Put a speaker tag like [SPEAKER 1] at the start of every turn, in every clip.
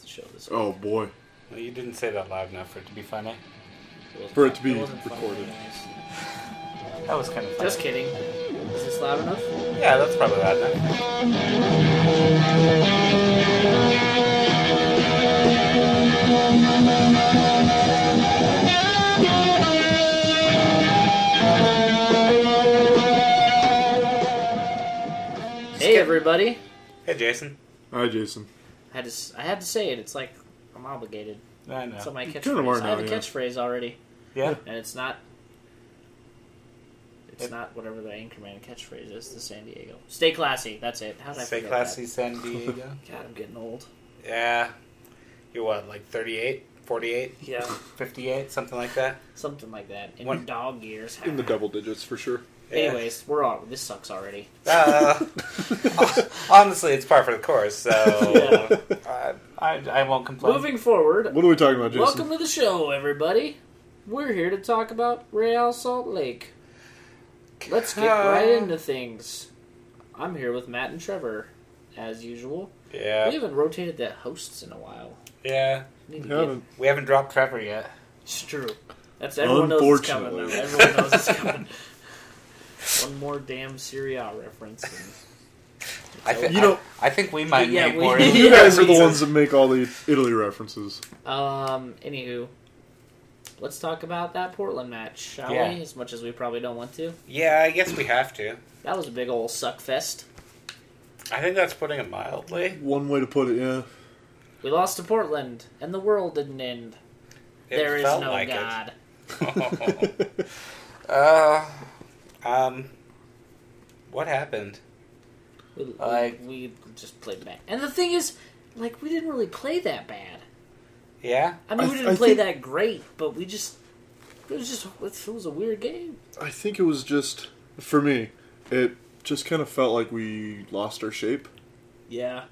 [SPEAKER 1] this
[SPEAKER 2] Oh boy.
[SPEAKER 3] Well, you didn't say that loud enough for it to be funny.
[SPEAKER 1] week.
[SPEAKER 2] For it to be
[SPEAKER 1] wasn't funny
[SPEAKER 2] recorded.
[SPEAKER 1] anyways.
[SPEAKER 3] That was kind of funny.
[SPEAKER 1] Just kidding. Is this loud enough?
[SPEAKER 3] yeah, that's probably loud enough.
[SPEAKER 1] Hey everybody.
[SPEAKER 3] Hey, Jason.
[SPEAKER 2] Hi, Jason.
[SPEAKER 1] I had to s- I had to say it. It's like I'm obligated.
[SPEAKER 3] I know.
[SPEAKER 1] So my
[SPEAKER 2] You
[SPEAKER 1] catchphrase.
[SPEAKER 2] kinda are
[SPEAKER 1] I have
[SPEAKER 2] now,
[SPEAKER 1] a
[SPEAKER 2] yeah.
[SPEAKER 1] catchphrase already,
[SPEAKER 3] yeah.
[SPEAKER 1] and it's not. It's
[SPEAKER 3] It-
[SPEAKER 1] not whatever the Anchorman catchphrase is. The San Diego. Stay classy. That's it. How did I
[SPEAKER 3] Say
[SPEAKER 1] forget
[SPEAKER 3] classy San Diego.
[SPEAKER 1] That? God, I'm getting old.
[SPEAKER 3] yeah. You're what, like 38, 48,
[SPEAKER 1] Yeah,
[SPEAKER 3] 58, something like that?
[SPEAKER 1] something like that. In
[SPEAKER 3] One-
[SPEAKER 1] dog years.
[SPEAKER 2] In the double digits for sure.
[SPEAKER 3] Yeah.
[SPEAKER 1] Anyways, we're all. This sucks already.
[SPEAKER 3] Uh, honestly, it's par for the course, so uh, I, I, I won't complain.
[SPEAKER 1] Moving forward,
[SPEAKER 2] What are we talking about, Jason?
[SPEAKER 1] welcome to the show, everybody. We're here to talk about Real Salt Lake. Let's get
[SPEAKER 3] Uh,
[SPEAKER 1] right into things. I'm here with Matt and Trevor, as usual. We
[SPEAKER 3] Yeah.
[SPEAKER 1] haven't rotated that hosts in a while.
[SPEAKER 3] Yeah.
[SPEAKER 1] Need to
[SPEAKER 2] We
[SPEAKER 1] get-
[SPEAKER 2] haven't.
[SPEAKER 3] We haven't dropped Trevor yet.
[SPEAKER 1] It's true. That's everyone knows it's coming. Though.
[SPEAKER 2] Unfortunately.
[SPEAKER 1] Everyone knows it's coming. One more damn Syria reference. And
[SPEAKER 3] I thi-
[SPEAKER 2] You know-
[SPEAKER 3] I, I think we might
[SPEAKER 1] Yeah,
[SPEAKER 3] need
[SPEAKER 1] we-
[SPEAKER 3] more.
[SPEAKER 2] You guys are the
[SPEAKER 1] Yeah,
[SPEAKER 2] ones that make all the Italy references.
[SPEAKER 1] Um. Anywho, let's talk about that Portland match, shall
[SPEAKER 3] Yeah.
[SPEAKER 1] we? As much as we probably don't want to.
[SPEAKER 3] Yeah, I guess we have to.
[SPEAKER 1] That was a big old suck fest.
[SPEAKER 3] I think that's putting it mildly.
[SPEAKER 2] One way to put it, yeah.
[SPEAKER 1] We lost to Portland, and the world didn't end.
[SPEAKER 3] It
[SPEAKER 1] there is
[SPEAKER 3] felt
[SPEAKER 1] no
[SPEAKER 3] like
[SPEAKER 1] God.
[SPEAKER 3] It. uh, um, what happened?
[SPEAKER 1] We, we-
[SPEAKER 3] Like-
[SPEAKER 1] we just played bad. And the thing is, like, we didn't really play that bad.
[SPEAKER 3] Yeah,
[SPEAKER 1] I mean,
[SPEAKER 2] I
[SPEAKER 1] we
[SPEAKER 2] th-
[SPEAKER 1] didn't
[SPEAKER 2] I
[SPEAKER 1] play
[SPEAKER 2] think-
[SPEAKER 1] that great, but we just. It was just. It was a weird game.
[SPEAKER 2] I think it was just for me. It just kind of felt like we lost our shape.
[SPEAKER 1] Yeah.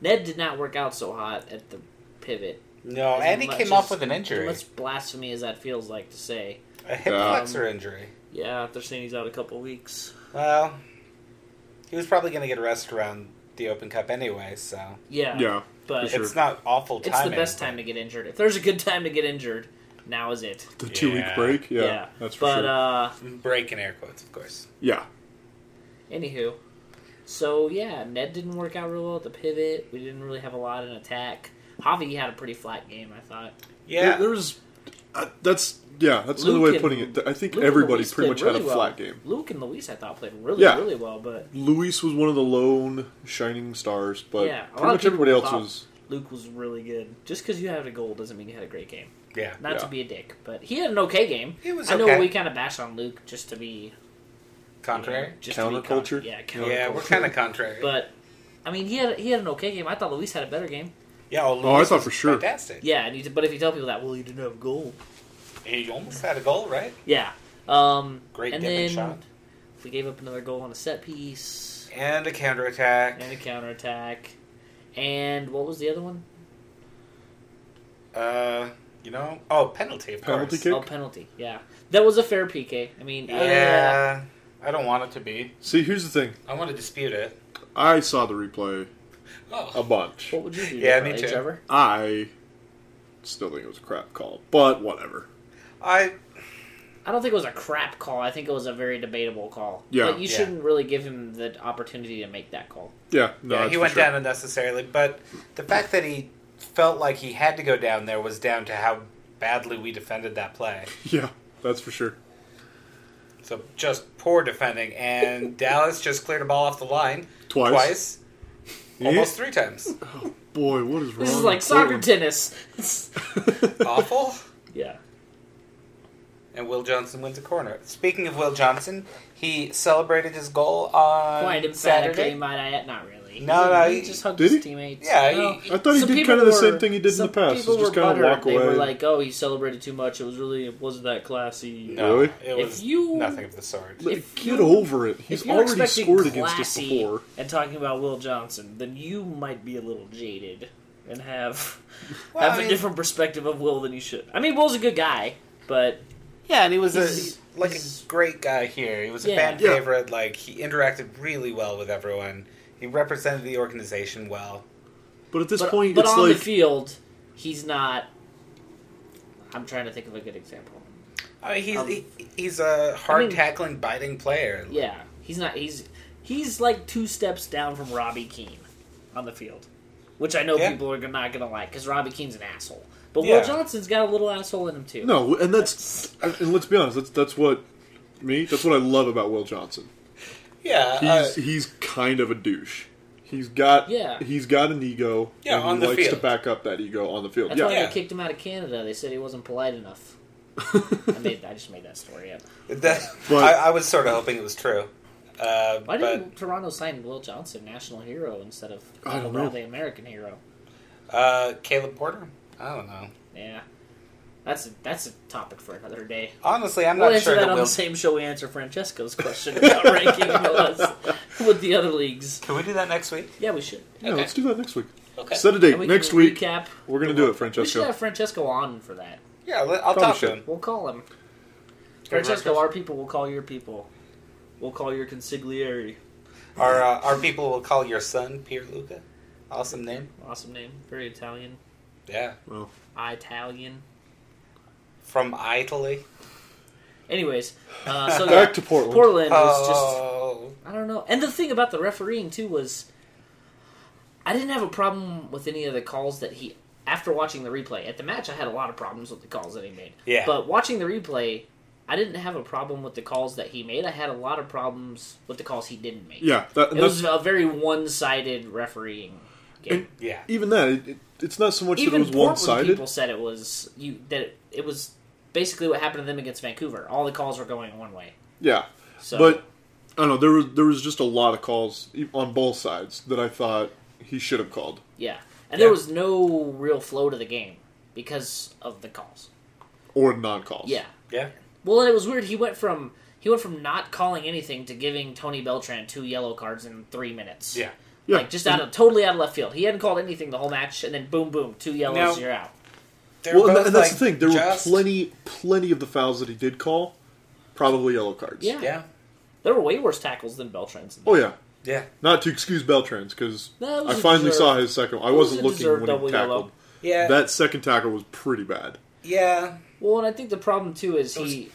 [SPEAKER 1] Ned did not work out so hot at the pivot.
[SPEAKER 3] no,
[SPEAKER 1] As
[SPEAKER 3] and he
[SPEAKER 1] much
[SPEAKER 3] came
[SPEAKER 1] as-
[SPEAKER 3] off with an injury,
[SPEAKER 1] As much blasphemy as that feels like to say.
[SPEAKER 3] a hip
[SPEAKER 2] Um,
[SPEAKER 3] flexor injury.
[SPEAKER 1] Yeah, they're saying he's out a couple weeks.
[SPEAKER 3] Well, he was probably going to get a rest around the Open Cup anyway, so
[SPEAKER 1] Yeah.
[SPEAKER 2] yeah,
[SPEAKER 1] But
[SPEAKER 2] for sure.
[SPEAKER 3] it's not awful
[SPEAKER 1] it's the
[SPEAKER 3] timing.
[SPEAKER 1] best time to get injured. If there's a good time to get injured, now is it.
[SPEAKER 2] the two week
[SPEAKER 3] Yeah.
[SPEAKER 2] break. Yeah,
[SPEAKER 1] yeah.
[SPEAKER 2] that's for
[SPEAKER 1] but,
[SPEAKER 2] sure.
[SPEAKER 1] uh,
[SPEAKER 3] break in air quotes, of course.
[SPEAKER 2] yeah,
[SPEAKER 1] anywho. So, yeah, Ned didn't work out real well at the pivot. We didn't really have a lot in attack. Javi had a pretty flat game, I thought.
[SPEAKER 2] There-
[SPEAKER 3] Yeah,
[SPEAKER 2] there was. Uh, that's yeah. That's another
[SPEAKER 1] Luke
[SPEAKER 2] way of
[SPEAKER 1] and-
[SPEAKER 2] putting it. I think
[SPEAKER 1] Luke and
[SPEAKER 2] everybody
[SPEAKER 1] Luis
[SPEAKER 2] pretty
[SPEAKER 1] did
[SPEAKER 2] much had
[SPEAKER 1] really
[SPEAKER 2] a
[SPEAKER 1] well.
[SPEAKER 2] flat game.
[SPEAKER 1] Luke and Luis, I thought, played really,
[SPEAKER 2] Yeah.
[SPEAKER 1] really well, but
[SPEAKER 2] Luis was one of the lone shining stars, but
[SPEAKER 1] Yeah, a lot
[SPEAKER 2] pretty
[SPEAKER 1] of
[SPEAKER 2] much everybody
[SPEAKER 1] people
[SPEAKER 2] else
[SPEAKER 1] thought-
[SPEAKER 2] was.
[SPEAKER 1] Luke was really good. Just because you had a goal doesn't mean you had a great game.
[SPEAKER 3] yeah.
[SPEAKER 1] Not to
[SPEAKER 2] Yeah.
[SPEAKER 1] be a dick, but he had an okay game.
[SPEAKER 3] He was
[SPEAKER 1] I know
[SPEAKER 3] okay.
[SPEAKER 1] we kind of bash on Luke just to be you know,
[SPEAKER 3] Contrary.
[SPEAKER 1] just to be con-
[SPEAKER 2] Counterculture?
[SPEAKER 1] yeah, counterculture.
[SPEAKER 3] Yeah, we're kind of contrary.
[SPEAKER 1] But I mean, he had he had an okay game. I thought Luis had a better game.
[SPEAKER 3] yeah, well,
[SPEAKER 2] Oh, I
[SPEAKER 3] Luis
[SPEAKER 2] thought
[SPEAKER 3] was
[SPEAKER 2] for sure.
[SPEAKER 3] Fantastic.
[SPEAKER 1] Yeah, and you, but if you tell people that, well, he didn't have a goal.
[SPEAKER 3] He almost had a goal, right?
[SPEAKER 1] Yeah. Um,
[SPEAKER 3] Great
[SPEAKER 1] and
[SPEAKER 3] dipping
[SPEAKER 1] then
[SPEAKER 3] shot.
[SPEAKER 1] we gave up another goal on a set piece
[SPEAKER 3] And a counterattack.
[SPEAKER 1] and a counterattack. And what was the other one?
[SPEAKER 3] Uh, you know, oh, penalty, of
[SPEAKER 2] Penalty
[SPEAKER 3] course.
[SPEAKER 2] kick?
[SPEAKER 1] Oh, penalty. Yeah, that was a fair PK. I mean, uh, other than that,
[SPEAKER 3] Yeah, I don't want it to be.
[SPEAKER 2] See, here's the thing.
[SPEAKER 3] I want to dispute it.
[SPEAKER 2] I saw the replay a
[SPEAKER 3] Oh,
[SPEAKER 2] bunch.
[SPEAKER 1] What would you do?
[SPEAKER 3] Yeah, me
[SPEAKER 1] differently,
[SPEAKER 3] too.
[SPEAKER 1] Trevor?
[SPEAKER 2] I still think it was a crap call, but whatever.
[SPEAKER 3] I
[SPEAKER 1] I don't think it was a crap call. I think it was a very debatable call.
[SPEAKER 2] Yeah.
[SPEAKER 1] But you
[SPEAKER 3] Yeah.
[SPEAKER 1] shouldn't really give him the opportunity to make that call.
[SPEAKER 2] Yeah, no,
[SPEAKER 3] yeah,
[SPEAKER 2] that's
[SPEAKER 3] he
[SPEAKER 2] for
[SPEAKER 3] went
[SPEAKER 2] sure.
[SPEAKER 3] down unnecessarily, but the fact that he felt like he had to go down there was down to how badly we defended that play.
[SPEAKER 2] Yeah, that's for sure.
[SPEAKER 3] So just poor defending, and Dallas just cleared a ball off the line
[SPEAKER 2] Twice.
[SPEAKER 3] twice,
[SPEAKER 2] Yeah.
[SPEAKER 3] almost three times.
[SPEAKER 2] Boy, what is wrong?
[SPEAKER 1] This is
[SPEAKER 2] with
[SPEAKER 1] like soccer
[SPEAKER 2] Portland?
[SPEAKER 1] tennis.
[SPEAKER 3] Awful.
[SPEAKER 1] yeah.
[SPEAKER 3] And Will Johnson wins a corner. Speaking of Will Johnson, he celebrated his goal on
[SPEAKER 1] Quite emphatically,
[SPEAKER 3] Um, Saturday.
[SPEAKER 1] might I add. Not really.
[SPEAKER 3] No, no,
[SPEAKER 1] He
[SPEAKER 3] he-
[SPEAKER 1] just hugged
[SPEAKER 2] Did
[SPEAKER 1] his
[SPEAKER 2] he?
[SPEAKER 1] teammates.
[SPEAKER 3] Yeah,
[SPEAKER 1] No.
[SPEAKER 3] he-
[SPEAKER 2] I thought he
[SPEAKER 1] Some
[SPEAKER 2] did
[SPEAKER 1] people
[SPEAKER 2] kind of the same
[SPEAKER 1] were-
[SPEAKER 2] thing he did in the
[SPEAKER 1] some
[SPEAKER 2] past.
[SPEAKER 1] People
[SPEAKER 2] Is just
[SPEAKER 1] were
[SPEAKER 2] kind of
[SPEAKER 1] butthurt.
[SPEAKER 2] walk
[SPEAKER 1] They were
[SPEAKER 2] away.
[SPEAKER 1] like, "Oh, he celebrated too much. It was really, it wasn't that classy."
[SPEAKER 3] No,
[SPEAKER 2] Really?
[SPEAKER 3] it
[SPEAKER 1] If
[SPEAKER 3] was
[SPEAKER 1] you-
[SPEAKER 3] nothing of the sort.
[SPEAKER 2] Like,
[SPEAKER 1] if
[SPEAKER 2] get
[SPEAKER 1] you-
[SPEAKER 2] over it. He's
[SPEAKER 1] if you're
[SPEAKER 2] already
[SPEAKER 1] expecting
[SPEAKER 2] scored against us
[SPEAKER 1] classy
[SPEAKER 2] before.
[SPEAKER 1] and talking about Will Johnson, then you might be a little jaded and have
[SPEAKER 3] Well,
[SPEAKER 1] have
[SPEAKER 3] I mean-
[SPEAKER 1] a different perspective of Will than you should. I mean, Will's a good guy, but
[SPEAKER 3] Yeah, and he was
[SPEAKER 1] He's-
[SPEAKER 3] a like
[SPEAKER 1] he's-
[SPEAKER 3] a great guy here. He was a
[SPEAKER 1] Yeah.
[SPEAKER 3] fan
[SPEAKER 2] Yeah.
[SPEAKER 3] favorite. Like he interacted really well with everyone. He represented the organization well.
[SPEAKER 2] But at this
[SPEAKER 1] but,
[SPEAKER 2] point,
[SPEAKER 1] but
[SPEAKER 2] it's
[SPEAKER 1] on
[SPEAKER 2] like
[SPEAKER 1] the field, he's not. I'm trying to think of a good example.
[SPEAKER 3] I mean, he's
[SPEAKER 1] Um,
[SPEAKER 3] he, he's a hard
[SPEAKER 1] mean-
[SPEAKER 3] tackling, biting player.
[SPEAKER 1] Yeah, he's not. He's he's like two steps down from Robbie Keane on the field, which I know
[SPEAKER 3] Yeah.
[SPEAKER 1] people are not gonna like because Robbie Keane's an asshole. But
[SPEAKER 3] Yeah.
[SPEAKER 1] Will Johnson's got a little asshole in him too.
[SPEAKER 2] No, and that's and let's be honest, that's that's what me. That's what I love about Will Johnson.
[SPEAKER 3] yeah.
[SPEAKER 2] He's
[SPEAKER 3] uh,
[SPEAKER 2] he's kind of a douche. He's got
[SPEAKER 1] Yeah.
[SPEAKER 2] He's got an ego.
[SPEAKER 3] Yeah,
[SPEAKER 2] and he
[SPEAKER 3] on the
[SPEAKER 2] likes to
[SPEAKER 3] field.
[SPEAKER 2] back up that ego on the field.
[SPEAKER 1] That's
[SPEAKER 2] yeah,
[SPEAKER 1] why
[SPEAKER 3] Yeah.
[SPEAKER 1] they kicked him out of Canada. They said he wasn't polite enough. I made I just made that story up.
[SPEAKER 3] that-
[SPEAKER 2] But-
[SPEAKER 3] I, I was sort of hoping it was true. Uh,
[SPEAKER 1] Why
[SPEAKER 3] but
[SPEAKER 1] did Toronto sign Will Johnson, national hero, instead of
[SPEAKER 2] I don't
[SPEAKER 1] Ronald
[SPEAKER 2] know.
[SPEAKER 1] Bradley, American hero?
[SPEAKER 3] uh, Caleb Porter? I don't know.
[SPEAKER 1] Yeah, that's a, that's a topic for another day.
[SPEAKER 3] Honestly, I'm
[SPEAKER 1] we'll
[SPEAKER 3] not
[SPEAKER 1] answer
[SPEAKER 3] sure
[SPEAKER 1] that
[SPEAKER 3] that
[SPEAKER 1] on
[SPEAKER 3] Will.
[SPEAKER 1] the same show we answer Francesco's question about ranking us with the other leagues.
[SPEAKER 3] Can we do that next week?
[SPEAKER 1] Yeah, we should.
[SPEAKER 2] yeah.
[SPEAKER 3] Okay.
[SPEAKER 2] Let's do that next week.
[SPEAKER 3] Okay.
[SPEAKER 2] Set a
[SPEAKER 1] And
[SPEAKER 2] date
[SPEAKER 1] we
[SPEAKER 2] next
[SPEAKER 1] can
[SPEAKER 2] week.
[SPEAKER 1] Recap.
[SPEAKER 2] We're gonna do it,
[SPEAKER 1] We should
[SPEAKER 2] Francesco.
[SPEAKER 1] have Francesco on for that.
[SPEAKER 3] yeah, let- I'll
[SPEAKER 2] Probably
[SPEAKER 3] talk to
[SPEAKER 2] should.
[SPEAKER 3] him.
[SPEAKER 1] We'll call him.
[SPEAKER 3] Good
[SPEAKER 1] Francesco,
[SPEAKER 3] reference.
[SPEAKER 1] our people will call your people. We'll call your consigliere.
[SPEAKER 3] Our uh, our people will call your son Pierluca. Awesome name.
[SPEAKER 1] Awesome name. Very Italian.
[SPEAKER 3] Yeah,
[SPEAKER 2] Well,
[SPEAKER 1] Italian.
[SPEAKER 3] from Italy.
[SPEAKER 1] Anyways, uh, so yeah,
[SPEAKER 2] back to Portland.
[SPEAKER 1] Portland was just.
[SPEAKER 3] Oh,
[SPEAKER 1] I don't know. And the thing about the refereeing too was, I didn't have a problem with any of the calls that he. After watching the replay at the match, I had a lot of problems with the calls that he made.
[SPEAKER 3] Yeah.
[SPEAKER 1] But watching the replay, I didn't have a problem with the calls that he made. I had a lot of problems with the calls he didn't make.
[SPEAKER 2] Yeah, that,
[SPEAKER 1] It
[SPEAKER 2] and
[SPEAKER 1] was
[SPEAKER 2] that's,
[SPEAKER 1] a very one-sided refereeing game.
[SPEAKER 2] And
[SPEAKER 3] yeah.
[SPEAKER 2] even that. It, it, it's not so much that it
[SPEAKER 1] Even
[SPEAKER 2] was
[SPEAKER 1] Portland
[SPEAKER 2] one sided.
[SPEAKER 1] people said it was you that it, it was basically what happened to them against Vancouver. All the calls were going one way.
[SPEAKER 2] Yeah,
[SPEAKER 1] So
[SPEAKER 2] but I don't know. There was there was just a lot of calls e- on both sides that I thought he should have called.
[SPEAKER 1] Yeah. And
[SPEAKER 3] Yeah.
[SPEAKER 1] there was no real flow to the game because of the calls.
[SPEAKER 2] or non calls.
[SPEAKER 1] Yeah.
[SPEAKER 3] Yeah.
[SPEAKER 1] Well, and it was weird. He went from he went from not calling anything to giving Tony Beltran two yellow cards in three minutes.
[SPEAKER 3] Yeah.
[SPEAKER 2] yeah,
[SPEAKER 1] Like just out of totally out of left field. He hadn't called anything the whole match, and then boom, boom, two yellows,
[SPEAKER 3] Now-
[SPEAKER 1] you're out.
[SPEAKER 3] They were
[SPEAKER 2] Well, and,
[SPEAKER 3] both,
[SPEAKER 2] tha- and that's
[SPEAKER 3] like,
[SPEAKER 2] the thing. There
[SPEAKER 3] just-
[SPEAKER 2] were plenty, plenty of the fouls that he did call, probably yellow cards.
[SPEAKER 1] Yeah.
[SPEAKER 3] Yeah.
[SPEAKER 1] There were way worse tackles than Beltran's.
[SPEAKER 2] Oh yeah.
[SPEAKER 3] Yeah.
[SPEAKER 2] Not to excuse Beltran's because
[SPEAKER 1] No, it
[SPEAKER 2] I
[SPEAKER 1] was a
[SPEAKER 2] finally
[SPEAKER 1] deserved-
[SPEAKER 2] saw his second. I
[SPEAKER 1] it was
[SPEAKER 2] wasn't
[SPEAKER 1] a
[SPEAKER 2] looking
[SPEAKER 1] deserved
[SPEAKER 2] when
[SPEAKER 1] double
[SPEAKER 2] he
[SPEAKER 1] yellow.
[SPEAKER 2] tackled.
[SPEAKER 3] Yeah.
[SPEAKER 2] That second tackle was pretty bad.
[SPEAKER 3] yeah.
[SPEAKER 1] Well, and I think the problem too is he,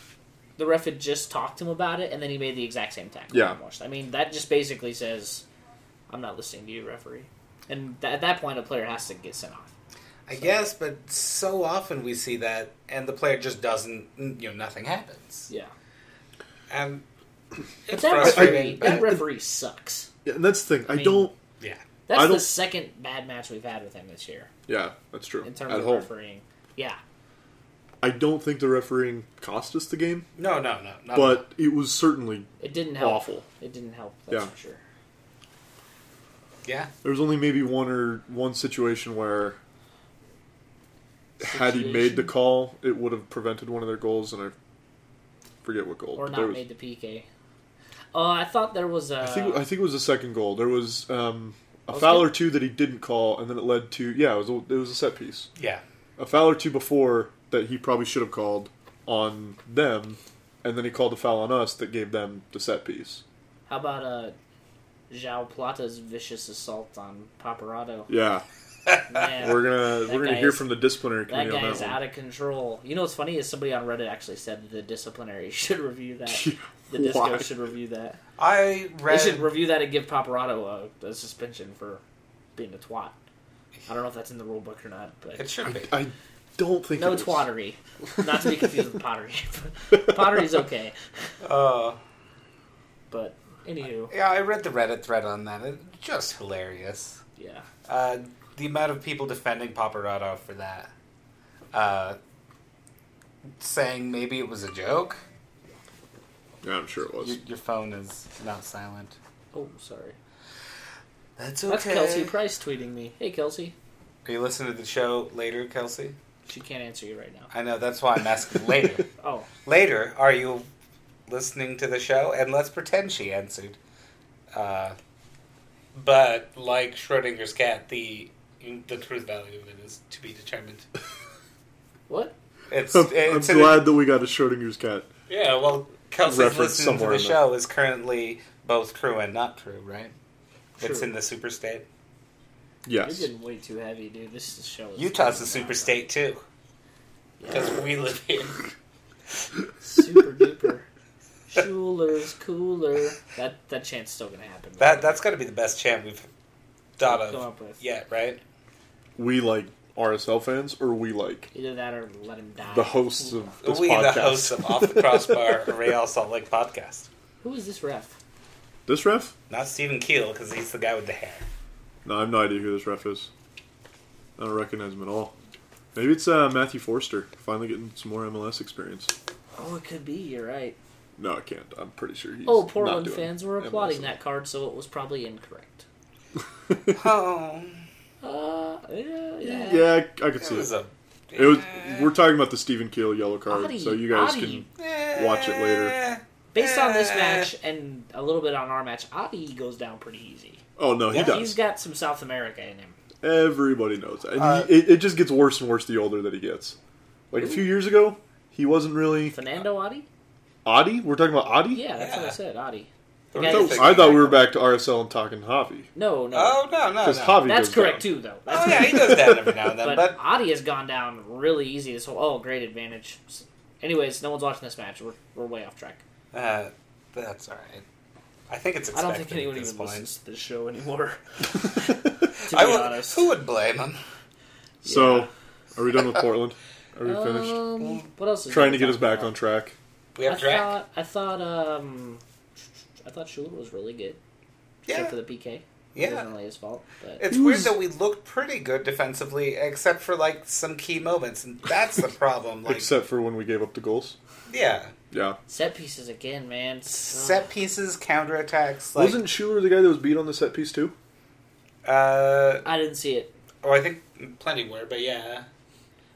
[SPEAKER 1] the ref had just talked to him about it, and then he made the exact same tackle.
[SPEAKER 2] Yeah.
[SPEAKER 1] Almost. I mean, that just basically says, "I'm not listening to you, referee." And th- at that point, a player has to get sent off.
[SPEAKER 3] I guess, but so often we see that, and the player just doesn't. You know, nothing happens.
[SPEAKER 1] Yeah.
[SPEAKER 3] And
[SPEAKER 1] But
[SPEAKER 3] it's
[SPEAKER 1] that
[SPEAKER 3] frustrating.
[SPEAKER 1] referee,
[SPEAKER 3] but-
[SPEAKER 1] that referee sucks.
[SPEAKER 2] Yeah, and that's the thing. I,
[SPEAKER 1] mean-
[SPEAKER 2] don't.
[SPEAKER 3] yeah.
[SPEAKER 1] That's
[SPEAKER 2] I don't-
[SPEAKER 1] the second bad match we've had with him this year
[SPEAKER 2] Yeah, that's true.
[SPEAKER 1] in
[SPEAKER 2] At
[SPEAKER 1] terms of
[SPEAKER 2] home,
[SPEAKER 1] refereeing. Yeah.
[SPEAKER 2] I don't think the refereeing cost us the game,
[SPEAKER 3] No. No. No. Not
[SPEAKER 2] but it was certainly
[SPEAKER 1] It didn't help.
[SPEAKER 2] Awful.
[SPEAKER 1] It didn't help. That's
[SPEAKER 2] Yeah.
[SPEAKER 1] for sure.
[SPEAKER 3] Yeah.
[SPEAKER 2] There was only maybe one or one situation where had he made the
[SPEAKER 1] Situation?
[SPEAKER 2] call, it would have prevented one of their goals, and I forget what goal.
[SPEAKER 1] Or
[SPEAKER 2] but there
[SPEAKER 1] not
[SPEAKER 2] was,
[SPEAKER 1] made the PK. Oh, I thought there was uh, a.
[SPEAKER 2] I think I think it was the second goal. There was um, a
[SPEAKER 1] Was
[SPEAKER 2] foul
[SPEAKER 1] it?
[SPEAKER 2] or two that he didn't call, and then it led to yeah, it was a, it was a set piece.
[SPEAKER 3] Yeah.
[SPEAKER 2] A foul or two before that he probably should have called on them, and then he called a foul on us that gave them the set piece.
[SPEAKER 1] How about uh, Zhao Plata's vicious assault on Paparado?
[SPEAKER 2] Yeah,
[SPEAKER 1] Man,
[SPEAKER 2] we're gonna we're gonna
[SPEAKER 1] guy
[SPEAKER 2] hear
[SPEAKER 1] is-
[SPEAKER 2] from the disciplinary
[SPEAKER 1] that
[SPEAKER 2] committee
[SPEAKER 1] guy
[SPEAKER 2] on
[SPEAKER 1] is
[SPEAKER 2] that one.
[SPEAKER 1] out of control. You know what's funny is somebody on Reddit actually said that the disciplinary should review that. The disco
[SPEAKER 2] Why?
[SPEAKER 1] should review that.
[SPEAKER 3] I
[SPEAKER 1] They
[SPEAKER 3] read.
[SPEAKER 1] should review that and give Paparado a, a suspension for being a twat. I don't know if that's in the rule book or not,
[SPEAKER 3] it
[SPEAKER 1] but
[SPEAKER 3] should be.
[SPEAKER 2] I don't think
[SPEAKER 1] no
[SPEAKER 2] it was.
[SPEAKER 1] twattery. Not to be confused with pottery. Pottery's okay,
[SPEAKER 3] Uh,
[SPEAKER 1] but anywho,
[SPEAKER 3] yeah, I read the Reddit thread on that. It's just hilarious.
[SPEAKER 1] yeah.
[SPEAKER 3] Uh, the amount of people defending Paparazzo for that, uh, saying maybe it was a joke.
[SPEAKER 2] Yeah, I'm sure it was.
[SPEAKER 3] Your, your phone is not silent.
[SPEAKER 1] Oh, sorry.
[SPEAKER 3] That's
[SPEAKER 1] That's Kelsey Price tweeting me. Hey, Kelsey.
[SPEAKER 3] Are you listening to the show later, Kelsey?
[SPEAKER 1] She can't answer you right now.
[SPEAKER 3] I know. That's why I'm asking later.
[SPEAKER 1] Oh,
[SPEAKER 3] Later, are you listening to the show? And let's pretend she answered. Uh, but like Schrodinger's cat, the the truth value of it is to be determined.
[SPEAKER 1] what?
[SPEAKER 3] It's
[SPEAKER 2] I'm,
[SPEAKER 3] it's
[SPEAKER 2] I'm
[SPEAKER 3] in a-
[SPEAKER 2] glad that we got a Schrodinger's cat.
[SPEAKER 3] Yeah, well, Kelsey's
[SPEAKER 2] Reference
[SPEAKER 3] listening to
[SPEAKER 2] somewhere
[SPEAKER 3] the
[SPEAKER 2] in
[SPEAKER 3] show is currently both true and not true, right? It's
[SPEAKER 1] True.
[SPEAKER 3] in the super state.
[SPEAKER 2] Yes.
[SPEAKER 1] You're getting way too heavy, dude. This show is
[SPEAKER 3] Utah's a
[SPEAKER 1] going
[SPEAKER 3] super
[SPEAKER 1] down.
[SPEAKER 3] state too, because we live here.
[SPEAKER 1] Super duper. Schuler's cooler. That that chant's still gonna happen.
[SPEAKER 3] That that's got to be the best chant we've thought
[SPEAKER 1] Come
[SPEAKER 3] of
[SPEAKER 1] up with.
[SPEAKER 3] yet, right?
[SPEAKER 2] We like RSL fans, or we like
[SPEAKER 1] Either that or let him die.
[SPEAKER 2] the hosts of this
[SPEAKER 3] we,
[SPEAKER 2] podcast.
[SPEAKER 3] the hosts of Off the Crossbar, a Real Salt Lake podcast.
[SPEAKER 1] Who is this ref?
[SPEAKER 2] This ref?
[SPEAKER 3] Not Stephen Keel, because he's the guy with the hair.
[SPEAKER 2] No, I have no idea who this ref is. I don't recognize him at all. Maybe it's uh, Matthew Forster finally getting some more MLS experience.
[SPEAKER 1] Oh, it could be. You're right.
[SPEAKER 2] No, I can't. I'm pretty sure he's.
[SPEAKER 1] Oh,
[SPEAKER 2] not
[SPEAKER 1] Portland
[SPEAKER 2] doing
[SPEAKER 1] fans were
[SPEAKER 2] MLS.
[SPEAKER 1] applauding that card, so it was probably incorrect.
[SPEAKER 3] Oh,
[SPEAKER 1] Uh, yeah, yeah.
[SPEAKER 2] Yeah, I, I could
[SPEAKER 3] it
[SPEAKER 2] see
[SPEAKER 3] was
[SPEAKER 2] it.
[SPEAKER 3] a.
[SPEAKER 2] It was. We're talking about the Stephen Keel yellow card,
[SPEAKER 1] Adi,
[SPEAKER 2] so you guys
[SPEAKER 1] Adi.
[SPEAKER 2] can watch it later.
[SPEAKER 1] Based on this
[SPEAKER 3] Eh.
[SPEAKER 1] match and a little bit on our match, Adi goes down pretty easy.
[SPEAKER 2] Oh no, he
[SPEAKER 3] Yeah,
[SPEAKER 2] does.
[SPEAKER 1] He's got some South America in him.
[SPEAKER 2] Everybody knows that. And
[SPEAKER 3] Uh,
[SPEAKER 2] he, it, it just gets worse and worse the older that he gets. Like a few years ago, he wasn't really
[SPEAKER 1] Fernando Adi?
[SPEAKER 2] Adi. We're talking about Adi.
[SPEAKER 1] Yeah, that's what I
[SPEAKER 3] Yeah.
[SPEAKER 1] said. Adi.
[SPEAKER 3] We're
[SPEAKER 1] Yeah,
[SPEAKER 2] I thought,
[SPEAKER 3] thinking-
[SPEAKER 2] I thought we were back to RSL and talking Javi
[SPEAKER 1] No, no.
[SPEAKER 3] Oh no, no,
[SPEAKER 2] because
[SPEAKER 3] no.
[SPEAKER 2] Javi.
[SPEAKER 1] that's
[SPEAKER 2] goes
[SPEAKER 1] correct
[SPEAKER 2] down.
[SPEAKER 1] too, though. That's
[SPEAKER 3] Oh yeah, he goes down every now and then,
[SPEAKER 1] but,
[SPEAKER 3] but
[SPEAKER 1] Adi has gone down really easy this whole. Oh, great advantage. S- Anyways, no one's watching this match. We're, we're way off track.
[SPEAKER 3] uh, that's all right. I think it's.
[SPEAKER 1] I
[SPEAKER 3] Expected
[SPEAKER 1] don't think anyone
[SPEAKER 3] at this
[SPEAKER 1] even
[SPEAKER 3] point.
[SPEAKER 1] listens to this show anymore. to be
[SPEAKER 3] I would,
[SPEAKER 1] honest,
[SPEAKER 3] who would blame him?
[SPEAKER 2] So,
[SPEAKER 1] Yeah.
[SPEAKER 2] are we done with Portland? Are we finished?
[SPEAKER 1] um, what else? Is
[SPEAKER 2] Trying to
[SPEAKER 1] there
[SPEAKER 2] get us
[SPEAKER 1] talk
[SPEAKER 2] back
[SPEAKER 1] about?
[SPEAKER 2] on track.
[SPEAKER 3] We have
[SPEAKER 1] I
[SPEAKER 3] Drac.
[SPEAKER 1] thought I thought um, I thought Schuler was really good,
[SPEAKER 3] yeah,
[SPEAKER 1] except for the PK. it
[SPEAKER 3] yeah.
[SPEAKER 1] wasn't really his fault. But
[SPEAKER 3] It's
[SPEAKER 2] He
[SPEAKER 3] weird
[SPEAKER 2] was-
[SPEAKER 3] that we looked pretty good defensively, except for like some key moments, and that's the problem. Like,
[SPEAKER 2] Except for when we gave up the goals.
[SPEAKER 3] yeah,
[SPEAKER 2] Yeah.
[SPEAKER 1] set pieces again, man. uh,
[SPEAKER 3] set pieces, counterattacks. Like,
[SPEAKER 2] Wasn't Schuler the guy that was beat on the set piece too?
[SPEAKER 3] uh,
[SPEAKER 1] I didn't see it.
[SPEAKER 3] oh, I think plenty were, but yeah,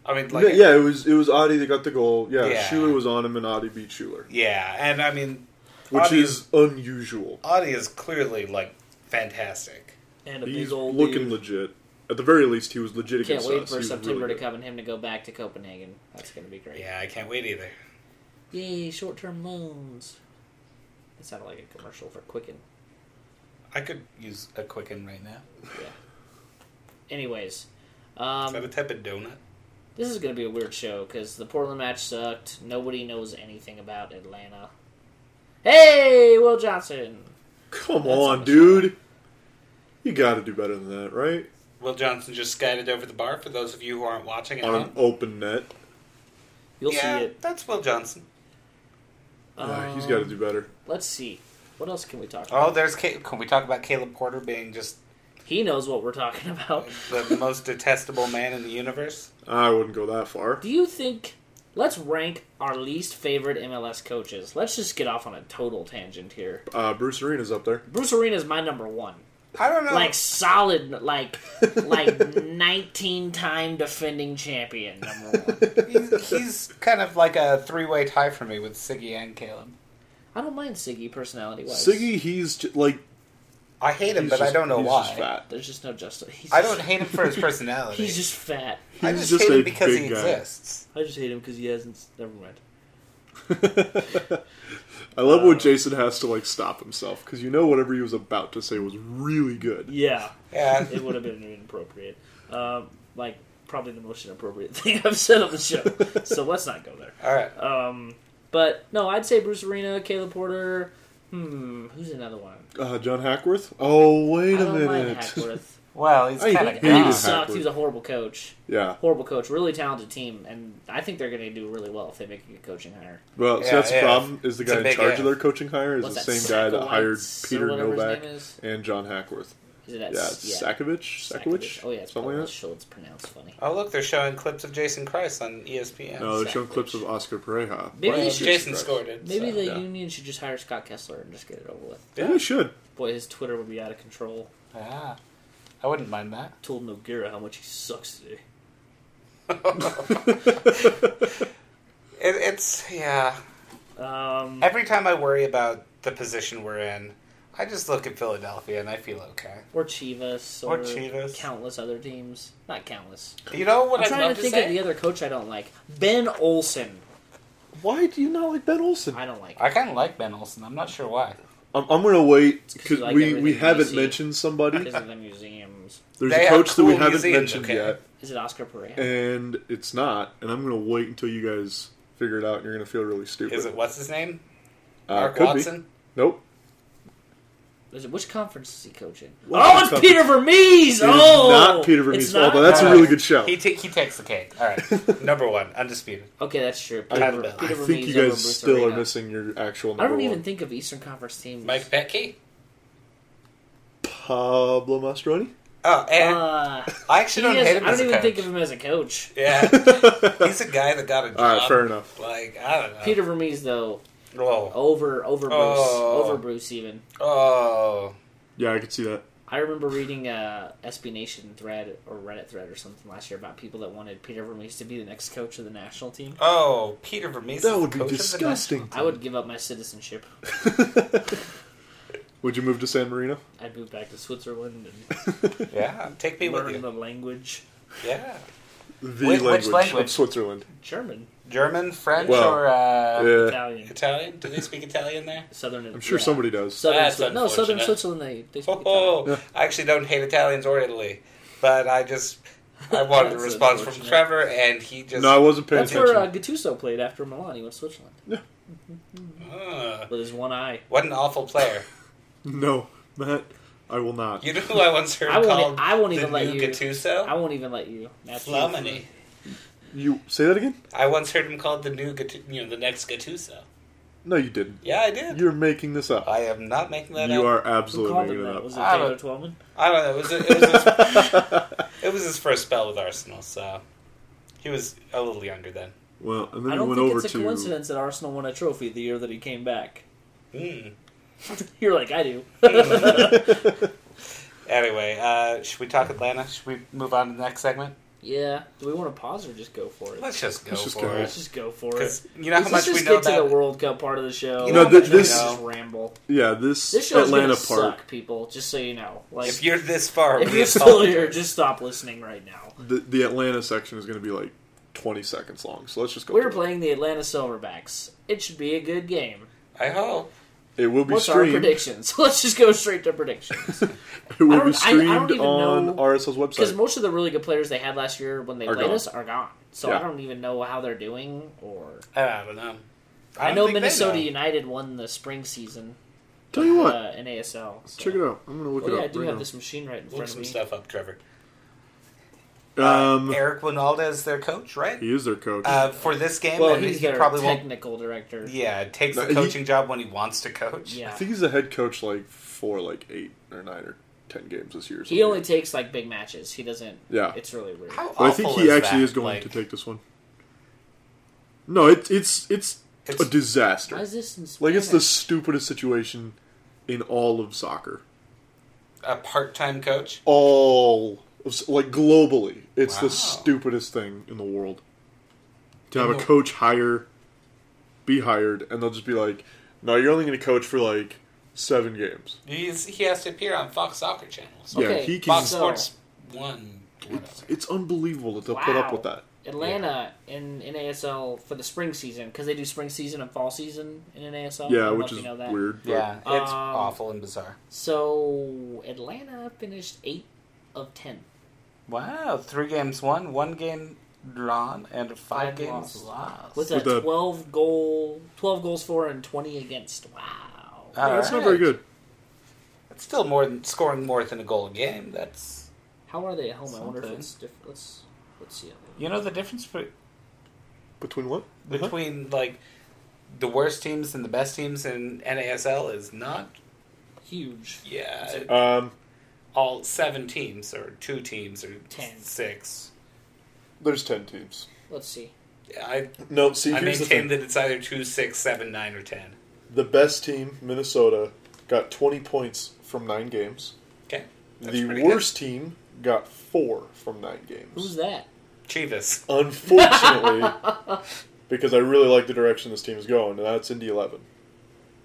[SPEAKER 3] I mean,
[SPEAKER 2] yeah,
[SPEAKER 3] like,
[SPEAKER 2] yeah, it was it was Adi that got the goal. Yeah,
[SPEAKER 3] Yeah.
[SPEAKER 2] Schuler was on him and Adi beat Schuler,
[SPEAKER 3] yeah, and I mean,
[SPEAKER 2] which
[SPEAKER 3] Adi-
[SPEAKER 2] is unusual.
[SPEAKER 3] Audi is clearly like fantastic.
[SPEAKER 1] And a
[SPEAKER 2] He's
[SPEAKER 1] big old
[SPEAKER 2] looking
[SPEAKER 1] dude.
[SPEAKER 2] legit. At the very least, he was legit
[SPEAKER 1] Can't
[SPEAKER 2] against
[SPEAKER 1] wait
[SPEAKER 2] us.
[SPEAKER 1] for
[SPEAKER 2] He was
[SPEAKER 1] September
[SPEAKER 2] really
[SPEAKER 1] to
[SPEAKER 2] good.
[SPEAKER 1] come and him to go back to Copenhagen. That's gonna be great.
[SPEAKER 3] Yeah, I can't wait either.
[SPEAKER 1] Yay, short term loans. It sounded like a commercial for Quicken.
[SPEAKER 3] I could use a Quicken right now.
[SPEAKER 1] Yeah. Anyways,
[SPEAKER 3] Is that a
[SPEAKER 1] um,
[SPEAKER 3] type of donut?
[SPEAKER 1] this is going to be a weird show because the Portland match sucked. Nobody knows anything about Atlanta. Hey, Will Johnson.
[SPEAKER 2] Come
[SPEAKER 1] That's
[SPEAKER 2] on,
[SPEAKER 1] understandable.
[SPEAKER 2] dude. You got to do better than that, right?
[SPEAKER 3] Will Johnson just skied over the bar for those of you who aren't watching at
[SPEAKER 2] On an
[SPEAKER 3] home.
[SPEAKER 2] open net.
[SPEAKER 1] You'll
[SPEAKER 3] yeah,
[SPEAKER 1] see it.
[SPEAKER 3] that's Will Johnson.
[SPEAKER 2] Ah, he's
[SPEAKER 1] Um,
[SPEAKER 2] got to do better.
[SPEAKER 1] Let's see. What else can we talk
[SPEAKER 3] Oh,
[SPEAKER 1] about?
[SPEAKER 3] there's. Ca- Can we talk about Caleb Porter being just
[SPEAKER 1] he knows what we're talking about.
[SPEAKER 3] the most detestable man in the universe?
[SPEAKER 2] I wouldn't go that far.
[SPEAKER 1] Do you think. Let's rank our least favorite MLS coaches. Let's just get off on a total tangent here.
[SPEAKER 2] Uh, Bruce Arena's up there.
[SPEAKER 1] Bruce Arena is my number one.
[SPEAKER 3] I don't know.
[SPEAKER 1] like solid like like 19 time defending champion number one
[SPEAKER 3] he's, he's kind of like a three way tie for me with Siggy and Caleb.
[SPEAKER 1] i don't mind siggy personality wise
[SPEAKER 2] Siggy, he's j- like.
[SPEAKER 3] I hate him,
[SPEAKER 2] he's
[SPEAKER 3] but I
[SPEAKER 2] just-
[SPEAKER 3] don't know
[SPEAKER 2] he's
[SPEAKER 3] why.
[SPEAKER 2] Just fat.
[SPEAKER 1] there's just no justice he's
[SPEAKER 3] I don't
[SPEAKER 1] just,
[SPEAKER 3] hate him for his personality.
[SPEAKER 1] he's just fat
[SPEAKER 3] I
[SPEAKER 2] He's
[SPEAKER 3] just,
[SPEAKER 2] just
[SPEAKER 3] hate
[SPEAKER 2] a
[SPEAKER 3] him because he
[SPEAKER 2] big guy.
[SPEAKER 3] exists.
[SPEAKER 1] i just hate him because he hasn't never mind
[SPEAKER 2] I love
[SPEAKER 3] Uh,
[SPEAKER 2] when Jason has to like stop himself because you know whatever he was about to say was really good.
[SPEAKER 1] yeah
[SPEAKER 3] Yeah.
[SPEAKER 1] it would have been inappropriate um, like probably the most inappropriate thing i've said on the show so let's not go there
[SPEAKER 3] All right.
[SPEAKER 1] um, but no i'd say bruce arena caleb porter hmm who's another one
[SPEAKER 2] Uh, John Hackworth. Oh wait
[SPEAKER 1] i
[SPEAKER 2] a
[SPEAKER 1] don't mind
[SPEAKER 2] minute.
[SPEAKER 1] hackworth
[SPEAKER 3] Well, he's
[SPEAKER 2] I
[SPEAKER 3] kind
[SPEAKER 2] hate
[SPEAKER 3] of
[SPEAKER 1] he
[SPEAKER 2] him.
[SPEAKER 3] gone.
[SPEAKER 2] is
[SPEAKER 1] sucked
[SPEAKER 2] Hackworth.
[SPEAKER 1] he was a horrible coach
[SPEAKER 2] yeah.
[SPEAKER 1] horrible coach, really talented team, and I think they're going to do really well if they make a good coaching hire.
[SPEAKER 2] Well,
[SPEAKER 3] Yeah,
[SPEAKER 2] so that's
[SPEAKER 3] yeah.
[SPEAKER 2] the problem. Is the
[SPEAKER 3] It's a
[SPEAKER 2] guy in
[SPEAKER 3] big
[SPEAKER 2] charge
[SPEAKER 3] if.
[SPEAKER 2] of their coaching hire is
[SPEAKER 1] What's
[SPEAKER 2] the
[SPEAKER 1] that,
[SPEAKER 2] same guy that hired
[SPEAKER 1] Sackowitz or
[SPEAKER 2] Peter
[SPEAKER 1] whatever his
[SPEAKER 2] Novak
[SPEAKER 1] name is?
[SPEAKER 2] and John Hackworth.
[SPEAKER 1] Is it at
[SPEAKER 2] Yeah,
[SPEAKER 1] S-
[SPEAKER 2] it's Sakovic. Sakovic.
[SPEAKER 1] Oh yeah, it's
[SPEAKER 2] something
[SPEAKER 1] probably
[SPEAKER 2] like that.
[SPEAKER 1] Schultz pronounced funny.
[SPEAKER 3] Oh, look, they're showing clips of Jason Christ on E ESPN.
[SPEAKER 2] No, they're showing
[SPEAKER 1] Sakovic.
[SPEAKER 2] clips of Oscar Pereja.
[SPEAKER 1] Maybe
[SPEAKER 2] Well,
[SPEAKER 1] they should-
[SPEAKER 2] Jesus
[SPEAKER 3] Jason
[SPEAKER 2] Christ.
[SPEAKER 3] scored it.
[SPEAKER 1] Maybe
[SPEAKER 3] so.
[SPEAKER 1] the
[SPEAKER 2] yeah.
[SPEAKER 1] union should just hire Scott Kessler and just get it over with.
[SPEAKER 2] Maybe they should.
[SPEAKER 1] Boy, his Twitter would be out of control.
[SPEAKER 3] Yeah. I wouldn't mind that.
[SPEAKER 1] Told Noguera how much he sucks today.
[SPEAKER 3] It, it's yeah.
[SPEAKER 1] Um,
[SPEAKER 3] Every time I worry about the position we're in, I just look at Philadelphia and I feel okay.
[SPEAKER 1] or Chivas, or,
[SPEAKER 3] Or Chivas.
[SPEAKER 1] countless other teams. Not countless.
[SPEAKER 3] You know what
[SPEAKER 1] I'm
[SPEAKER 3] I'd
[SPEAKER 1] trying
[SPEAKER 3] love
[SPEAKER 1] to think
[SPEAKER 3] say?
[SPEAKER 1] of the other coach I don't like. Ben Olsen.
[SPEAKER 2] Why do you not like Ben Olsen?
[SPEAKER 1] I don't like. him.
[SPEAKER 3] I kind of like Ben Olsen. I'm not sure why.
[SPEAKER 2] I'm, I'm gonna wait because
[SPEAKER 1] Like
[SPEAKER 2] we,
[SPEAKER 1] everything
[SPEAKER 2] we
[SPEAKER 1] we
[SPEAKER 2] haven't
[SPEAKER 1] see.
[SPEAKER 2] mentioned somebody.
[SPEAKER 1] Because of the museums.
[SPEAKER 2] There's
[SPEAKER 3] They
[SPEAKER 2] a
[SPEAKER 3] have
[SPEAKER 2] coach that we
[SPEAKER 3] cool
[SPEAKER 2] haven't
[SPEAKER 3] museums,
[SPEAKER 2] mentioned
[SPEAKER 3] okay.
[SPEAKER 2] yet,
[SPEAKER 1] Is it Oscar Pereira?
[SPEAKER 2] and it's not. And I'm gonna wait until you guys figure it out. and You're gonna feel really stupid.
[SPEAKER 3] Is it what's his name?
[SPEAKER 2] Uh,
[SPEAKER 3] Mark
[SPEAKER 2] could be.
[SPEAKER 3] Watson.
[SPEAKER 2] Nope.
[SPEAKER 1] Is it, which conference is he coaching?
[SPEAKER 2] Well,
[SPEAKER 1] oh,
[SPEAKER 2] it's
[SPEAKER 1] it's Peter Vermees.
[SPEAKER 2] It is
[SPEAKER 1] oh,
[SPEAKER 2] not Peter
[SPEAKER 1] It's
[SPEAKER 2] Vermees.
[SPEAKER 1] not?
[SPEAKER 2] Although that's a
[SPEAKER 3] Uh,
[SPEAKER 2] really good show.
[SPEAKER 3] He ta- he takes the cake. All right, number one, undisputed.
[SPEAKER 1] okay, that's true.
[SPEAKER 2] I,
[SPEAKER 1] Peter,
[SPEAKER 3] I
[SPEAKER 2] I
[SPEAKER 1] Peter
[SPEAKER 2] think
[SPEAKER 1] Vermees
[SPEAKER 2] you
[SPEAKER 1] over
[SPEAKER 2] guys
[SPEAKER 1] Bruce
[SPEAKER 2] still
[SPEAKER 1] Arena.
[SPEAKER 2] are missing your actual number
[SPEAKER 1] I don't even
[SPEAKER 2] one.
[SPEAKER 1] think of Eastern Conference teams.
[SPEAKER 3] Mike Petke.
[SPEAKER 2] Pablo Mastroni.
[SPEAKER 3] Oh, and
[SPEAKER 1] Uh,
[SPEAKER 3] I
[SPEAKER 1] he
[SPEAKER 3] actually don't
[SPEAKER 1] is-
[SPEAKER 3] hate him.
[SPEAKER 1] I
[SPEAKER 3] as
[SPEAKER 1] don't
[SPEAKER 3] a
[SPEAKER 1] even
[SPEAKER 3] coach.
[SPEAKER 1] think of him as a coach.
[SPEAKER 3] Yeah, he's a guy that got a job.
[SPEAKER 2] All right, fair enough.
[SPEAKER 3] Like I don't know.
[SPEAKER 1] Peter Vermees though
[SPEAKER 3] Oh,
[SPEAKER 1] over over Bruce
[SPEAKER 3] Oh.
[SPEAKER 1] over Bruce even.
[SPEAKER 3] oh,
[SPEAKER 2] Yeah, I could see that.
[SPEAKER 1] I remember reading a SB Nation thread or Reddit thread or something last year about people that wanted Peter Vermees to be the next coach of the national team.
[SPEAKER 3] oh, Peter Vermees. is
[SPEAKER 2] That
[SPEAKER 3] the
[SPEAKER 2] would be
[SPEAKER 3] coach of the
[SPEAKER 2] disgusting.
[SPEAKER 1] I would give up my citizenship.
[SPEAKER 2] would you move to San Marino?
[SPEAKER 1] I'd move back to Switzerland
[SPEAKER 3] national- Yeah, take me
[SPEAKER 1] and
[SPEAKER 3] with
[SPEAKER 1] learn
[SPEAKER 3] you.
[SPEAKER 1] the language
[SPEAKER 3] Yeah,
[SPEAKER 2] The
[SPEAKER 3] Which- which
[SPEAKER 2] language,
[SPEAKER 3] language?
[SPEAKER 2] of Switzerland.
[SPEAKER 1] German,
[SPEAKER 3] German, French,
[SPEAKER 2] Well,
[SPEAKER 3] or uh,
[SPEAKER 2] yeah,
[SPEAKER 1] Italian,
[SPEAKER 3] Italian? Do they speak Italian there?
[SPEAKER 1] Southern.
[SPEAKER 2] Eh. I'm sure
[SPEAKER 1] yeah.
[SPEAKER 2] somebody does.
[SPEAKER 1] Southern
[SPEAKER 3] That's
[SPEAKER 1] Swi- no, Southern
[SPEAKER 3] unfortunate.
[SPEAKER 1] Switzerland. They, they speak Italian.
[SPEAKER 3] Oh, I actually don't hate Italians or Italy, but I just I wanted a
[SPEAKER 1] That's
[SPEAKER 3] response from
[SPEAKER 1] unfortunate.
[SPEAKER 3] Trevor, and he just
[SPEAKER 2] No, I wasn't paying
[SPEAKER 1] That's where uh,
[SPEAKER 2] attention.
[SPEAKER 1] Gattuso played after Milan. He went to Switzerland
[SPEAKER 3] Ugh,
[SPEAKER 1] with his one eye.
[SPEAKER 3] what an awful player.
[SPEAKER 2] No, Matt, I will not.
[SPEAKER 3] You know who I once heard
[SPEAKER 1] I won't- e-
[SPEAKER 3] called
[SPEAKER 1] I won't
[SPEAKER 3] the
[SPEAKER 1] even let
[SPEAKER 3] new
[SPEAKER 1] you-
[SPEAKER 3] Gattuso?
[SPEAKER 1] I won't even let you. Matthew.
[SPEAKER 3] Flamini.
[SPEAKER 2] You say that again?
[SPEAKER 3] I once heard him called the new Gattu- you know the next Gattuso.
[SPEAKER 2] No, you didn't.
[SPEAKER 3] Yeah, I did.
[SPEAKER 2] You're making this up.
[SPEAKER 3] I am not making that
[SPEAKER 2] You
[SPEAKER 3] up.
[SPEAKER 2] are
[SPEAKER 1] Who
[SPEAKER 2] absolutely
[SPEAKER 1] called
[SPEAKER 2] making
[SPEAKER 1] him
[SPEAKER 2] it
[SPEAKER 1] that?
[SPEAKER 2] up.
[SPEAKER 1] Was it
[SPEAKER 3] I
[SPEAKER 1] Taylor Twelman?
[SPEAKER 3] I don't know. It was it was, his, it was his first spell with Arsenal, so he was a little younger then.
[SPEAKER 2] well, and then
[SPEAKER 1] I
[SPEAKER 2] he
[SPEAKER 1] don't
[SPEAKER 2] went
[SPEAKER 1] think
[SPEAKER 2] over
[SPEAKER 1] it's a
[SPEAKER 2] to.
[SPEAKER 1] coincidence that Arsenal won a trophy the year that he came back.
[SPEAKER 3] Mm.
[SPEAKER 1] You're like I do.
[SPEAKER 3] Anyway, uh, should we talk Atlanta? Should we move on to the next segment?
[SPEAKER 1] yeah. Do we want to pause or just go for it?
[SPEAKER 3] Let's just go
[SPEAKER 2] Let's just
[SPEAKER 3] for
[SPEAKER 2] go.
[SPEAKER 1] Let's
[SPEAKER 3] it.
[SPEAKER 1] just go for it.
[SPEAKER 3] Because you know how
[SPEAKER 1] Let's
[SPEAKER 3] much
[SPEAKER 1] just
[SPEAKER 3] we know
[SPEAKER 1] get to the
[SPEAKER 3] that.
[SPEAKER 1] World Cup part of the show.
[SPEAKER 3] You know
[SPEAKER 2] No, th-
[SPEAKER 1] We
[SPEAKER 2] this-
[SPEAKER 1] just ramble.
[SPEAKER 2] Yeah, this,
[SPEAKER 1] This show's
[SPEAKER 2] Atlanta
[SPEAKER 1] gonna
[SPEAKER 2] Park.
[SPEAKER 1] suck, people. Just so you know, like
[SPEAKER 3] If you're this far,
[SPEAKER 1] if
[SPEAKER 3] we
[SPEAKER 1] you're still
[SPEAKER 3] apologize.
[SPEAKER 1] here, just stop listening right now.
[SPEAKER 2] The, the Atlanta section is going to be like 20 seconds long, so let's just go.
[SPEAKER 1] We're
[SPEAKER 2] through it.
[SPEAKER 1] playing the Atlanta Silverbacks. It should be a good game.
[SPEAKER 3] I hope.
[SPEAKER 2] It will be
[SPEAKER 1] What's our
[SPEAKER 2] streamed.
[SPEAKER 1] predictions? Let's just go straight to predictions.
[SPEAKER 2] It will
[SPEAKER 1] don't-
[SPEAKER 2] be
[SPEAKER 1] I- I don't
[SPEAKER 2] streamed
[SPEAKER 1] even
[SPEAKER 2] on
[SPEAKER 1] know-
[SPEAKER 2] RSL's
[SPEAKER 1] Because
[SPEAKER 2] website.
[SPEAKER 1] most of the really good players they had last year when they
[SPEAKER 2] Are
[SPEAKER 1] played
[SPEAKER 2] gone.
[SPEAKER 1] us are gone. So
[SPEAKER 2] Yeah.
[SPEAKER 1] I don't even know how they're doing or
[SPEAKER 3] I don't know.
[SPEAKER 1] I,
[SPEAKER 3] don't
[SPEAKER 1] know
[SPEAKER 3] think they
[SPEAKER 1] Minnesota United won the spring season
[SPEAKER 2] Tell you what,
[SPEAKER 1] uh, in ASL. So.
[SPEAKER 2] check it out. I'm going to look
[SPEAKER 1] Well,
[SPEAKER 2] it
[SPEAKER 1] yeah, I
[SPEAKER 2] up.
[SPEAKER 1] do
[SPEAKER 2] right
[SPEAKER 1] have
[SPEAKER 2] now.
[SPEAKER 1] this machine right in
[SPEAKER 3] Look
[SPEAKER 1] front of
[SPEAKER 3] some
[SPEAKER 1] me.
[SPEAKER 3] stuff up, Trevor.
[SPEAKER 2] Um,
[SPEAKER 3] Uh, Eric Winalda is their coach, right?
[SPEAKER 2] he is their coach.
[SPEAKER 3] Uh, for this game,
[SPEAKER 1] Well,
[SPEAKER 3] and
[SPEAKER 1] he's
[SPEAKER 3] he
[SPEAKER 1] their
[SPEAKER 3] probably won't.
[SPEAKER 1] technical director.
[SPEAKER 3] Yeah, takes
[SPEAKER 2] No,
[SPEAKER 3] the
[SPEAKER 2] he-
[SPEAKER 3] coaching job when he wants to coach.
[SPEAKER 2] I
[SPEAKER 1] Yeah,
[SPEAKER 2] think he's the head coach like for like eight or nine or ten games this year. or
[SPEAKER 1] he
[SPEAKER 2] something.
[SPEAKER 1] only takes like big matches. He doesn't.
[SPEAKER 2] Yeah.
[SPEAKER 1] it's really weird.
[SPEAKER 3] How
[SPEAKER 2] But
[SPEAKER 3] awful
[SPEAKER 2] I think he
[SPEAKER 3] is
[SPEAKER 2] actually
[SPEAKER 3] that?
[SPEAKER 2] is going
[SPEAKER 3] Like,
[SPEAKER 2] to take this one. No, it, it's it's
[SPEAKER 3] It's-
[SPEAKER 2] a disaster.
[SPEAKER 1] Why is this in
[SPEAKER 2] like it's the
[SPEAKER 1] Spanish?
[SPEAKER 2] stupidest situation in all of soccer.
[SPEAKER 3] a part-time coach.
[SPEAKER 2] All of, s- like globally, it's
[SPEAKER 3] Wow.
[SPEAKER 2] the stupidest thing in the world. To have
[SPEAKER 3] the-
[SPEAKER 2] a coach hire, be hired, and they'll just be like, "No, you're only going to coach for like seven games."
[SPEAKER 3] He's, he has to appear on Fox Soccer Channel. So
[SPEAKER 2] Yeah,
[SPEAKER 1] Okay,
[SPEAKER 2] he can.
[SPEAKER 3] Fox
[SPEAKER 1] so-
[SPEAKER 3] Sports One. whatever.
[SPEAKER 2] It's, it's unbelievable that they'll put up with that.
[SPEAKER 1] Atlanta in, in ASL for the spring season because they do spring season and fall season in an ASL. I
[SPEAKER 2] Yeah,
[SPEAKER 1] don't know
[SPEAKER 2] which
[SPEAKER 1] if
[SPEAKER 2] is
[SPEAKER 1] you know that.
[SPEAKER 2] weird. but-
[SPEAKER 3] Yeah, it's
[SPEAKER 1] Um,
[SPEAKER 3] awful and bizarre.
[SPEAKER 1] So Atlanta finished eight of ten.
[SPEAKER 3] Wow, three games won, one game drawn, and five,
[SPEAKER 1] Five
[SPEAKER 3] games
[SPEAKER 1] losses.
[SPEAKER 3] lost.
[SPEAKER 1] With a
[SPEAKER 2] With the-
[SPEAKER 1] twelve goal, twelve goals for and twenty against. Wow.
[SPEAKER 3] All
[SPEAKER 2] Yeah, it's
[SPEAKER 3] right.
[SPEAKER 2] not very good.
[SPEAKER 3] It's still more than scoring more than a goal a game. That's
[SPEAKER 1] How are they at home? I wonder if
[SPEAKER 3] Something.
[SPEAKER 1] it's different. Let's let's see. how they-
[SPEAKER 3] you know the difference be-
[SPEAKER 2] Between what?
[SPEAKER 3] between like the worst teams and the best teams in NASL is not
[SPEAKER 1] Huge.
[SPEAKER 3] yeah
[SPEAKER 2] Um,
[SPEAKER 3] all seven teams or two teams or
[SPEAKER 1] Ten.
[SPEAKER 3] six.
[SPEAKER 2] there's ten teams.
[SPEAKER 1] Let's see.
[SPEAKER 3] I
[SPEAKER 2] No, see,
[SPEAKER 3] I
[SPEAKER 2] here's the
[SPEAKER 3] maintain
[SPEAKER 2] thing:
[SPEAKER 3] that it's either two, six, seven, nine, or ten.
[SPEAKER 2] the best team, Minnesota, got 20 points from nine games.
[SPEAKER 3] Okay,
[SPEAKER 2] the
[SPEAKER 3] pretty
[SPEAKER 2] worst team got four from nine games.
[SPEAKER 1] Who's that?
[SPEAKER 3] good. Chivas.
[SPEAKER 2] Unfortunately, because I really like the direction this team's going, and that's Indy 11.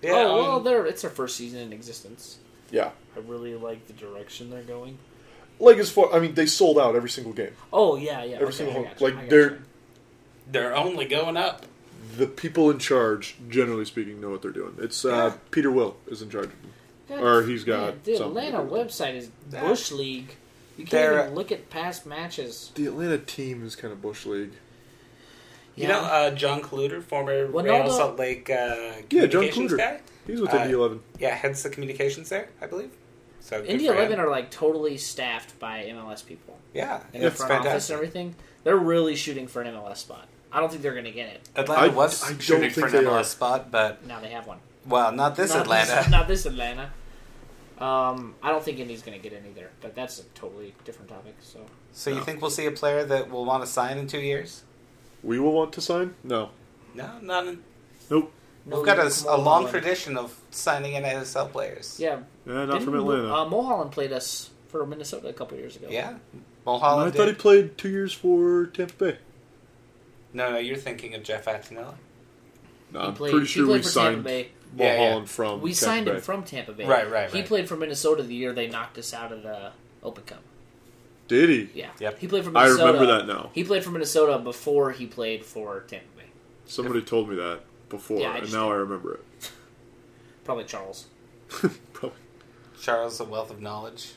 [SPEAKER 3] Yeah,
[SPEAKER 1] oh well,
[SPEAKER 3] um,
[SPEAKER 1] they're it's their first season in existence.
[SPEAKER 2] Yeah,
[SPEAKER 1] I really like the direction they're going.
[SPEAKER 2] like as far I mean, they sold out every single game.
[SPEAKER 1] Oh yeah, yeah.
[SPEAKER 2] Every
[SPEAKER 1] okay,
[SPEAKER 2] single
[SPEAKER 1] I
[SPEAKER 2] home.
[SPEAKER 1] gotcha, I
[SPEAKER 2] Like
[SPEAKER 1] gotcha.
[SPEAKER 2] they're
[SPEAKER 3] they're only going up.
[SPEAKER 2] the people in charge, generally speaking, know what they're doing. It's uh,
[SPEAKER 3] Yeah.
[SPEAKER 2] Peter Will is in charge. of them.
[SPEAKER 1] That-
[SPEAKER 2] Or he's got
[SPEAKER 1] the
[SPEAKER 2] something.
[SPEAKER 1] Atlanta website is
[SPEAKER 3] Yeah.
[SPEAKER 1] bush league. You can't
[SPEAKER 3] They're-
[SPEAKER 1] even look at past matches.
[SPEAKER 2] The Atlanta team is kind of bush league.
[SPEAKER 3] You know, uh, John Cluter, former
[SPEAKER 1] Well, no,
[SPEAKER 3] Real
[SPEAKER 1] no.
[SPEAKER 3] Salt Lake uh,
[SPEAKER 2] Yeah, John
[SPEAKER 3] communications
[SPEAKER 2] Cluter.
[SPEAKER 3] guy.
[SPEAKER 2] He's with
[SPEAKER 3] Uh,
[SPEAKER 2] Indy Eleven.
[SPEAKER 3] Yeah, heads the communications there, I believe. So good
[SPEAKER 1] Indy
[SPEAKER 3] for him.
[SPEAKER 1] Eleven are like totally staffed by MLS people
[SPEAKER 3] yeah,
[SPEAKER 1] and their
[SPEAKER 3] it's
[SPEAKER 1] front office and
[SPEAKER 3] fantastic.
[SPEAKER 1] everything. They're really shooting for an MLS spot. I don't think they're going to get it.
[SPEAKER 2] I-
[SPEAKER 4] Atlanta was
[SPEAKER 2] I don't
[SPEAKER 4] shooting for
[SPEAKER 2] think
[SPEAKER 4] an
[SPEAKER 2] they
[SPEAKER 4] MLS
[SPEAKER 2] are.
[SPEAKER 4] spot, but
[SPEAKER 1] Now they have one.
[SPEAKER 4] well, not this
[SPEAKER 1] Not
[SPEAKER 4] Atlanta.
[SPEAKER 1] not this Atlanta. Um, I don't think Indy's going to get in either, but that's a totally different topic. So
[SPEAKER 4] so
[SPEAKER 2] No.
[SPEAKER 4] you think we'll see a player that will want to sign in two years?
[SPEAKER 2] We will want to sign. No,
[SPEAKER 3] No, not in,
[SPEAKER 2] nope.
[SPEAKER 1] No,
[SPEAKER 4] We've got a,
[SPEAKER 1] you-
[SPEAKER 4] s- a long
[SPEAKER 1] Mulholland.
[SPEAKER 4] tradition of signing NSL players.
[SPEAKER 1] Yeah,
[SPEAKER 2] Yeah, not from
[SPEAKER 1] Didn't,
[SPEAKER 2] Atlanta.
[SPEAKER 1] Uh, Mulholland played us for Minnesota a couple years ago.
[SPEAKER 4] yeah.
[SPEAKER 2] I
[SPEAKER 4] Mulholland.
[SPEAKER 2] thought he
[SPEAKER 4] did.
[SPEAKER 2] played two years for Tampa Bay.
[SPEAKER 3] no, no. You're thinking of Jeff Attinella.
[SPEAKER 2] No,
[SPEAKER 1] he
[SPEAKER 2] I'm
[SPEAKER 1] played,
[SPEAKER 2] pretty
[SPEAKER 1] he
[SPEAKER 2] sure
[SPEAKER 1] played
[SPEAKER 2] we
[SPEAKER 1] for
[SPEAKER 2] signed
[SPEAKER 1] Tampa Bay.
[SPEAKER 3] Yeah,
[SPEAKER 2] Mulholland
[SPEAKER 3] yeah.
[SPEAKER 2] from.
[SPEAKER 1] We
[SPEAKER 2] Tampa
[SPEAKER 1] signed
[SPEAKER 2] Bay.
[SPEAKER 1] him from Tampa Bay.
[SPEAKER 3] Right, right,
[SPEAKER 1] He
[SPEAKER 3] right.
[SPEAKER 1] played for Minnesota the year they knocked us out of the Open Cup.
[SPEAKER 2] Did he?
[SPEAKER 1] Yeah.
[SPEAKER 4] Yep.
[SPEAKER 1] He played for
[SPEAKER 2] I
[SPEAKER 1] Minnesota.
[SPEAKER 2] remember that now.
[SPEAKER 1] He played for Minnesota before he played for Tampa Bay.
[SPEAKER 2] Somebody told me that before,
[SPEAKER 1] Yeah, I
[SPEAKER 2] and
[SPEAKER 1] just-
[SPEAKER 2] now I remember it.
[SPEAKER 1] Probably Charles.
[SPEAKER 2] Probably
[SPEAKER 4] Charles, a wealth of knowledge.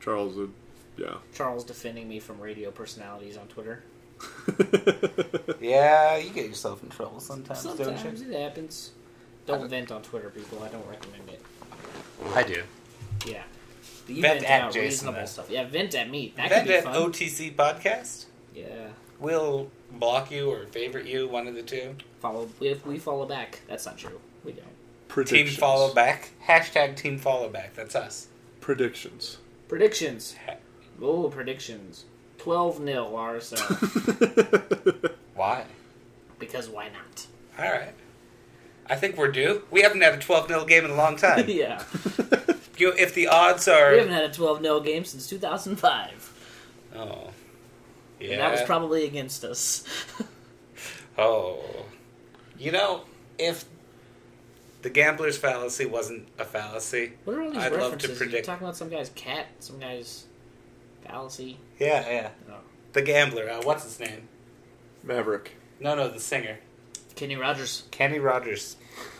[SPEAKER 2] Charles would. Yeah.
[SPEAKER 1] Charles defending me from radio personalities on Twitter.
[SPEAKER 4] Yeah, you get yourself in trouble sometimes, don't
[SPEAKER 1] Sometimes
[SPEAKER 4] you?
[SPEAKER 1] it happens. Don't vent on Twitter, people. I don't recommend it.
[SPEAKER 3] I do.
[SPEAKER 1] Yeah. But you
[SPEAKER 3] Vent
[SPEAKER 1] vent,
[SPEAKER 3] at
[SPEAKER 1] about
[SPEAKER 3] Jason,
[SPEAKER 1] reasonable
[SPEAKER 3] then.
[SPEAKER 1] stuff. Yeah, vent at me. That could
[SPEAKER 3] That
[SPEAKER 1] be
[SPEAKER 3] at
[SPEAKER 1] fun.
[SPEAKER 3] OTC podcast.
[SPEAKER 1] yeah.
[SPEAKER 3] We'll block you or favorite you, one of the two.
[SPEAKER 1] Follow if we follow back. That's not true. We don't.
[SPEAKER 3] Team
[SPEAKER 2] Predictions.
[SPEAKER 3] follow back. Hashtag team follow back. That's us.
[SPEAKER 2] Predictions.
[SPEAKER 1] Predictions.
[SPEAKER 3] Ha-
[SPEAKER 1] Oh, predictions. 12 nil RSL.
[SPEAKER 3] Why?
[SPEAKER 1] because why not?
[SPEAKER 3] All right. I think we're due. We haven't had a 12 0 game in a long time.
[SPEAKER 1] yeah.
[SPEAKER 3] you, if the odds
[SPEAKER 1] We haven't
[SPEAKER 3] are.
[SPEAKER 1] had a 12 0 game since 2005.
[SPEAKER 3] Oh. Yeah.
[SPEAKER 1] And that was probably against us.
[SPEAKER 3] Oh. You know, if the gambler's fallacy wasn't a fallacy,
[SPEAKER 1] what are all these
[SPEAKER 3] I'd
[SPEAKER 1] references?
[SPEAKER 3] love to
[SPEAKER 1] You're
[SPEAKER 3] predict.
[SPEAKER 1] talking about some guy's cat, some guy's fallacy. Oh.
[SPEAKER 3] Yeah, yeah.
[SPEAKER 1] No.
[SPEAKER 3] The gambler. Uh, what's his name?
[SPEAKER 2] Maverick.
[SPEAKER 3] No, no, the singer.
[SPEAKER 1] Kenny Rogers.
[SPEAKER 3] Kenny Rogers.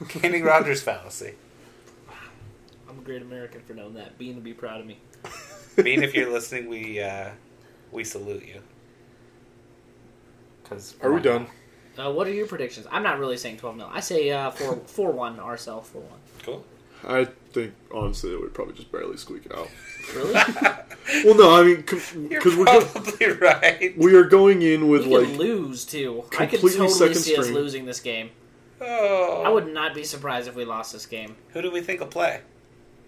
[SPEAKER 3] Kenny Rogers fallacy.
[SPEAKER 1] I'm a great American for knowing that. Bean would be proud of me.
[SPEAKER 3] Bean, if you're listening, we uh, we salute you.
[SPEAKER 4] Because
[SPEAKER 2] Are we done?
[SPEAKER 1] Uh, what are your predictions? I'm not really saying 12 0. I say uh, 4 4 1 RSL 4 1.
[SPEAKER 3] Cool.
[SPEAKER 2] I think honestly that we probably just barely squeak it out.
[SPEAKER 1] Really?
[SPEAKER 2] Well, no, I mean because
[SPEAKER 3] You're
[SPEAKER 2] we're go-
[SPEAKER 3] probably right.
[SPEAKER 2] we are going in with
[SPEAKER 1] we could
[SPEAKER 2] like
[SPEAKER 1] lose too. I could
[SPEAKER 2] completely
[SPEAKER 1] totally
[SPEAKER 2] second
[SPEAKER 1] see us
[SPEAKER 2] string.
[SPEAKER 1] losing this game.
[SPEAKER 3] Oh.
[SPEAKER 1] I would not be surprised if we lost this game.
[SPEAKER 3] Who do we think will play?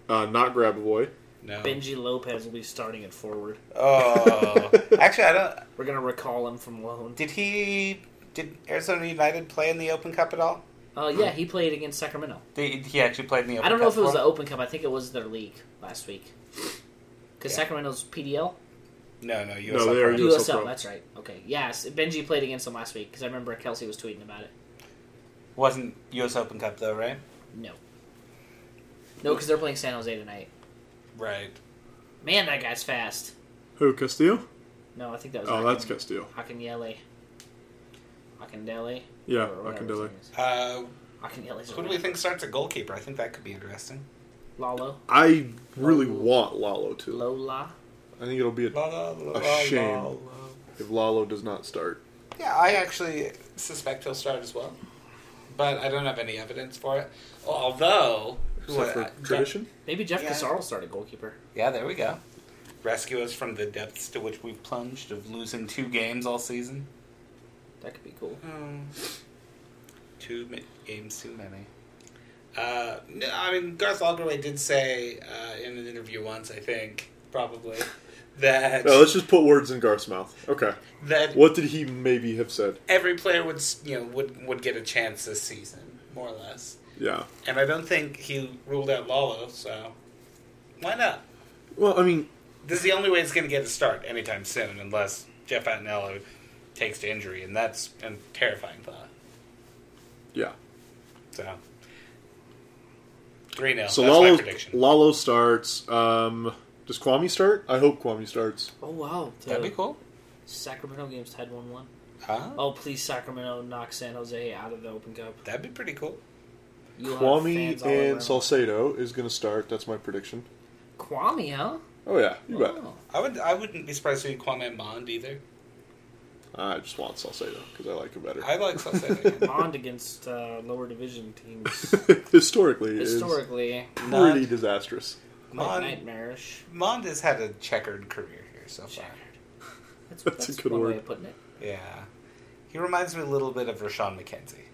[SPEAKER 2] uh, not Grabavoy.
[SPEAKER 3] No.
[SPEAKER 1] Benji Lopez will be starting at forward.
[SPEAKER 3] Oh. Actually, I don't.
[SPEAKER 1] We're gonna recall him from loan.
[SPEAKER 3] Did he? Did Arizona United play in the Open Cup at all?
[SPEAKER 1] Uh, yeah, he played against Sacramento.
[SPEAKER 3] They, he actually played in the Open Cup.
[SPEAKER 1] I don't know if it was
[SPEAKER 3] for
[SPEAKER 1] the Open Cup. I think it was their league last week. Because
[SPEAKER 3] Yeah.
[SPEAKER 1] Sacramento's PDL,
[SPEAKER 3] them? No, no, USL.
[SPEAKER 2] No, they are
[SPEAKER 3] Pro.
[SPEAKER 2] USL
[SPEAKER 1] USL.
[SPEAKER 2] Pro.
[SPEAKER 1] That's right. Okay. Yes, Benji played against them last week because I remember Kelsey was tweeting about it.
[SPEAKER 3] Wasn't US Open Cup though, right?
[SPEAKER 1] No. No, because they're playing San Jose tonight.
[SPEAKER 3] Right.
[SPEAKER 1] Man, that guy's fast.
[SPEAKER 2] Who Castillo?
[SPEAKER 1] No, I think that was.
[SPEAKER 2] Oh, that's
[SPEAKER 1] Akin-
[SPEAKER 2] Castillo.
[SPEAKER 1] Akinyele. Akindele.
[SPEAKER 2] Yeah,
[SPEAKER 1] or whatever his
[SPEAKER 2] Akindele.
[SPEAKER 1] name is.
[SPEAKER 3] Uh,
[SPEAKER 1] Akinyele's.
[SPEAKER 3] who do we think starts at goalkeeper? I think that could be interesting.
[SPEAKER 1] Lalo.
[SPEAKER 2] I really
[SPEAKER 1] Lolo.
[SPEAKER 2] want Lalo to.
[SPEAKER 1] Lola.
[SPEAKER 2] I think it'll be a,
[SPEAKER 3] La, la, la, la,
[SPEAKER 2] A
[SPEAKER 3] la,
[SPEAKER 2] shame.
[SPEAKER 3] la.
[SPEAKER 2] if Lalo does not start.
[SPEAKER 3] Yeah, I actually suspect he'll start as well, but I don't have any evidence for it. Although,
[SPEAKER 2] Except for
[SPEAKER 3] uh,
[SPEAKER 2] tradition.
[SPEAKER 1] Maybe Jeff
[SPEAKER 3] Yeah.
[SPEAKER 1] Cassar will start at goalkeeper.
[SPEAKER 4] Yeah, there we go.
[SPEAKER 3] rescue us from the depths to which we've plunged of losing two games all season.
[SPEAKER 1] That could be cool.
[SPEAKER 3] Hmm. Two mi- games too many. Uh, no, I mean, Garth Alderway did say uh, in an interview once, I think, probably, that
[SPEAKER 2] No, let's just put words in Garth's mouth. Okay.
[SPEAKER 3] that
[SPEAKER 2] What did he maybe have said?
[SPEAKER 3] every player would s- you know would would get a chance this season, more or less.
[SPEAKER 2] Yeah.
[SPEAKER 3] And I don't think he ruled out Lalo, so why not?
[SPEAKER 2] Well, I mean,
[SPEAKER 3] This is the only way it's going to get a start anytime soon, unless Jeff Attinello takes to injury, and that's a terrifying thought.
[SPEAKER 2] yeah.
[SPEAKER 3] So three 0
[SPEAKER 2] So
[SPEAKER 3] That's my
[SPEAKER 2] Lalo,
[SPEAKER 3] prediction.
[SPEAKER 2] Lalo starts. Um, does Kwame start? I hope Kwame starts.
[SPEAKER 1] Oh wow.
[SPEAKER 3] That'd be cool.
[SPEAKER 1] Sacramento games tied one one.
[SPEAKER 3] Huh?
[SPEAKER 1] Oh, please, Sacramento, knock San Jose out of the Open Cup.
[SPEAKER 3] That'd be pretty cool.
[SPEAKER 1] You'll have
[SPEAKER 2] Kwame
[SPEAKER 1] fans all over.
[SPEAKER 2] and Salcedo is going to start. That's my prediction.
[SPEAKER 1] Kwame, huh?
[SPEAKER 2] Oh yeah, you bet.
[SPEAKER 1] Oh.
[SPEAKER 3] I would. I wouldn't be surprised to see Kwame Mond either.
[SPEAKER 2] I just want Salcedo because I like him better.
[SPEAKER 3] I like Salcedo.
[SPEAKER 1] Bond against uh, lower division teams
[SPEAKER 2] Historically, it is
[SPEAKER 1] historically
[SPEAKER 2] pretty disastrous.
[SPEAKER 1] quite
[SPEAKER 3] Mond,
[SPEAKER 1] nightmarish.
[SPEAKER 3] Mond has had a checkered career here so far.
[SPEAKER 1] That's,
[SPEAKER 2] That's a good
[SPEAKER 1] one
[SPEAKER 2] word.
[SPEAKER 1] way of putting it.
[SPEAKER 3] Yeah, he reminds me a little bit of Rashawn McKenzie,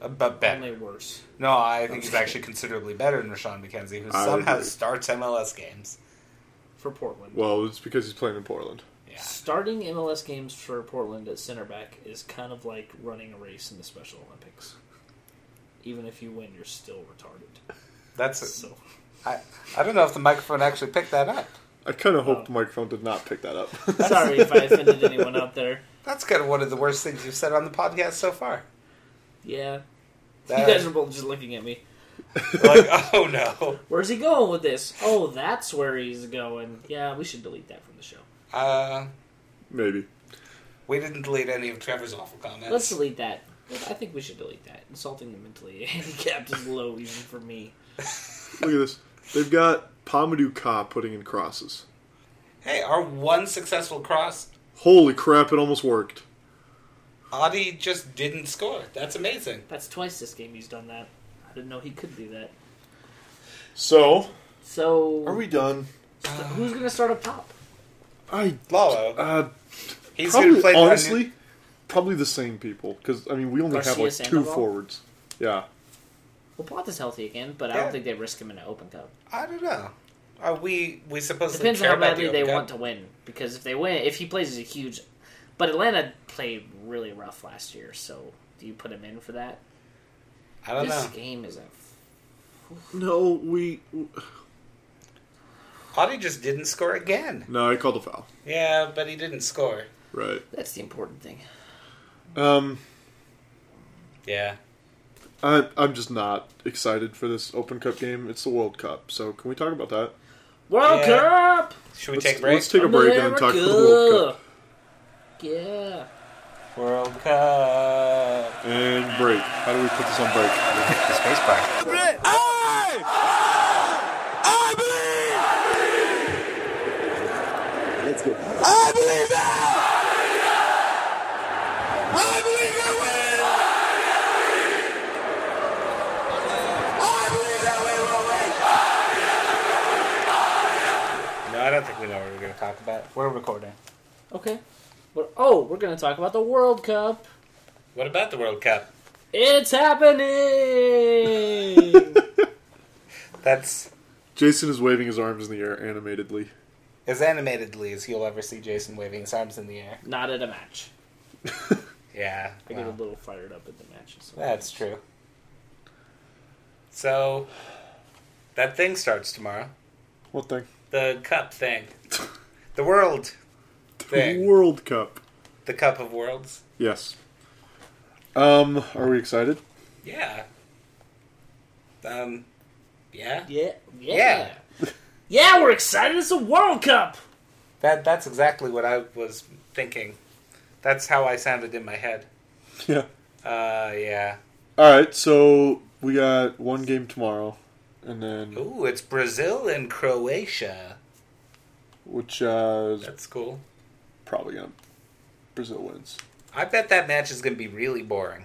[SPEAKER 3] Uh, but better.
[SPEAKER 1] Only worse.
[SPEAKER 3] No, I think he's actually considerably better than Rashawn McKenzie, who
[SPEAKER 2] I would
[SPEAKER 3] somehow
[SPEAKER 2] agree.
[SPEAKER 3] starts MLS games.
[SPEAKER 1] for Portland.
[SPEAKER 2] Well, it's because he's playing in Portland.
[SPEAKER 3] Yeah,
[SPEAKER 1] Starting MLS games for Portland at center back is kind of like running a race in the Special Olympics. Even if you win, you're still retarded.
[SPEAKER 3] that's.
[SPEAKER 1] So
[SPEAKER 3] I I don't know if the microphone actually picked that up.
[SPEAKER 2] I kind of
[SPEAKER 1] Oh.
[SPEAKER 2] hope the microphone did not pick that up.
[SPEAKER 1] sorry if I offended anyone out there.
[SPEAKER 3] That's kind of one of the worst things you've said on the podcast so far.
[SPEAKER 1] Yeah,
[SPEAKER 3] That-
[SPEAKER 1] you guys are both just looking at me.
[SPEAKER 3] like, oh no.
[SPEAKER 1] Where's he going with this? Oh, that's where he's going. Yeah, we should delete that from the show.
[SPEAKER 3] Uh,
[SPEAKER 2] Maybe.
[SPEAKER 3] we didn't delete any of Trevor's awful comments.
[SPEAKER 1] Let's delete that. I think we should delete that. Insulting the mentally handicapped is low even for me.
[SPEAKER 2] Look at this. They've got Pamadou Ka putting in crosses.
[SPEAKER 3] hey, our one successful cross,
[SPEAKER 2] Holy crap! It almost worked.
[SPEAKER 3] Adi just didn't score. That's amazing.
[SPEAKER 1] That's twice this game he's done that. I didn't know he could do that.
[SPEAKER 2] So,
[SPEAKER 1] So
[SPEAKER 2] are we done?
[SPEAKER 1] Who's gonna start up top?
[SPEAKER 2] I
[SPEAKER 3] Lalo.
[SPEAKER 2] uh,
[SPEAKER 3] He's going to
[SPEAKER 2] probably
[SPEAKER 3] play
[SPEAKER 2] honestly probably the same people because I mean we only have
[SPEAKER 1] Garcia
[SPEAKER 2] like two
[SPEAKER 1] Sandoval?
[SPEAKER 2] forwards. Yeah,
[SPEAKER 1] Well, Plot is healthy again, but I
[SPEAKER 3] Yeah.
[SPEAKER 1] don't think they risk him in an open cup.
[SPEAKER 3] I don't know. Are we we supposed to
[SPEAKER 1] Depends on
[SPEAKER 3] care
[SPEAKER 1] how
[SPEAKER 3] about
[SPEAKER 1] badly
[SPEAKER 3] the
[SPEAKER 1] they
[SPEAKER 3] Open Cup?
[SPEAKER 1] want to win. Because if they win, if he plays a huge, but Atlanta played really rough last year. So do you put him in for that?
[SPEAKER 3] I
[SPEAKER 2] Oh,
[SPEAKER 3] don't
[SPEAKER 1] this
[SPEAKER 3] know.
[SPEAKER 1] game is a
[SPEAKER 2] no, we
[SPEAKER 3] Adi just didn't score again.
[SPEAKER 2] no, I called a foul.
[SPEAKER 3] Yeah, but he didn't score.
[SPEAKER 2] Right.
[SPEAKER 1] that's the important thing.
[SPEAKER 2] Um,
[SPEAKER 3] Yeah.
[SPEAKER 2] I, I'm just not excited for this Open Cup game. It's the World Cup, so can we talk about that?
[SPEAKER 1] World
[SPEAKER 3] Yeah.
[SPEAKER 1] Cup.
[SPEAKER 3] Should we
[SPEAKER 2] Let's-
[SPEAKER 3] take a break?
[SPEAKER 2] let's take a break and then talk about the World Cup
[SPEAKER 1] Yeah.
[SPEAKER 3] World Cup.
[SPEAKER 2] and break. How do we put this on break?
[SPEAKER 3] The space bar.
[SPEAKER 5] I believe now! I believe I will! I believe that we will win!
[SPEAKER 3] No, I don't think we know what we're going to talk about. We're recording.
[SPEAKER 1] Okay. But oh, we're gonna talk about the World Cup.
[SPEAKER 3] What about the World Cup?
[SPEAKER 1] It's happening.
[SPEAKER 3] That's
[SPEAKER 2] Jason is waving his arms in the air animatedly.
[SPEAKER 3] as animatedly as you'll ever see Jason waving his arms in the air.
[SPEAKER 1] Not at a match.
[SPEAKER 3] Yeah.
[SPEAKER 1] I get a
[SPEAKER 3] wow.
[SPEAKER 1] little fired up at the matches.
[SPEAKER 3] That's true. So, that thing starts tomorrow.
[SPEAKER 2] What thing?
[SPEAKER 3] The cup thing. The world
[SPEAKER 2] The
[SPEAKER 3] thing.
[SPEAKER 2] World Cup.
[SPEAKER 3] The cup of worlds.
[SPEAKER 2] Yes. Um, are we excited?
[SPEAKER 3] Yeah. Um, yeah.
[SPEAKER 1] Yeah, yeah, yeah. We're excited. It's a World Cup.
[SPEAKER 3] That That's exactly what I was thinking. That's how I sounded in my head.
[SPEAKER 2] Yeah.
[SPEAKER 3] Uh, yeah.
[SPEAKER 2] All right, so we got one game tomorrow, and then
[SPEAKER 3] Ooh, it's Brazil and Croatia.
[SPEAKER 2] which uh, is
[SPEAKER 3] That's cool.
[SPEAKER 2] probably gonna Brazil wins.
[SPEAKER 3] I bet that match is going to be really boring.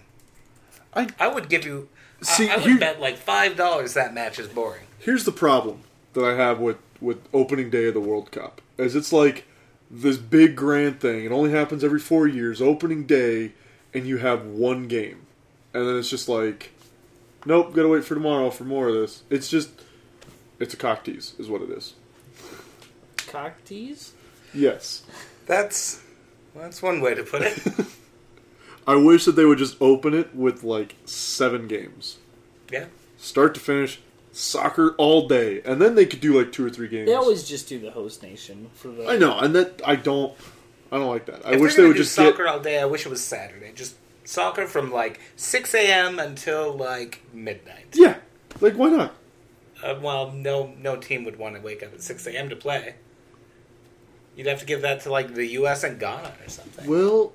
[SPEAKER 2] I-
[SPEAKER 3] I would give you. I-
[SPEAKER 2] See,
[SPEAKER 3] I, would
[SPEAKER 2] here-
[SPEAKER 3] bet like five dollars that match is boring.
[SPEAKER 2] Here's the problem that I have with with opening day of the World Cup is it's like this big grand thing. It only happens every four years, opening day, and you have one game, and then it's just like, nope, gotta wait for tomorrow for more of this. It's just, it's a cock tease, is what it is.
[SPEAKER 1] Cock tease.
[SPEAKER 2] Yes.
[SPEAKER 3] That's that's one way to put it.
[SPEAKER 2] I wish that they would just open it with like seven games,
[SPEAKER 3] yeah,
[SPEAKER 2] start to finish, soccer all day, and then they could do like two or three games.
[SPEAKER 1] They always just do the host nation for the.
[SPEAKER 2] I know, and that I don't, I don't like that. I
[SPEAKER 3] If
[SPEAKER 2] wish they
[SPEAKER 3] they're gonna
[SPEAKER 2] would
[SPEAKER 3] do
[SPEAKER 2] just
[SPEAKER 3] soccer
[SPEAKER 2] get.
[SPEAKER 3] all day. I wish it was Saturday. Just soccer from like six a.m. until like midnight.
[SPEAKER 2] Yeah, like why not?
[SPEAKER 3] Uh, well, no, no team would want to wake up at six a.m. to play. You'd have to give that to like the U.S. and Ghana or something.
[SPEAKER 2] Well,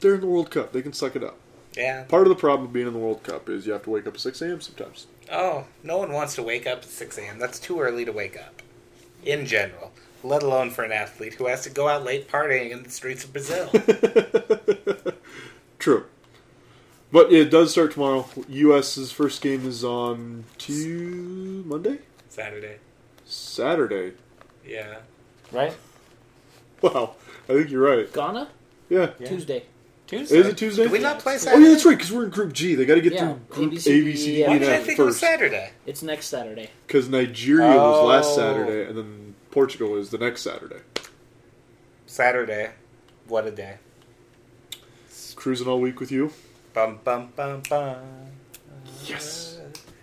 [SPEAKER 2] They're in the World Cup. They can suck it up.
[SPEAKER 3] Yeah.
[SPEAKER 2] Part of the problem of being in the World Cup is you have to wake up at 6 a.m. sometimes.
[SPEAKER 3] Oh, no one wants to wake up at 6 a.m. That's too early to wake up, in general, let alone for an athlete who has to go out late partying in the streets of Brazil.
[SPEAKER 2] True. But it does start tomorrow. U.S.'s first game is on Tuesday, Monday?
[SPEAKER 3] Saturday.
[SPEAKER 2] Saturday.
[SPEAKER 3] Yeah.
[SPEAKER 1] Right?
[SPEAKER 2] Wow. I think you're right.
[SPEAKER 1] Ghana?
[SPEAKER 2] Yeah.
[SPEAKER 1] Tuesday.
[SPEAKER 3] Tuesday.
[SPEAKER 2] Is it Tuesday?
[SPEAKER 3] Do we not play
[SPEAKER 2] Oh,
[SPEAKER 3] Saturday?
[SPEAKER 2] yeah, that's right, because we're in Group G. They got to get
[SPEAKER 1] Yeah,
[SPEAKER 2] through Group A, B,
[SPEAKER 1] ABC,
[SPEAKER 2] C, D,
[SPEAKER 1] yeah.
[SPEAKER 3] Why
[SPEAKER 2] and
[SPEAKER 3] did I
[SPEAKER 2] F
[SPEAKER 3] think it was
[SPEAKER 2] first.
[SPEAKER 3] Saturday?
[SPEAKER 1] It's next Saturday.
[SPEAKER 2] Because Nigeria was last
[SPEAKER 3] Oh.
[SPEAKER 2] Saturday, and then Portugal is the next Saturday.
[SPEAKER 3] Saturday. What a day.
[SPEAKER 2] Cruising all week with you.
[SPEAKER 3] Bum, bum, bum, bum.
[SPEAKER 2] Yes.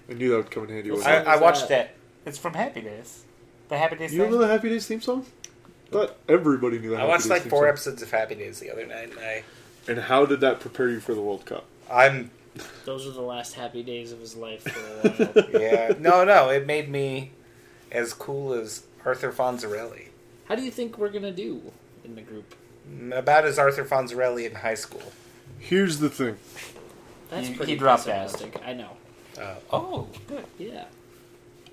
[SPEAKER 2] I knew that would come in handy. one
[SPEAKER 1] It's
[SPEAKER 3] I,
[SPEAKER 2] day.
[SPEAKER 1] not-
[SPEAKER 3] I watched
[SPEAKER 1] that?
[SPEAKER 3] that. It's from Happy Days. The Happy Days
[SPEAKER 2] You don't
[SPEAKER 3] thing.
[SPEAKER 2] know the Happy Days theme song? But everybody knew that.
[SPEAKER 3] I watched like four episodes of Happy Days the other night, and I,
[SPEAKER 2] And how did that prepare you for the World Cup?
[SPEAKER 3] I'm
[SPEAKER 1] Those were the last happy days of his life for a while.
[SPEAKER 3] Oh, yeah. No, no, it made me as cool as Arthur Fonzarelli.
[SPEAKER 1] How do you think we're gonna do in the group?
[SPEAKER 3] About as Arthur Fonzarelli in high school.
[SPEAKER 2] Here's the thing.
[SPEAKER 1] That's
[SPEAKER 4] He-
[SPEAKER 1] pretty
[SPEAKER 4] he dropped out.
[SPEAKER 1] pessimistic. I know.
[SPEAKER 3] Uh,
[SPEAKER 4] Oh, good.
[SPEAKER 1] Yeah.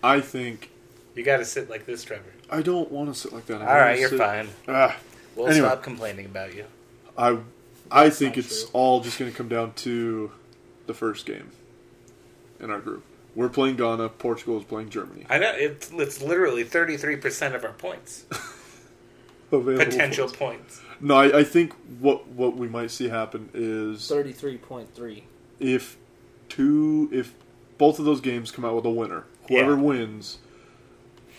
[SPEAKER 2] I think
[SPEAKER 3] you got to sit like this, Trevor.
[SPEAKER 2] I don't want to sit like that. I
[SPEAKER 3] All right,
[SPEAKER 2] wanna
[SPEAKER 3] you're
[SPEAKER 2] sit-
[SPEAKER 3] fine.
[SPEAKER 2] Ah,
[SPEAKER 3] We'll
[SPEAKER 2] Anyway.
[SPEAKER 3] stop complaining about you.
[SPEAKER 2] I, I think
[SPEAKER 1] not
[SPEAKER 2] it's
[SPEAKER 1] true.
[SPEAKER 2] all just going to come down to the first game in our group. We're playing Ghana. Portugal is playing Germany.
[SPEAKER 3] I know it's, it's literally 33% of our points,
[SPEAKER 2] Available
[SPEAKER 3] potential
[SPEAKER 2] points.
[SPEAKER 3] points.
[SPEAKER 2] No, I, I think what what we might see happen is
[SPEAKER 1] Thirty-three point three.
[SPEAKER 2] if two if both of those games come out with a winner, whoever
[SPEAKER 3] Yeah.
[SPEAKER 2] wins,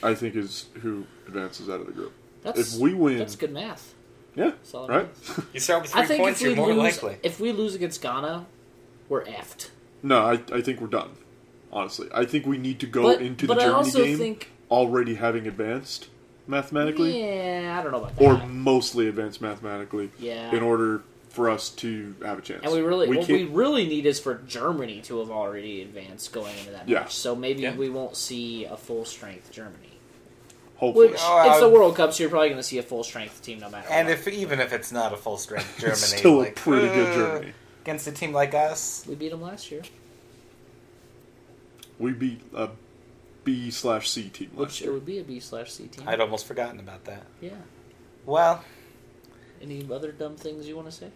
[SPEAKER 2] I think is who advances out of the group.
[SPEAKER 1] That's
[SPEAKER 2] if we win,
[SPEAKER 1] that's good math.
[SPEAKER 2] yeah,
[SPEAKER 1] Solid
[SPEAKER 2] right.
[SPEAKER 3] You start with
[SPEAKER 1] I
[SPEAKER 3] three
[SPEAKER 1] think
[SPEAKER 3] points,
[SPEAKER 1] if we
[SPEAKER 3] you're more
[SPEAKER 1] lose,
[SPEAKER 3] likely.
[SPEAKER 1] if we lose against Ghana, we're effed.
[SPEAKER 2] no, I, I think we're done. Honestly, I think we need to go
[SPEAKER 1] But-
[SPEAKER 2] into
[SPEAKER 1] but
[SPEAKER 2] the
[SPEAKER 1] I
[SPEAKER 2] Germany
[SPEAKER 1] also
[SPEAKER 2] game
[SPEAKER 1] think-
[SPEAKER 2] already having advanced mathematically,
[SPEAKER 1] Yeah, I don't know about that.
[SPEAKER 2] or mostly advanced mathematically,
[SPEAKER 1] Yeah.
[SPEAKER 2] in order for us to have a chance.
[SPEAKER 1] and we really what we
[SPEAKER 2] can't-
[SPEAKER 1] really need is for Germany to have already advanced going into that
[SPEAKER 2] Yeah.
[SPEAKER 1] match. So maybe
[SPEAKER 3] Yeah.
[SPEAKER 1] we won't see a full strength Germany.
[SPEAKER 2] hopefully.
[SPEAKER 1] Which
[SPEAKER 4] Oh,
[SPEAKER 1] it's
[SPEAKER 4] I-
[SPEAKER 1] the World Cup, so you're probably going to see a full strength team no matter.
[SPEAKER 4] And
[SPEAKER 1] what.
[SPEAKER 4] if even if it's not a full strength Germany,
[SPEAKER 2] it's still
[SPEAKER 4] like,
[SPEAKER 2] a pretty good
[SPEAKER 4] uh,
[SPEAKER 2] Germany.
[SPEAKER 4] against a team like us.
[SPEAKER 1] we beat them last year,
[SPEAKER 2] We beat a B slash C team
[SPEAKER 4] Oh,
[SPEAKER 2] last
[SPEAKER 1] which it
[SPEAKER 2] year.
[SPEAKER 1] would be a B slash C team.
[SPEAKER 4] I'd almost forgotten about that.
[SPEAKER 1] Yeah.
[SPEAKER 4] Well,
[SPEAKER 1] Any other dumb things you want to say?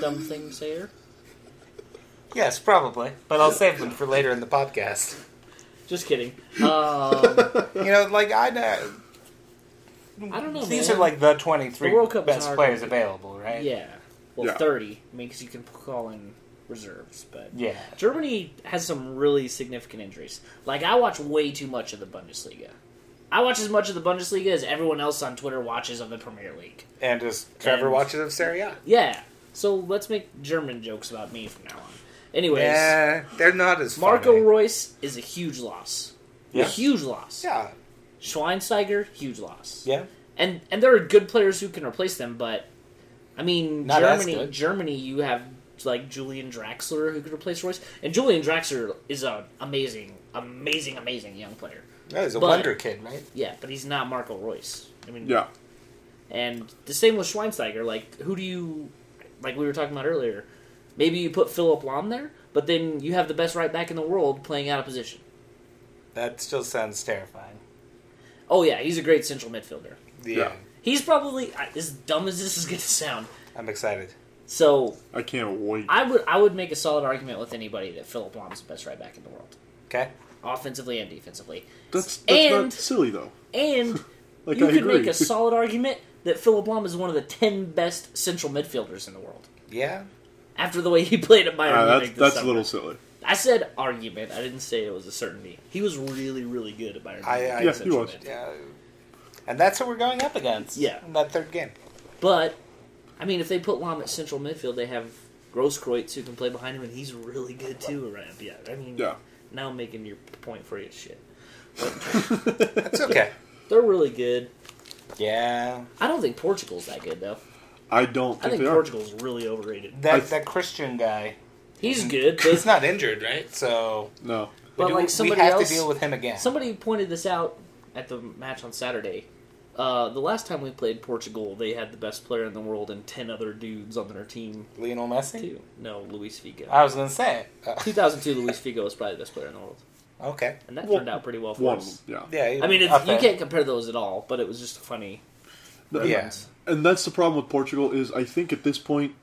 [SPEAKER 1] dumb thing sayer.
[SPEAKER 4] yes, probably, but I'll save them for later in the podcast.
[SPEAKER 1] Just kidding. Um,
[SPEAKER 4] You know, like I know
[SPEAKER 1] I don't know.
[SPEAKER 4] these
[SPEAKER 1] man.
[SPEAKER 4] are like the twenty three
[SPEAKER 1] The World Cup is
[SPEAKER 4] best
[SPEAKER 1] hard.
[SPEAKER 4] players available, right?
[SPEAKER 1] yeah, well,
[SPEAKER 2] Yeah.
[SPEAKER 1] thirty. I mean, 'cause you can call in reserves, but
[SPEAKER 4] yeah.
[SPEAKER 1] Germany has some really significant injuries. Like I watch way too much of the Bundesliga. I watch as much of the Bundesliga as everyone else on Twitter watches of the Premier League.
[SPEAKER 3] And as Trevor
[SPEAKER 1] And-
[SPEAKER 3] watches of Serie A.
[SPEAKER 1] Yeah. So let's make German jokes about me from now on. Anyways,
[SPEAKER 3] Yeah, they're not as
[SPEAKER 1] Marco
[SPEAKER 3] funny.
[SPEAKER 1] Royce is a huge loss. A
[SPEAKER 4] Yeah.
[SPEAKER 1] huge loss.
[SPEAKER 3] Yeah,
[SPEAKER 1] Schweinsteiger, huge loss.
[SPEAKER 4] Yeah.
[SPEAKER 1] And and there are good players who can replace them, but I mean
[SPEAKER 4] Not as
[SPEAKER 1] Germany
[SPEAKER 4] good.
[SPEAKER 1] Germany you have like Julian Draxler who could replace Royce. And Julian Draxler is an amazing, amazing, amazing young player.
[SPEAKER 4] That is a
[SPEAKER 1] But-
[SPEAKER 4] wonder kid, right?
[SPEAKER 1] Yeah, but he's not Marco Royce. I mean
[SPEAKER 2] Yeah.
[SPEAKER 1] and the same with Schweinsteiger. Like, who do you, like we were talking about earlier, maybe you put Philip Lahm there, but then you have the best right back in the world playing out of position.
[SPEAKER 4] That still sounds terrifying.
[SPEAKER 1] Oh, yeah, he's a great central midfielder.
[SPEAKER 3] yeah.
[SPEAKER 2] Yeah.
[SPEAKER 1] He's probably, I- as dumb as this is going to sound,
[SPEAKER 4] I'm excited.
[SPEAKER 1] so
[SPEAKER 2] I can't wait.
[SPEAKER 1] I would I would make a solid argument with anybody that Philip Lahm's the best right back in the world,
[SPEAKER 4] Okay.
[SPEAKER 1] offensively and defensively.
[SPEAKER 2] That's, that's
[SPEAKER 1] And-
[SPEAKER 2] not silly though.
[SPEAKER 1] And
[SPEAKER 2] Like
[SPEAKER 1] you
[SPEAKER 2] I
[SPEAKER 1] could
[SPEAKER 2] agree.
[SPEAKER 1] make a solid argument that Philip Lahm is one of the 10 best central midfielders in the world.
[SPEAKER 4] Yeah.
[SPEAKER 1] After the way he played at Bayern
[SPEAKER 2] Ah,
[SPEAKER 1] Munich this
[SPEAKER 2] that's that's a
[SPEAKER 1] summer.
[SPEAKER 2] little silly.
[SPEAKER 1] I said argument. I didn't say it was a certainty. He was really, really good at Bayern. Munich
[SPEAKER 4] I- I-
[SPEAKER 1] in
[SPEAKER 2] he
[SPEAKER 4] Yeah,
[SPEAKER 1] Central
[SPEAKER 2] was.
[SPEAKER 1] Mid.
[SPEAKER 4] Yeah. And that's who we're going up against.
[SPEAKER 1] Yeah.
[SPEAKER 4] In that third game.
[SPEAKER 1] But I mean, if they put Lam at central midfield, they have Grosskreutz who can play behind him, and he's really good too. Right? Yeah. I mean,
[SPEAKER 2] Yeah.
[SPEAKER 1] Now I'm making your point for your shit.
[SPEAKER 4] That's okay.
[SPEAKER 1] They're really good.
[SPEAKER 4] yeah.
[SPEAKER 1] I don't think Portugal's that good though.
[SPEAKER 2] I don't
[SPEAKER 1] I
[SPEAKER 2] think,
[SPEAKER 1] think
[SPEAKER 2] they
[SPEAKER 1] Portugal's really overrated.
[SPEAKER 4] That
[SPEAKER 2] I-
[SPEAKER 4] that Christian guy.
[SPEAKER 1] He's good,
[SPEAKER 3] He's
[SPEAKER 1] but,
[SPEAKER 3] not injured, right?
[SPEAKER 4] So
[SPEAKER 2] are. No.
[SPEAKER 1] but
[SPEAKER 4] Mm-hmm. we, do-
[SPEAKER 1] like
[SPEAKER 4] we
[SPEAKER 1] somebody
[SPEAKER 4] have
[SPEAKER 1] else,
[SPEAKER 4] to deal with him again.
[SPEAKER 1] somebody pointed this out at the match on Saturday. Uh, the last time we played Portugal, they had the best player in the world and ten other dudes on their team
[SPEAKER 4] Lionel Messi.
[SPEAKER 1] too. No, Luis Figo.
[SPEAKER 4] I was gonna say. Uh,
[SPEAKER 1] 2002, Luis Figo was probably the best player in the world,
[SPEAKER 3] Okay.
[SPEAKER 1] and that
[SPEAKER 2] Well,
[SPEAKER 1] turned out pretty well for
[SPEAKER 2] One,
[SPEAKER 1] us.
[SPEAKER 2] yeah.
[SPEAKER 3] Yeah.
[SPEAKER 1] I mean,
[SPEAKER 4] Up
[SPEAKER 1] it's, you
[SPEAKER 4] there.
[SPEAKER 1] can't compare those at all, but it was just a funny.
[SPEAKER 2] And-
[SPEAKER 3] yeah.
[SPEAKER 2] And that's the problem with Portugal is I think at this point,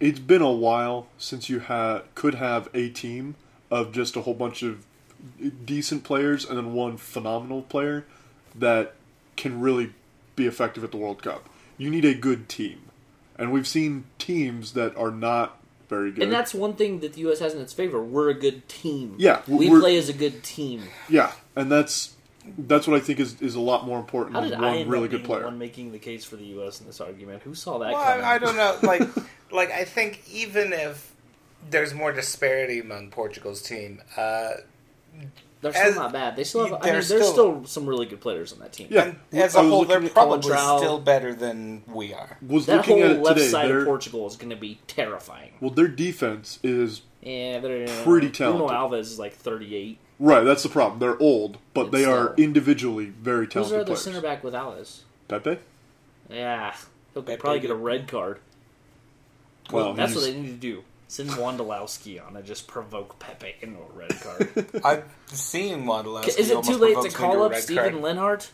[SPEAKER 2] it's been a while since you ha- could have a team of just a whole bunch of decent players and then one phenomenal player that can really be effective at the World Cup. You need a good team, and we've seen teams that are not very good.
[SPEAKER 1] And that's one thing that the U.S. has in its favor. We're a good team.
[SPEAKER 2] Yeah,
[SPEAKER 1] we
[SPEAKER 2] we're-
[SPEAKER 1] play as a good team.
[SPEAKER 2] yeah, and that's that's what I think is, is a lot more important
[SPEAKER 1] How did
[SPEAKER 2] than
[SPEAKER 1] I
[SPEAKER 2] one
[SPEAKER 1] end
[SPEAKER 2] really
[SPEAKER 1] up
[SPEAKER 2] good
[SPEAKER 1] being
[SPEAKER 2] player.
[SPEAKER 1] the one making the case for the U.S. in this argument? Who saw that?
[SPEAKER 3] Well,
[SPEAKER 1] coming?
[SPEAKER 3] I, I don't know. Like, like I think even if there's more disparity among Portugal's team, uh,
[SPEAKER 1] They're still
[SPEAKER 3] As-
[SPEAKER 1] not bad. They still have. I mean,
[SPEAKER 4] they're
[SPEAKER 1] there's
[SPEAKER 4] still-
[SPEAKER 1] still some really good players on that team.
[SPEAKER 2] Yeah,
[SPEAKER 4] and as a
[SPEAKER 2] I was
[SPEAKER 4] whole,
[SPEAKER 2] looking
[SPEAKER 4] they're
[SPEAKER 2] at-
[SPEAKER 4] probably
[SPEAKER 1] Colin Trout.
[SPEAKER 4] still better than we are.
[SPEAKER 2] was
[SPEAKER 1] That
[SPEAKER 2] looking
[SPEAKER 1] whole
[SPEAKER 2] at it
[SPEAKER 1] left
[SPEAKER 2] today,
[SPEAKER 1] side
[SPEAKER 2] their-
[SPEAKER 1] of Portugal is going to be terrifying.
[SPEAKER 2] well, their defense is
[SPEAKER 1] Yeah, they're
[SPEAKER 2] Pretty talented.
[SPEAKER 1] Bruno Alves is like 38.
[SPEAKER 2] Right, that's the problem. They're old, but
[SPEAKER 1] It's uh,
[SPEAKER 2] they are
[SPEAKER 1] still-
[SPEAKER 2] individually very
[SPEAKER 1] Who's
[SPEAKER 2] talented
[SPEAKER 1] their other
[SPEAKER 2] players.
[SPEAKER 1] center back with Alves?
[SPEAKER 2] Pepe?
[SPEAKER 1] Yeah, he'll
[SPEAKER 4] Pepe
[SPEAKER 1] probably get a red card.
[SPEAKER 2] Well,
[SPEAKER 1] That's what
[SPEAKER 2] he's-
[SPEAKER 1] they need to do. Send Wondolowski on and just provoke Pepe into a red card.
[SPEAKER 4] I've seen Wondolowski.
[SPEAKER 1] Is it too
[SPEAKER 4] almost
[SPEAKER 1] late to
[SPEAKER 4] provokes me
[SPEAKER 1] call
[SPEAKER 4] a
[SPEAKER 1] up
[SPEAKER 4] red
[SPEAKER 1] Stephen
[SPEAKER 4] card.
[SPEAKER 1] Lenhart?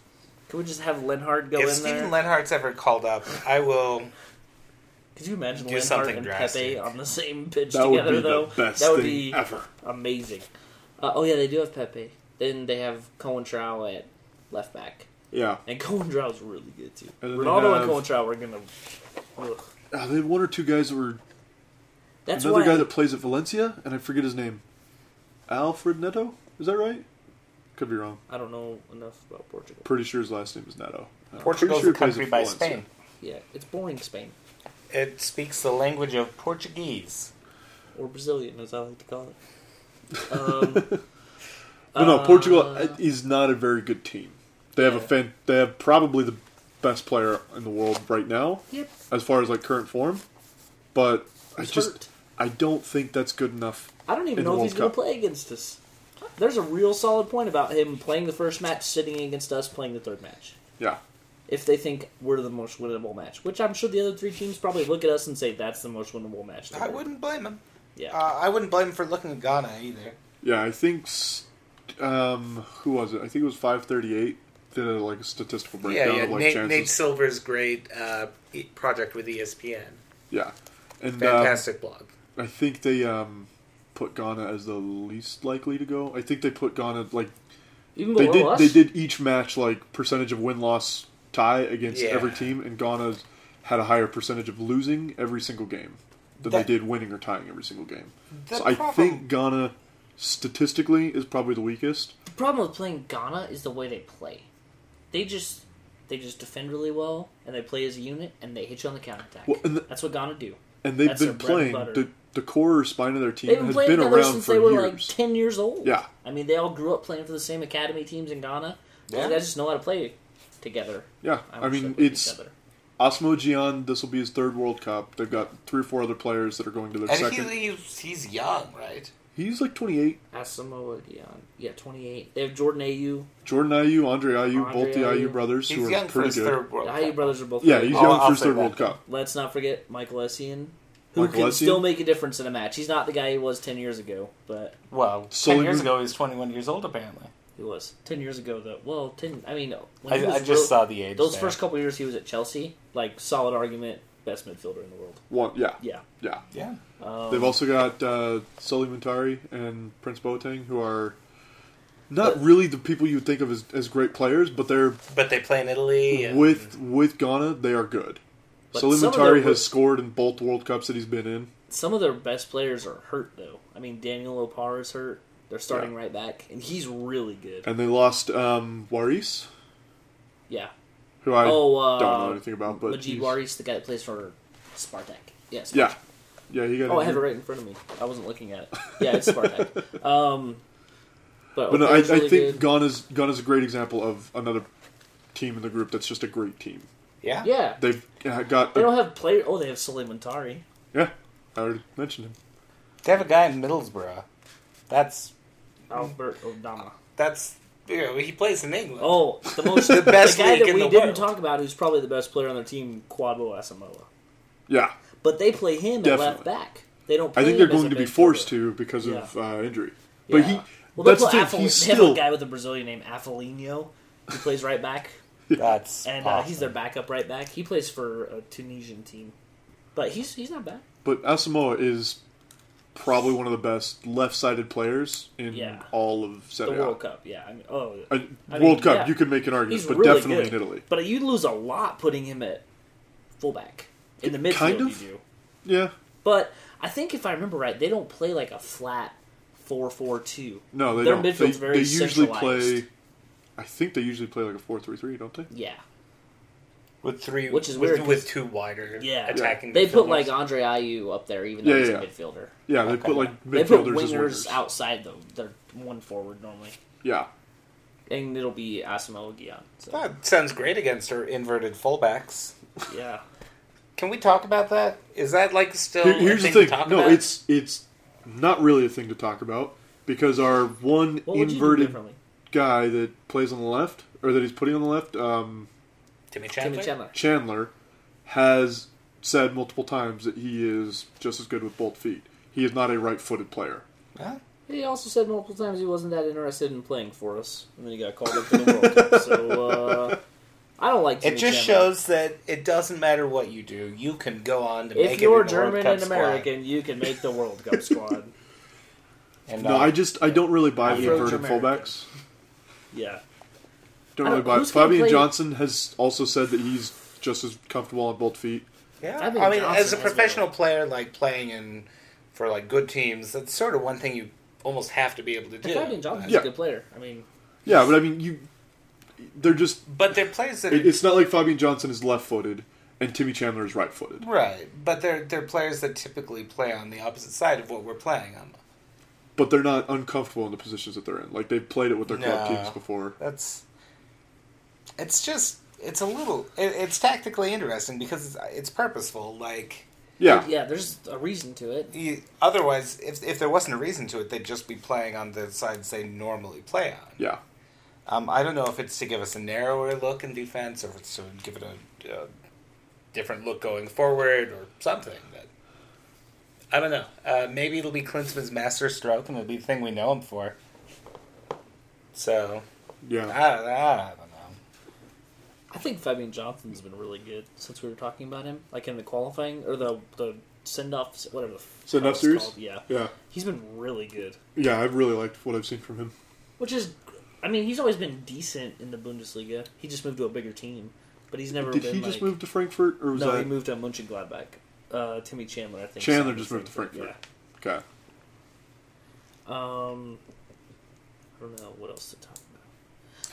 [SPEAKER 1] Can we just have Lenhart go
[SPEAKER 3] if
[SPEAKER 1] in there?
[SPEAKER 3] Stephen Lenhart's ever called up, I will.
[SPEAKER 1] Could you imagine
[SPEAKER 3] do
[SPEAKER 1] Lenhart
[SPEAKER 3] something
[SPEAKER 1] and Pepe
[SPEAKER 3] drastic.
[SPEAKER 1] on the same pitch
[SPEAKER 2] that would
[SPEAKER 1] together?
[SPEAKER 2] be
[SPEAKER 1] though
[SPEAKER 2] the best
[SPEAKER 1] that would
[SPEAKER 2] thing
[SPEAKER 1] be
[SPEAKER 2] ever.
[SPEAKER 1] amazing. Uh, oh yeah, they do have Pepe. Then they have Cohen Trow at left back,
[SPEAKER 2] Yeah.
[SPEAKER 1] and Cohen Trow's really good too.
[SPEAKER 2] And then they
[SPEAKER 1] Ronaldo
[SPEAKER 2] have-
[SPEAKER 1] and Cohen Trow are gonna. Ugh.
[SPEAKER 2] Uh, they had one or two guys that were
[SPEAKER 1] That's
[SPEAKER 2] another
[SPEAKER 1] why
[SPEAKER 2] guy that plays at Valencia, and I forget his name. Alfred Neto? Is that right? Could be wrong.
[SPEAKER 1] I don't know enough about Portugal.
[SPEAKER 2] Pretty sure his last name is Neto. I'm pretty
[SPEAKER 4] Portugal's
[SPEAKER 2] sure
[SPEAKER 4] a
[SPEAKER 2] he plays
[SPEAKER 4] country
[SPEAKER 2] at
[SPEAKER 4] by
[SPEAKER 2] Valencia.
[SPEAKER 4] Spain.
[SPEAKER 1] Yeah, it's boring Spain
[SPEAKER 4] It speaks the language of Portuguese.
[SPEAKER 1] or Brazilian, as I like to call it. Um,
[SPEAKER 2] But no,
[SPEAKER 1] uh,
[SPEAKER 2] Portugal uh, is not a very good team. They have a
[SPEAKER 1] Yeah.
[SPEAKER 2] fan, they have probably the best player in the world right now
[SPEAKER 1] Yep,
[SPEAKER 2] as far as like current form, but I
[SPEAKER 1] he's
[SPEAKER 2] just
[SPEAKER 1] hurt.
[SPEAKER 2] I don't think that's good enough
[SPEAKER 1] I don't even
[SPEAKER 2] in the
[SPEAKER 1] know if
[SPEAKER 2] World
[SPEAKER 1] he's going to
[SPEAKER 2] Cup.
[SPEAKER 1] play against us. There's a real solid point about him playing the first match, sitting against us, playing the third match.
[SPEAKER 2] Yeah.
[SPEAKER 1] If they think we're the most winnable match, which I'm sure the other three teams probably look at us and say that's the most winnable match. in the
[SPEAKER 4] I
[SPEAKER 1] world."
[SPEAKER 4] wouldn't blame him.
[SPEAKER 1] Yeah.
[SPEAKER 4] Uh, I wouldn't blame him for looking at Ghana either.
[SPEAKER 2] Yeah, I think. s- Um, who was it? I think it was five thirty-eight. Did a like statistical
[SPEAKER 3] Yeah,
[SPEAKER 2] breakdown
[SPEAKER 3] yeah.
[SPEAKER 2] of like
[SPEAKER 3] Nate,
[SPEAKER 2] chances.
[SPEAKER 3] Nate Silver's great uh, e- project with ESPN,
[SPEAKER 2] yeah, and um,
[SPEAKER 3] fantastic blog.
[SPEAKER 2] I think they um put Ghana as the least likely to go. I think they put Ghana like
[SPEAKER 1] Even
[SPEAKER 2] they
[SPEAKER 1] below
[SPEAKER 2] did.
[SPEAKER 1] us.
[SPEAKER 2] They did each match like percentage of win loss tie against
[SPEAKER 3] Yeah.
[SPEAKER 2] every team, and Ghana's had a higher percentage of losing every single game than
[SPEAKER 4] That-
[SPEAKER 2] they did winning or tying every single game.
[SPEAKER 4] The
[SPEAKER 2] So I
[SPEAKER 4] problem-
[SPEAKER 2] think Ghana statistically is probably the weakest.
[SPEAKER 1] The problem with playing Ghana is the way they play. They just they just defend really well, and they play as a unit, and they hit you on the counterattack.
[SPEAKER 2] Well, and the-
[SPEAKER 1] that's what Ghana do.
[SPEAKER 2] and they've
[SPEAKER 1] That's their
[SPEAKER 2] been
[SPEAKER 1] bread and
[SPEAKER 2] playing
[SPEAKER 1] butter.
[SPEAKER 2] the, the core spine of their team
[SPEAKER 1] They've been
[SPEAKER 2] has
[SPEAKER 1] playing
[SPEAKER 2] been
[SPEAKER 1] together
[SPEAKER 2] around
[SPEAKER 1] since
[SPEAKER 2] for
[SPEAKER 1] they were like
[SPEAKER 2] years.
[SPEAKER 1] ten years old.
[SPEAKER 2] Yeah.
[SPEAKER 1] I mean, they all grew up playing for the same academy teams in Ghana. Those
[SPEAKER 4] Yeah.
[SPEAKER 1] guys just know how to play together.
[SPEAKER 2] yeah, I,
[SPEAKER 1] wish they
[SPEAKER 2] mean
[SPEAKER 1] played
[SPEAKER 2] it's Osmo Gian. This will be his third World Cup. They've got three or four other players that are going to their
[SPEAKER 4] And
[SPEAKER 2] second.
[SPEAKER 4] he, he's, he's young, right?
[SPEAKER 2] He's like 28.
[SPEAKER 1] Asamoah Gyan. Yeah, twenty eight. They have Jordan Ayu.
[SPEAKER 2] Jordan Ayu, Andre Ayu,
[SPEAKER 1] Andre
[SPEAKER 2] both the
[SPEAKER 1] Ayew.
[SPEAKER 2] Ayu brothers,
[SPEAKER 4] He's
[SPEAKER 2] who are
[SPEAKER 4] young for
[SPEAKER 2] pretty
[SPEAKER 4] his
[SPEAKER 2] good.
[SPEAKER 4] third
[SPEAKER 1] The
[SPEAKER 4] world.
[SPEAKER 1] Ayu
[SPEAKER 4] Cup.
[SPEAKER 1] brothers are both.
[SPEAKER 2] Yeah,
[SPEAKER 1] great.
[SPEAKER 2] he's
[SPEAKER 4] Oh,
[SPEAKER 2] young
[SPEAKER 4] I'll
[SPEAKER 2] for his
[SPEAKER 4] say
[SPEAKER 2] third
[SPEAKER 4] that.
[SPEAKER 2] World Cup.
[SPEAKER 1] Let's not forget Michael Essien, who
[SPEAKER 2] Michael
[SPEAKER 1] can
[SPEAKER 2] Essien?
[SPEAKER 1] still make a difference in a match. He's not the guy he was ten years ago, but
[SPEAKER 4] Well,
[SPEAKER 2] Sully
[SPEAKER 4] ten years
[SPEAKER 2] Moon-
[SPEAKER 4] ago, he was 21 years old, apparently.
[SPEAKER 1] He was ten years ago, though. Well, ten. I mean, when
[SPEAKER 4] I,
[SPEAKER 1] he was
[SPEAKER 4] I just
[SPEAKER 1] real-
[SPEAKER 4] saw the age.
[SPEAKER 1] those
[SPEAKER 4] there.
[SPEAKER 1] first couple years he was at Chelsea. Like solid argument, best midfielder in the world.
[SPEAKER 2] One, yeah,
[SPEAKER 1] Yeah,
[SPEAKER 2] yeah.
[SPEAKER 4] Yeah.
[SPEAKER 1] um,
[SPEAKER 2] They've also got uh, Sully Montari and Prince Boateng, who are not really the people you would think of as, as great players, but they're
[SPEAKER 3] But they play in Italy. and-
[SPEAKER 2] with with Ghana, they are good.
[SPEAKER 1] But
[SPEAKER 2] Sully
[SPEAKER 1] some of
[SPEAKER 2] Montari
[SPEAKER 1] their-
[SPEAKER 2] has scored in both World Cups that he's been in.
[SPEAKER 1] some of their best players are hurt though. I mean, Daniel Opar is hurt. They're starting right back, and he's really good.
[SPEAKER 2] And they lost um, Waris,
[SPEAKER 1] yeah.
[SPEAKER 2] who I
[SPEAKER 1] oh, uh,
[SPEAKER 2] don't know anything about, but
[SPEAKER 1] Majid
[SPEAKER 2] he's-
[SPEAKER 1] Waris, the guy that plays for Spartak. Yes.
[SPEAKER 2] Yeah, yeah, he got.
[SPEAKER 1] Oh, I have it
[SPEAKER 2] injured.
[SPEAKER 1] right in front of me. I wasn't looking at it. Yeah, it's Spartak. um, but
[SPEAKER 2] But no, I,
[SPEAKER 1] Opar's really
[SPEAKER 2] I
[SPEAKER 1] good.
[SPEAKER 2] think Ghana's Ghana's a great example of another team in the group that's just a great team.
[SPEAKER 4] Yeah.
[SPEAKER 1] yeah,
[SPEAKER 2] They've uh, got.
[SPEAKER 1] they don't have player. Oh, they have Suleimantari.
[SPEAKER 2] yeah, I already mentioned him.
[SPEAKER 4] They have a guy in Middlesbrough. That's
[SPEAKER 1] Albert Odama.
[SPEAKER 4] that's
[SPEAKER 3] you know, he plays in England.
[SPEAKER 1] Oh, the most
[SPEAKER 3] The best
[SPEAKER 1] the guy
[SPEAKER 3] league
[SPEAKER 1] that
[SPEAKER 3] in
[SPEAKER 1] we
[SPEAKER 3] the
[SPEAKER 1] didn't
[SPEAKER 3] world.
[SPEAKER 1] talk about, who's probably the best player on their team, Quadwo Asamoah.
[SPEAKER 2] Yeah,
[SPEAKER 1] But they play him at left
[SPEAKER 2] Definitely.
[SPEAKER 1] back. They don't. Play
[SPEAKER 2] I think they're
[SPEAKER 1] him as
[SPEAKER 2] going
[SPEAKER 1] a
[SPEAKER 2] to be
[SPEAKER 1] big
[SPEAKER 2] forced
[SPEAKER 1] forward.
[SPEAKER 2] to because of uh, injury.
[SPEAKER 1] Yeah.
[SPEAKER 2] But he,
[SPEAKER 1] Well,
[SPEAKER 2] that's
[SPEAKER 1] that's
[SPEAKER 2] the
[SPEAKER 1] they
[SPEAKER 2] thing.
[SPEAKER 1] play Afel-
[SPEAKER 2] he's
[SPEAKER 1] they have
[SPEAKER 2] still
[SPEAKER 1] a guy with a Brazilian name, Afelino. He plays right back,
[SPEAKER 4] That's
[SPEAKER 1] and uh, he's their backup right back. He plays for a Tunisian team, but he's he's not bad.
[SPEAKER 2] But Asamoah is probably one of the best left-sided players in
[SPEAKER 1] Yeah.
[SPEAKER 2] all of
[SPEAKER 1] The
[SPEAKER 2] Serie A.
[SPEAKER 1] World Cup, yeah. I mean, oh,
[SPEAKER 2] Uh,
[SPEAKER 1] I
[SPEAKER 2] World
[SPEAKER 1] mean,
[SPEAKER 2] Cup,
[SPEAKER 1] yeah.
[SPEAKER 2] you could make an argument,
[SPEAKER 1] he's
[SPEAKER 2] but
[SPEAKER 1] really
[SPEAKER 2] definitely
[SPEAKER 1] good.
[SPEAKER 2] in Italy.
[SPEAKER 1] But you lose a lot putting him at fullback in the midfield.
[SPEAKER 2] Kind of.
[SPEAKER 1] You do.
[SPEAKER 2] Yeah,
[SPEAKER 1] But I think if I remember right, they don't play like a flat four-four-two.
[SPEAKER 2] no, they
[SPEAKER 1] Their
[SPEAKER 2] don't.
[SPEAKER 1] midfield's
[SPEAKER 2] They,
[SPEAKER 1] very
[SPEAKER 2] they usually
[SPEAKER 1] centralized.
[SPEAKER 2] play. I think they usually play like a four-three-three, don't they?
[SPEAKER 1] Yeah,
[SPEAKER 3] with three,
[SPEAKER 1] Which is
[SPEAKER 3] with,
[SPEAKER 1] weird, 'cause-
[SPEAKER 3] with two wider
[SPEAKER 1] Yeah.
[SPEAKER 3] attacking.
[SPEAKER 1] they put
[SPEAKER 3] midfielders.
[SPEAKER 1] like Andre Ayew up there, even though
[SPEAKER 2] Yeah,
[SPEAKER 1] he's
[SPEAKER 2] yeah,
[SPEAKER 1] a
[SPEAKER 2] yeah.
[SPEAKER 1] midfielder.
[SPEAKER 2] Yeah, they put like
[SPEAKER 1] They put
[SPEAKER 2] midfielders as
[SPEAKER 1] wingers
[SPEAKER 2] wingers.
[SPEAKER 1] outside though. They're one forward normally,
[SPEAKER 2] Yeah,
[SPEAKER 1] and it'll be Asamoah Gyan. So,
[SPEAKER 3] What?
[SPEAKER 4] That sounds great against our inverted fullbacks.
[SPEAKER 1] yeah,
[SPEAKER 3] Can we talk about that? Is that like still
[SPEAKER 2] Here-
[SPEAKER 3] a
[SPEAKER 2] here's the
[SPEAKER 3] to
[SPEAKER 2] thing.
[SPEAKER 3] talk
[SPEAKER 2] No,
[SPEAKER 3] about?
[SPEAKER 2] it's it's not really a thing to talk about because our one
[SPEAKER 1] what would you do
[SPEAKER 2] inverted
[SPEAKER 1] differently?
[SPEAKER 2] guy that plays on the left or that he's putting on the left, um,
[SPEAKER 3] Timmy Chandler.
[SPEAKER 1] Timmy Chandler.
[SPEAKER 2] Chandler, has said multiple times that he is just as good with both feet. He is not a right-footed player.
[SPEAKER 1] He also said multiple times he wasn't that interested in playing for us, and then he got called up to the World Cup. So uh, I don't like. Timmy
[SPEAKER 4] It just
[SPEAKER 1] Chandler.
[SPEAKER 4] shows that it doesn't matter what you do, you can go on to make
[SPEAKER 1] If
[SPEAKER 4] it
[SPEAKER 1] you're
[SPEAKER 4] in the World
[SPEAKER 1] German
[SPEAKER 4] Cup
[SPEAKER 1] and
[SPEAKER 4] squad.
[SPEAKER 1] American, you can make the World Cup squad.
[SPEAKER 4] And,
[SPEAKER 2] No,
[SPEAKER 4] uh,
[SPEAKER 2] I just I don't really buy the
[SPEAKER 1] Afro-Jamaican.
[SPEAKER 2] inverted fullbacks.
[SPEAKER 1] Yeah.
[SPEAKER 2] Don't
[SPEAKER 1] I don't-
[SPEAKER 2] really buy. it.
[SPEAKER 1] who's gonna
[SPEAKER 2] Fabian
[SPEAKER 1] play-
[SPEAKER 2] Johnson has also said that he's just as comfortable on both feet.
[SPEAKER 4] yeah,
[SPEAKER 1] I
[SPEAKER 4] I
[SPEAKER 1] think
[SPEAKER 4] mean,
[SPEAKER 1] Johnson
[SPEAKER 4] as a
[SPEAKER 1] has
[SPEAKER 4] professional
[SPEAKER 1] one.
[SPEAKER 4] player, like playing in for like good teams, that's sort of one thing you almost have to be able to do.
[SPEAKER 1] Fabian Johnson's
[SPEAKER 2] Yeah.
[SPEAKER 1] a good player. I mean,
[SPEAKER 2] Yeah, but I mean, you they're just
[SPEAKER 4] But they're players that
[SPEAKER 2] It- It's not like Fabian Johnson is left-footed and Timmy Chandler is right-footed.
[SPEAKER 4] right, but they're they're players that typically play on the opposite side of what we're playing on.
[SPEAKER 2] But they're not uncomfortable in the positions that they're in. Like they've played it with their club
[SPEAKER 4] No.
[SPEAKER 2] teams before.
[SPEAKER 4] That's it's just it's a little it, it's tactically interesting because it's, it's purposeful. Like
[SPEAKER 2] Yeah,
[SPEAKER 1] yeah, there's a reason to it.
[SPEAKER 4] you, otherwise, if if there wasn't a reason to it, they'd just be playing on the sides they normally play on.
[SPEAKER 2] yeah.
[SPEAKER 4] Um, I don't know if it's to give us a narrower look in defense, or if it's to give it a, a
[SPEAKER 3] different look going forward or something. But I don't know. Uh, maybe it'll be Klinsman's master stroke, and it'll be the thing we know him for.
[SPEAKER 4] so
[SPEAKER 2] yeah,
[SPEAKER 4] I, I, I don't know.
[SPEAKER 1] I think Fabian Johnson's been really good since we were talking about him, like in the qualifying or the the send off, whatever the fuck
[SPEAKER 2] Send-off
[SPEAKER 1] it's
[SPEAKER 2] series?
[SPEAKER 1] called. Yeah,
[SPEAKER 2] yeah,
[SPEAKER 1] he's been really good.
[SPEAKER 2] yeah. I've really liked what I've seen from him.
[SPEAKER 1] Which is, I mean, he's always been decent in the Bundesliga. He just moved to a bigger team, but he's never
[SPEAKER 2] Did
[SPEAKER 1] been.
[SPEAKER 2] he just
[SPEAKER 1] like-
[SPEAKER 2] move to Frankfurt, or was
[SPEAKER 1] No, he
[SPEAKER 2] that
[SPEAKER 1] moved to Mönchengladbach. Uh, Timmy Chandler, I think.
[SPEAKER 2] Chandler
[SPEAKER 1] signed
[SPEAKER 2] just
[SPEAKER 1] the
[SPEAKER 2] moved to
[SPEAKER 1] same thing,
[SPEAKER 2] Frankfurt? Okay,
[SPEAKER 1] Yeah. Um, I don't know what else to talk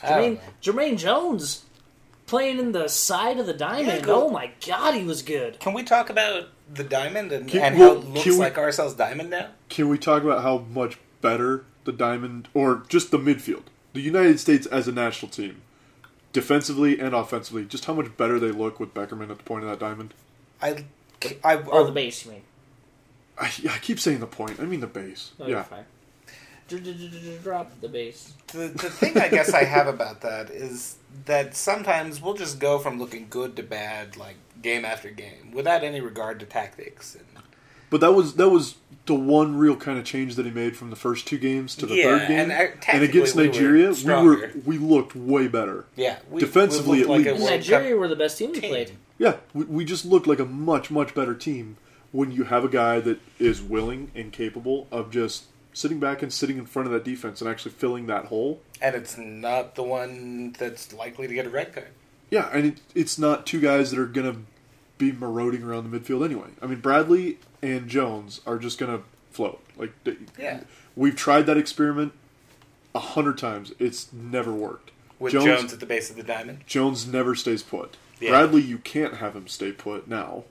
[SPEAKER 1] about.
[SPEAKER 4] I
[SPEAKER 1] Jermaine,
[SPEAKER 4] don't know.
[SPEAKER 1] Jermaine Jones playing in the side of the diamond.
[SPEAKER 4] go-
[SPEAKER 1] Oh my god, he was good.
[SPEAKER 4] Can we talk about the diamond and,
[SPEAKER 2] Can-
[SPEAKER 4] and
[SPEAKER 2] well,
[SPEAKER 4] how it
[SPEAKER 2] can
[SPEAKER 4] looks
[SPEAKER 2] we-
[SPEAKER 4] like ourselves diamond now?
[SPEAKER 2] can we talk about how much better the diamond or just the midfield, the United States as a national team, defensively and offensively, just how much better they look with Beckerman at the point of that diamond?
[SPEAKER 4] I, I,
[SPEAKER 1] Oh, the base, you mean?
[SPEAKER 2] I, I keep saying the point. I mean the base.
[SPEAKER 1] No, Oh, you're
[SPEAKER 2] yeah,
[SPEAKER 1] fine. Drop the base.
[SPEAKER 4] the, the thing I guess I have about that is that sometimes we'll just go from looking good to bad, like game after game, without any regard to tactics. And,
[SPEAKER 2] But that was that was the one real kind of change that he made from the first two games to the
[SPEAKER 4] Yeah,
[SPEAKER 2] third game. And,
[SPEAKER 4] and, uh,
[SPEAKER 2] against
[SPEAKER 4] tactically we were
[SPEAKER 2] Nigeria, we were,
[SPEAKER 4] stronger.
[SPEAKER 2] we looked way better.
[SPEAKER 4] yeah, we,
[SPEAKER 2] Defensively,
[SPEAKER 4] we
[SPEAKER 2] at
[SPEAKER 4] looked like a
[SPEAKER 2] least.
[SPEAKER 1] And
[SPEAKER 4] World
[SPEAKER 1] Nigeria
[SPEAKER 4] Cup
[SPEAKER 1] were the best team we
[SPEAKER 4] team.
[SPEAKER 1] played.
[SPEAKER 2] Yeah, we, we just looked like a much much better team when you have a guy that is willing and capable of just sitting back and sitting in front of that defense and actually filling that hole.
[SPEAKER 4] and it's not the one that's likely to get a red card.
[SPEAKER 2] Yeah, and it, it's not two guys that are gonna be marauding around the midfield anyway. I mean, Bradley and Jones are just gonna float. Like, they-
[SPEAKER 4] Yeah.
[SPEAKER 2] we've tried that experiment a hundred times. It's never worked.
[SPEAKER 4] With
[SPEAKER 2] Jones,
[SPEAKER 4] Jones, at the base of the diamond,
[SPEAKER 2] Jones never stays put.
[SPEAKER 4] Yeah.
[SPEAKER 2] Bradley, you can't have him stay put now.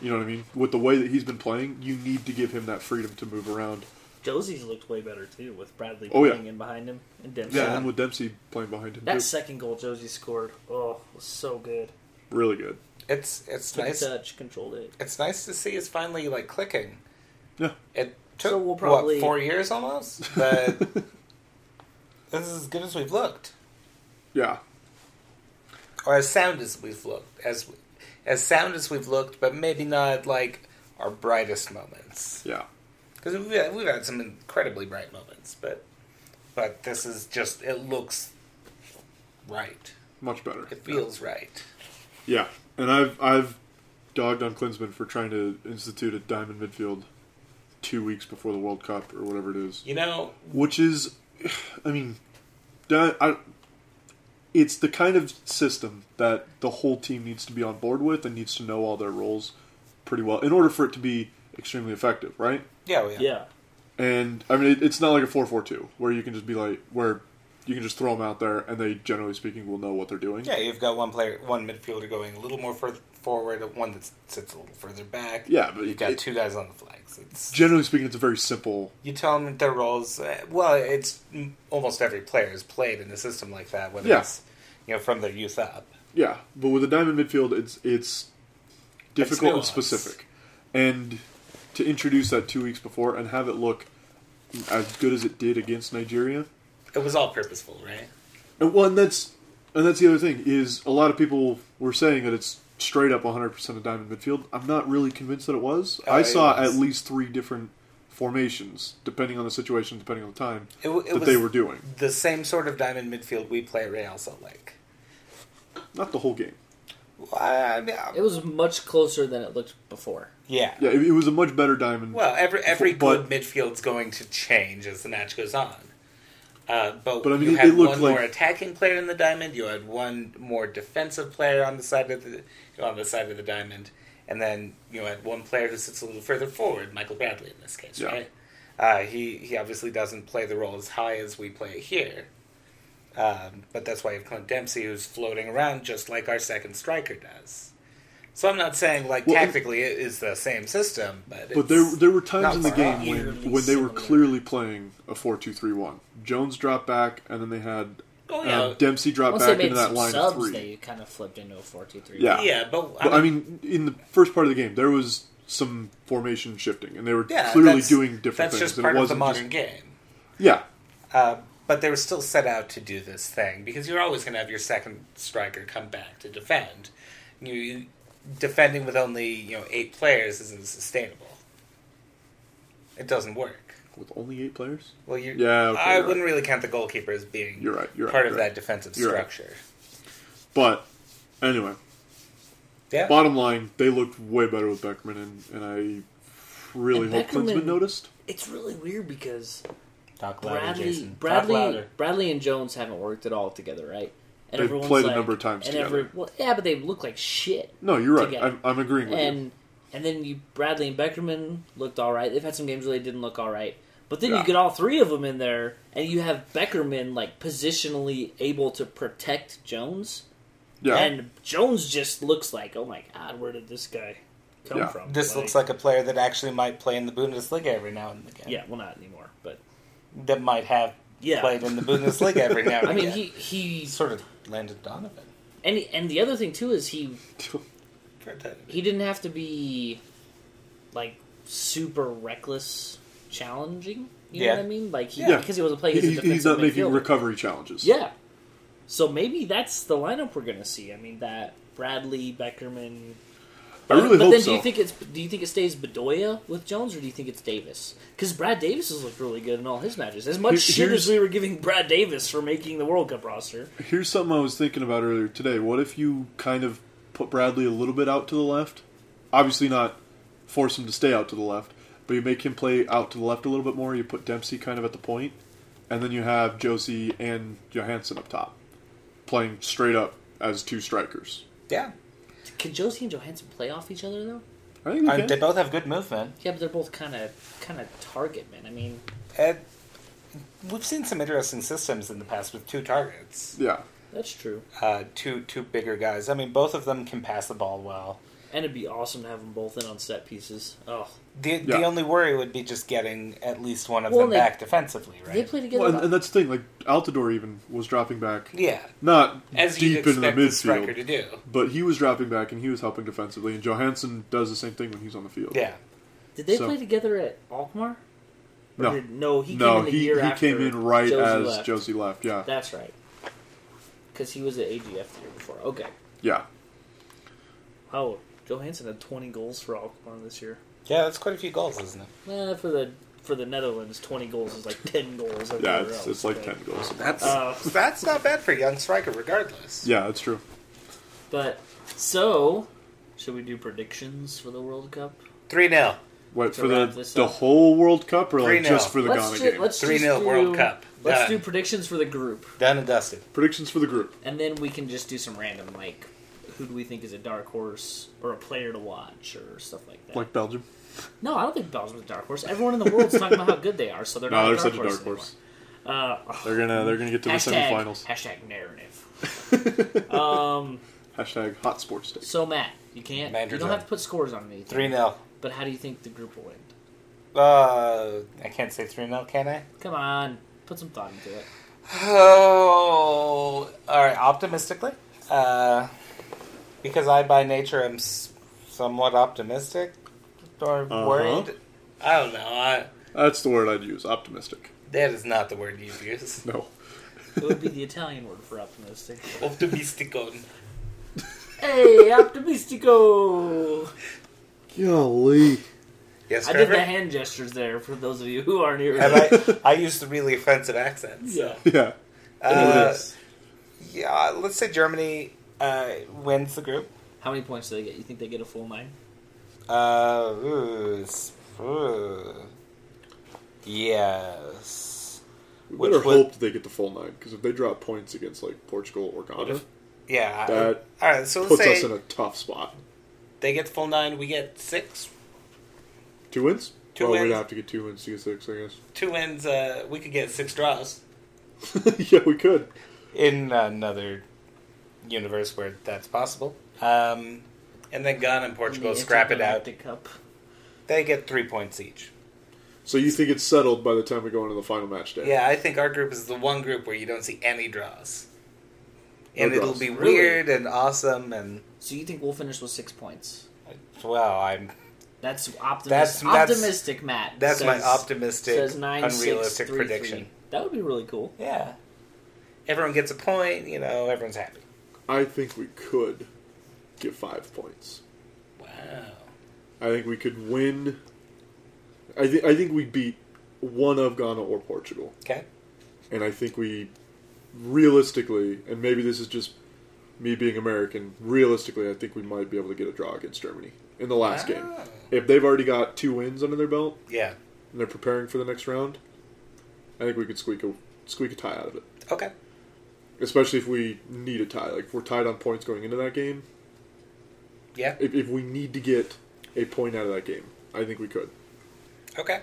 [SPEAKER 2] You know what I mean? With the way that he's been playing, you need to give him that freedom to move around.
[SPEAKER 1] Josie's looked way better too, with Bradley
[SPEAKER 2] Oh, yeah.
[SPEAKER 1] playing in behind him and Dempsey.
[SPEAKER 2] Yeah, and with Dempsey playing behind him,
[SPEAKER 1] That
[SPEAKER 2] too.
[SPEAKER 1] second goal Josie scored, oh, was so good.
[SPEAKER 2] really good.
[SPEAKER 4] it's it's
[SPEAKER 1] Took
[SPEAKER 4] nice.
[SPEAKER 1] a touch, controlled it.
[SPEAKER 4] It's nice to see it's finally like clicking.
[SPEAKER 2] Yeah.
[SPEAKER 4] It took
[SPEAKER 1] So we'll
[SPEAKER 4] what
[SPEAKER 1] probably-
[SPEAKER 4] four years almost, but This is as good as we've looked,
[SPEAKER 2] Yeah.
[SPEAKER 4] or as sound as we've looked, as as sound as we've looked, but maybe not like our brightest moments.
[SPEAKER 2] Yeah.
[SPEAKER 4] Because we've had, we've had some incredibly bright moments, but but this is just it looks right.
[SPEAKER 2] Much better.
[SPEAKER 4] It feels right.
[SPEAKER 2] Yeah. And I've I've dogged on Klinsman for trying to institute a diamond midfield two weeks before the World Cup or whatever it is.
[SPEAKER 4] You know,
[SPEAKER 2] which is, I mean, that- I, it's the kind of system that the whole team needs to be on board with and needs to know all their roles pretty well in order for it to be extremely effective, right?
[SPEAKER 4] yeah, well, yeah.
[SPEAKER 1] Yeah.
[SPEAKER 2] And I mean, it, it's not like a four-four-two where you can just be like where you can just throw them out there and they, generally speaking, will know what they're doing.
[SPEAKER 4] Yeah, you've got one player, one midfielder going a little more further forward, one that sits a little further back.
[SPEAKER 2] Yeah, but
[SPEAKER 4] you've got
[SPEAKER 2] it-
[SPEAKER 4] two guys on the flags. It's,
[SPEAKER 2] Generally speaking, it's a very simple.
[SPEAKER 4] you tell them their roles. uh, Well, it's mm, almost every player is played in a system like that, whether
[SPEAKER 2] Yeah.
[SPEAKER 4] it's you know from their youth up.
[SPEAKER 2] Yeah, but with a diamond midfield, it's it's difficult and
[SPEAKER 4] nuanced.
[SPEAKER 2] specific, and to introduce that two weeks before and have it look as good as it did against Nigeria.
[SPEAKER 4] It was all purposeful, right?
[SPEAKER 2] And well, and that's and that's the other thing is a lot of people were saying that it's straight up 100% a diamond midfield. I'm not really convinced that it was.
[SPEAKER 4] Oh,
[SPEAKER 2] I
[SPEAKER 4] it
[SPEAKER 2] saw
[SPEAKER 4] was.
[SPEAKER 2] at least three different formations, depending on the situation, depending on the time
[SPEAKER 4] It, w- it
[SPEAKER 2] that
[SPEAKER 4] was
[SPEAKER 2] they were doing.
[SPEAKER 4] the same sort of diamond midfield we play at Real Salt Lake.
[SPEAKER 2] Not the whole game.
[SPEAKER 4] Well, I- I mean, I-
[SPEAKER 1] It was much closer than it looked before.
[SPEAKER 4] yeah.
[SPEAKER 2] Yeah, it, it was a much better diamond.
[SPEAKER 4] Well, every every
[SPEAKER 2] Um, But-
[SPEAKER 4] good midfield's going to change as the match goes on. Uh, but,
[SPEAKER 2] But, I mean,
[SPEAKER 4] you
[SPEAKER 2] it-
[SPEAKER 4] had
[SPEAKER 2] it looked
[SPEAKER 4] one
[SPEAKER 2] like-
[SPEAKER 4] more attacking player in the diamond. You had one more defensive player on the side of the on the side of the diamond, and then you had one player who sits a little further forward. Michael Bradley, in this case,
[SPEAKER 2] Yeah.
[SPEAKER 4] right? Uh, he he obviously doesn't play the role as high as we play it here. Um, but that's why you have Clint Dempsey, who's floating around just like our second striker does. So I'm not saying like
[SPEAKER 2] Well, and-
[SPEAKER 4] tactically it is the same system, but
[SPEAKER 2] But
[SPEAKER 4] it's-
[SPEAKER 2] there, there were times
[SPEAKER 4] not
[SPEAKER 2] in the
[SPEAKER 4] far
[SPEAKER 2] game
[SPEAKER 4] off.
[SPEAKER 2] when,
[SPEAKER 1] Eerily
[SPEAKER 2] when they
[SPEAKER 1] similar.
[SPEAKER 2] were clearly playing a 4 2 3 1. Jones dropped back, and then they had
[SPEAKER 4] Oh, yeah.
[SPEAKER 2] uh, Dempsey drop
[SPEAKER 1] Once they
[SPEAKER 2] back
[SPEAKER 1] made
[SPEAKER 2] into that
[SPEAKER 1] some
[SPEAKER 2] line
[SPEAKER 1] subs,
[SPEAKER 2] of three.
[SPEAKER 1] they kind of flipped into a 4 2 3.
[SPEAKER 2] Yeah.
[SPEAKER 4] yeah, but I
[SPEAKER 2] But, I
[SPEAKER 4] mean,
[SPEAKER 2] mean, in the first part of the game, there was some formation shifting, and they were
[SPEAKER 4] yeah,
[SPEAKER 2] clearly
[SPEAKER 4] that's-
[SPEAKER 2] doing different
[SPEAKER 4] That's
[SPEAKER 2] things.
[SPEAKER 4] just
[SPEAKER 2] and
[SPEAKER 4] part
[SPEAKER 2] it
[SPEAKER 4] of the
[SPEAKER 2] wasn't
[SPEAKER 4] modern
[SPEAKER 2] just-
[SPEAKER 4] game.
[SPEAKER 2] yeah,
[SPEAKER 4] Uh, but they were still set out to do this thing because you're always going to have your second striker come back to defend. You, you defending with only you know eight players isn't sustainable. It doesn't work.
[SPEAKER 2] with only eight players.
[SPEAKER 4] Well, you
[SPEAKER 2] Yeah, okay,
[SPEAKER 4] I
[SPEAKER 2] you're
[SPEAKER 4] wouldn't really count the goalkeeper as being
[SPEAKER 2] You're right, you're
[SPEAKER 4] part
[SPEAKER 2] right,
[SPEAKER 4] of
[SPEAKER 2] you're right.
[SPEAKER 4] that defensive
[SPEAKER 2] You're right.
[SPEAKER 4] structure.
[SPEAKER 2] But anyway,
[SPEAKER 4] Yeah,
[SPEAKER 2] bottom line, they looked way better with Beckerman, and, and I really
[SPEAKER 1] And
[SPEAKER 2] hope
[SPEAKER 1] Beckerman-
[SPEAKER 2] Klinsman noticed.
[SPEAKER 1] It's really weird because
[SPEAKER 4] talk louder,
[SPEAKER 1] Bradley,
[SPEAKER 4] Jason. talk
[SPEAKER 1] Bradley,
[SPEAKER 4] louder.
[SPEAKER 1] Bradley and Jones haven't worked at all together, right? And
[SPEAKER 2] They've
[SPEAKER 1] everyone's
[SPEAKER 2] played a number of times
[SPEAKER 1] and
[SPEAKER 2] together.
[SPEAKER 1] well, yeah, but they look like shit.
[SPEAKER 2] No, you're right.
[SPEAKER 1] Together.
[SPEAKER 2] I'm, I'm agreeing with you.
[SPEAKER 1] and and then you Bradley and Beckerman looked all right. They've had some games where they didn't look all right, but then
[SPEAKER 2] Yeah.
[SPEAKER 1] you get all three of them in there, and you have Beckerman like positionally able to protect Jones,
[SPEAKER 2] Yeah,
[SPEAKER 1] and Jones just looks like, oh my god, where did this guy come
[SPEAKER 2] Yeah.
[SPEAKER 1] from?
[SPEAKER 4] This looks like a player that actually might play in the Bundesliga every now and again.
[SPEAKER 1] yeah, well, not anymore, but
[SPEAKER 4] that might have
[SPEAKER 1] Yeah.
[SPEAKER 4] played in the Bundesliga every now and
[SPEAKER 1] I mean,
[SPEAKER 4] again.
[SPEAKER 1] he he
[SPEAKER 4] sort of landed Donovan.
[SPEAKER 1] and and the other thing too is he he didn't have to be like super reckless challenging. You
[SPEAKER 4] Yeah.
[SPEAKER 1] know what I mean? Like he,
[SPEAKER 2] Yeah.
[SPEAKER 1] because he wasn't playing
[SPEAKER 2] He-
[SPEAKER 1] as a
[SPEAKER 2] he-
[SPEAKER 1] defensive
[SPEAKER 2] he's not making
[SPEAKER 1] midfielder.
[SPEAKER 2] recovery challenges.
[SPEAKER 1] Yeah. So maybe that's the lineup we're gonna see. I mean that Bradley Beckerman.
[SPEAKER 2] I really
[SPEAKER 1] but
[SPEAKER 2] hope
[SPEAKER 1] then
[SPEAKER 2] so.
[SPEAKER 1] do you think it's do you think it stays Bedoya with Jones or do you think it's Davis? Because Brad Davis has looked really good in all his matches. As much
[SPEAKER 2] Here-
[SPEAKER 1] shit
[SPEAKER 2] here's-
[SPEAKER 1] as we were giving Brad Davis for making the World Cup roster.
[SPEAKER 2] Here's something I was thinking about earlier today. What if you kind of put Bradley a little bit out to the left? Obviously, not force him to stay out to the left, but you make him play out to the left a little bit more. You put Dempsey kind of at the point, and then you have Josie and Johansson up top, playing straight up as two strikers.
[SPEAKER 4] Yeah,
[SPEAKER 1] Can Josie and Johansson play off each other though?
[SPEAKER 2] I think
[SPEAKER 4] I
[SPEAKER 2] they
[SPEAKER 4] mean, they
[SPEAKER 2] can.
[SPEAKER 4] both have good movement.
[SPEAKER 1] Yeah, but they're both kind of kind of target men. I mean,
[SPEAKER 4] And we've seen some interesting systems in the past with two targets,
[SPEAKER 2] Yeah,
[SPEAKER 1] that's true.
[SPEAKER 4] uh, two two bigger guys. I mean, both of them can pass the ball well.
[SPEAKER 1] And it'd be awesome to have them both in on set pieces. Oh,
[SPEAKER 4] The, the
[SPEAKER 2] Yeah.
[SPEAKER 4] only worry would be just getting at least one of
[SPEAKER 1] Well,
[SPEAKER 4] them
[SPEAKER 1] they-
[SPEAKER 4] back defensively, right?
[SPEAKER 1] they play together.
[SPEAKER 2] well, and, and that's the thing. Like Altidore even was dropping back,
[SPEAKER 4] yeah,
[SPEAKER 2] not
[SPEAKER 4] as
[SPEAKER 2] deep
[SPEAKER 4] you'd
[SPEAKER 2] into the
[SPEAKER 4] expect a striker to
[SPEAKER 2] midfield,
[SPEAKER 4] do.
[SPEAKER 2] but he was dropping back and he was helping defensively. And Johansson does the same thing when he's on the field.
[SPEAKER 4] Yeah,
[SPEAKER 1] Did they
[SPEAKER 2] So-
[SPEAKER 1] play together at Alkmaar? Or
[SPEAKER 2] No.
[SPEAKER 1] did- no, he
[SPEAKER 2] no,
[SPEAKER 1] came in the
[SPEAKER 2] he,
[SPEAKER 1] year
[SPEAKER 2] he
[SPEAKER 1] after
[SPEAKER 2] came in right
[SPEAKER 1] Josie
[SPEAKER 2] as
[SPEAKER 1] left.
[SPEAKER 2] Josie left. Yeah,
[SPEAKER 1] That's right. Because he was at AGF the year before. Okay.
[SPEAKER 2] yeah.
[SPEAKER 1] Oh, Johansson had 20 goals for Alkmaar this year.
[SPEAKER 4] Yeah, that's quite a few goals, isn't it?
[SPEAKER 1] Eh, for the for the Netherlands, 20 goals is like 10 goals.
[SPEAKER 2] Yeah,
[SPEAKER 1] everywhere
[SPEAKER 2] it's,
[SPEAKER 1] else,
[SPEAKER 2] it's like
[SPEAKER 1] but-
[SPEAKER 2] 10 goals.
[SPEAKER 4] That's
[SPEAKER 1] Uh,
[SPEAKER 4] that's not bad for a young striker, regardless.
[SPEAKER 2] Yeah, that's true.
[SPEAKER 1] But so, should we do predictions for the World Cup?
[SPEAKER 4] Three 0
[SPEAKER 2] Wait,
[SPEAKER 1] To
[SPEAKER 2] for
[SPEAKER 1] wrap
[SPEAKER 2] the
[SPEAKER 1] this
[SPEAKER 2] the
[SPEAKER 1] up.
[SPEAKER 2] whole World Cup or like
[SPEAKER 4] 3-0.
[SPEAKER 2] just for the
[SPEAKER 1] let's
[SPEAKER 2] Ghana
[SPEAKER 1] ju-
[SPEAKER 2] game?
[SPEAKER 1] let's just
[SPEAKER 4] 3-0
[SPEAKER 1] do-
[SPEAKER 4] World Cup.
[SPEAKER 1] Let's
[SPEAKER 4] Done.
[SPEAKER 1] do predictions for the group,
[SPEAKER 4] Done and dusted.
[SPEAKER 2] Predictions for the group.
[SPEAKER 1] and then we can just do some random like, who do we think is a dark horse or a player to watch or stuff like that.
[SPEAKER 2] Like Belgium.
[SPEAKER 1] no, I don't think Belgium's a dark horse. Everyone in the world's talking about how good they are, so they're
[SPEAKER 2] No,
[SPEAKER 1] not
[SPEAKER 2] they're
[SPEAKER 1] a dark
[SPEAKER 2] such a
[SPEAKER 1] horse
[SPEAKER 2] dark horse.
[SPEAKER 1] anymore. Uh,
[SPEAKER 2] They're gonna they're gonna get to
[SPEAKER 1] hashtag,
[SPEAKER 2] the semifinals.
[SPEAKER 1] hashtag narrative. um,
[SPEAKER 2] Hashtag hot sports day.
[SPEAKER 1] so Matt, you can't.
[SPEAKER 4] Manders
[SPEAKER 1] you don't
[SPEAKER 4] on.
[SPEAKER 1] have to put scores on anything.
[SPEAKER 4] Three 0
[SPEAKER 1] But how do you think the group will end?
[SPEAKER 4] Uh, I can't say three 0 can I?
[SPEAKER 1] Come on, put some thought into it.
[SPEAKER 4] Oh, all right. Optimistically, uh, because I, by nature, am s- somewhat optimistic or
[SPEAKER 2] Uh-huh.
[SPEAKER 4] worried. I don't know. I,
[SPEAKER 2] That's the word I'd use. Optimistic.
[SPEAKER 4] that is not the word you use.
[SPEAKER 2] No.
[SPEAKER 1] It would be the Italian word for optimistic.
[SPEAKER 4] Optimisticon.
[SPEAKER 1] Hey, optimistico!
[SPEAKER 2] Golly.
[SPEAKER 4] Yes,
[SPEAKER 1] I did
[SPEAKER 4] Trevor.
[SPEAKER 1] the hand gestures there for those of you who aren't here.
[SPEAKER 4] and I, I used the really offensive accents.
[SPEAKER 1] yeah.
[SPEAKER 2] Yeah.
[SPEAKER 4] Uh,
[SPEAKER 2] it is.
[SPEAKER 4] yeah, let's say Germany uh, wins the group.
[SPEAKER 1] How many points do they get? You think they get a full nine?
[SPEAKER 4] Uh, ooh, s- ooh. Yes.
[SPEAKER 2] We
[SPEAKER 4] which
[SPEAKER 2] better
[SPEAKER 4] would-
[SPEAKER 2] hope that they get the full nine because if they drop points against like Portugal or Ghana,
[SPEAKER 4] Yeah. I-
[SPEAKER 2] that
[SPEAKER 4] all right, so let's
[SPEAKER 2] puts
[SPEAKER 4] say
[SPEAKER 2] us in a tough spot.
[SPEAKER 4] they get full nine, we get six.
[SPEAKER 2] Two wins.
[SPEAKER 4] Two
[SPEAKER 2] well,
[SPEAKER 4] wins.
[SPEAKER 2] we'd have to get two wins to get six, I
[SPEAKER 4] Two wins, uh, we could get six draws.
[SPEAKER 2] guess. yeah, we could.
[SPEAKER 4] In another universe where that's possible. Um, and then Ghana and Portugal
[SPEAKER 1] In the
[SPEAKER 4] scrap it out.
[SPEAKER 1] Intergalactic Cup.
[SPEAKER 4] They get three points each.
[SPEAKER 2] So you think it's settled by the time we go into the final match day?
[SPEAKER 4] Yeah, I think our group is the one group where you don't see any draws.
[SPEAKER 2] No
[SPEAKER 4] And it'll
[SPEAKER 2] draws.
[SPEAKER 4] be
[SPEAKER 1] Really?
[SPEAKER 4] weird and awesome and
[SPEAKER 1] So you think we'll finish with six points?
[SPEAKER 4] well, I'm
[SPEAKER 1] That's optimistic.
[SPEAKER 4] That's- that's-
[SPEAKER 1] optimistic, Matt.
[SPEAKER 4] that's my
[SPEAKER 1] says-
[SPEAKER 4] optimistic
[SPEAKER 1] Says nine,
[SPEAKER 4] unrealistic
[SPEAKER 1] six, three,
[SPEAKER 4] prediction.
[SPEAKER 1] three. That would be really cool.
[SPEAKER 4] Yeah. Everyone gets a point, you know, everyone's happy.
[SPEAKER 2] I think we could get five points.
[SPEAKER 4] Wow.
[SPEAKER 2] I think we could win. I think I think we beat one of Ghana or Portugal,
[SPEAKER 4] Okay.
[SPEAKER 2] and I think we realistically, and maybe this is just me being American, realistically, I think we might be able to get a draw against Germany in the last game.
[SPEAKER 4] Ah.
[SPEAKER 2] If they've already got two wins under their belt
[SPEAKER 4] Yeah.
[SPEAKER 2] and they're preparing for the next round, I think we could squeak a squeak a tie out of it.
[SPEAKER 4] Okay.
[SPEAKER 2] Especially if we need a tie, like if we're tied on points going into that game,
[SPEAKER 4] Yeah.
[SPEAKER 2] if, if we need to get a point out of that game, I think we could.
[SPEAKER 4] Okay.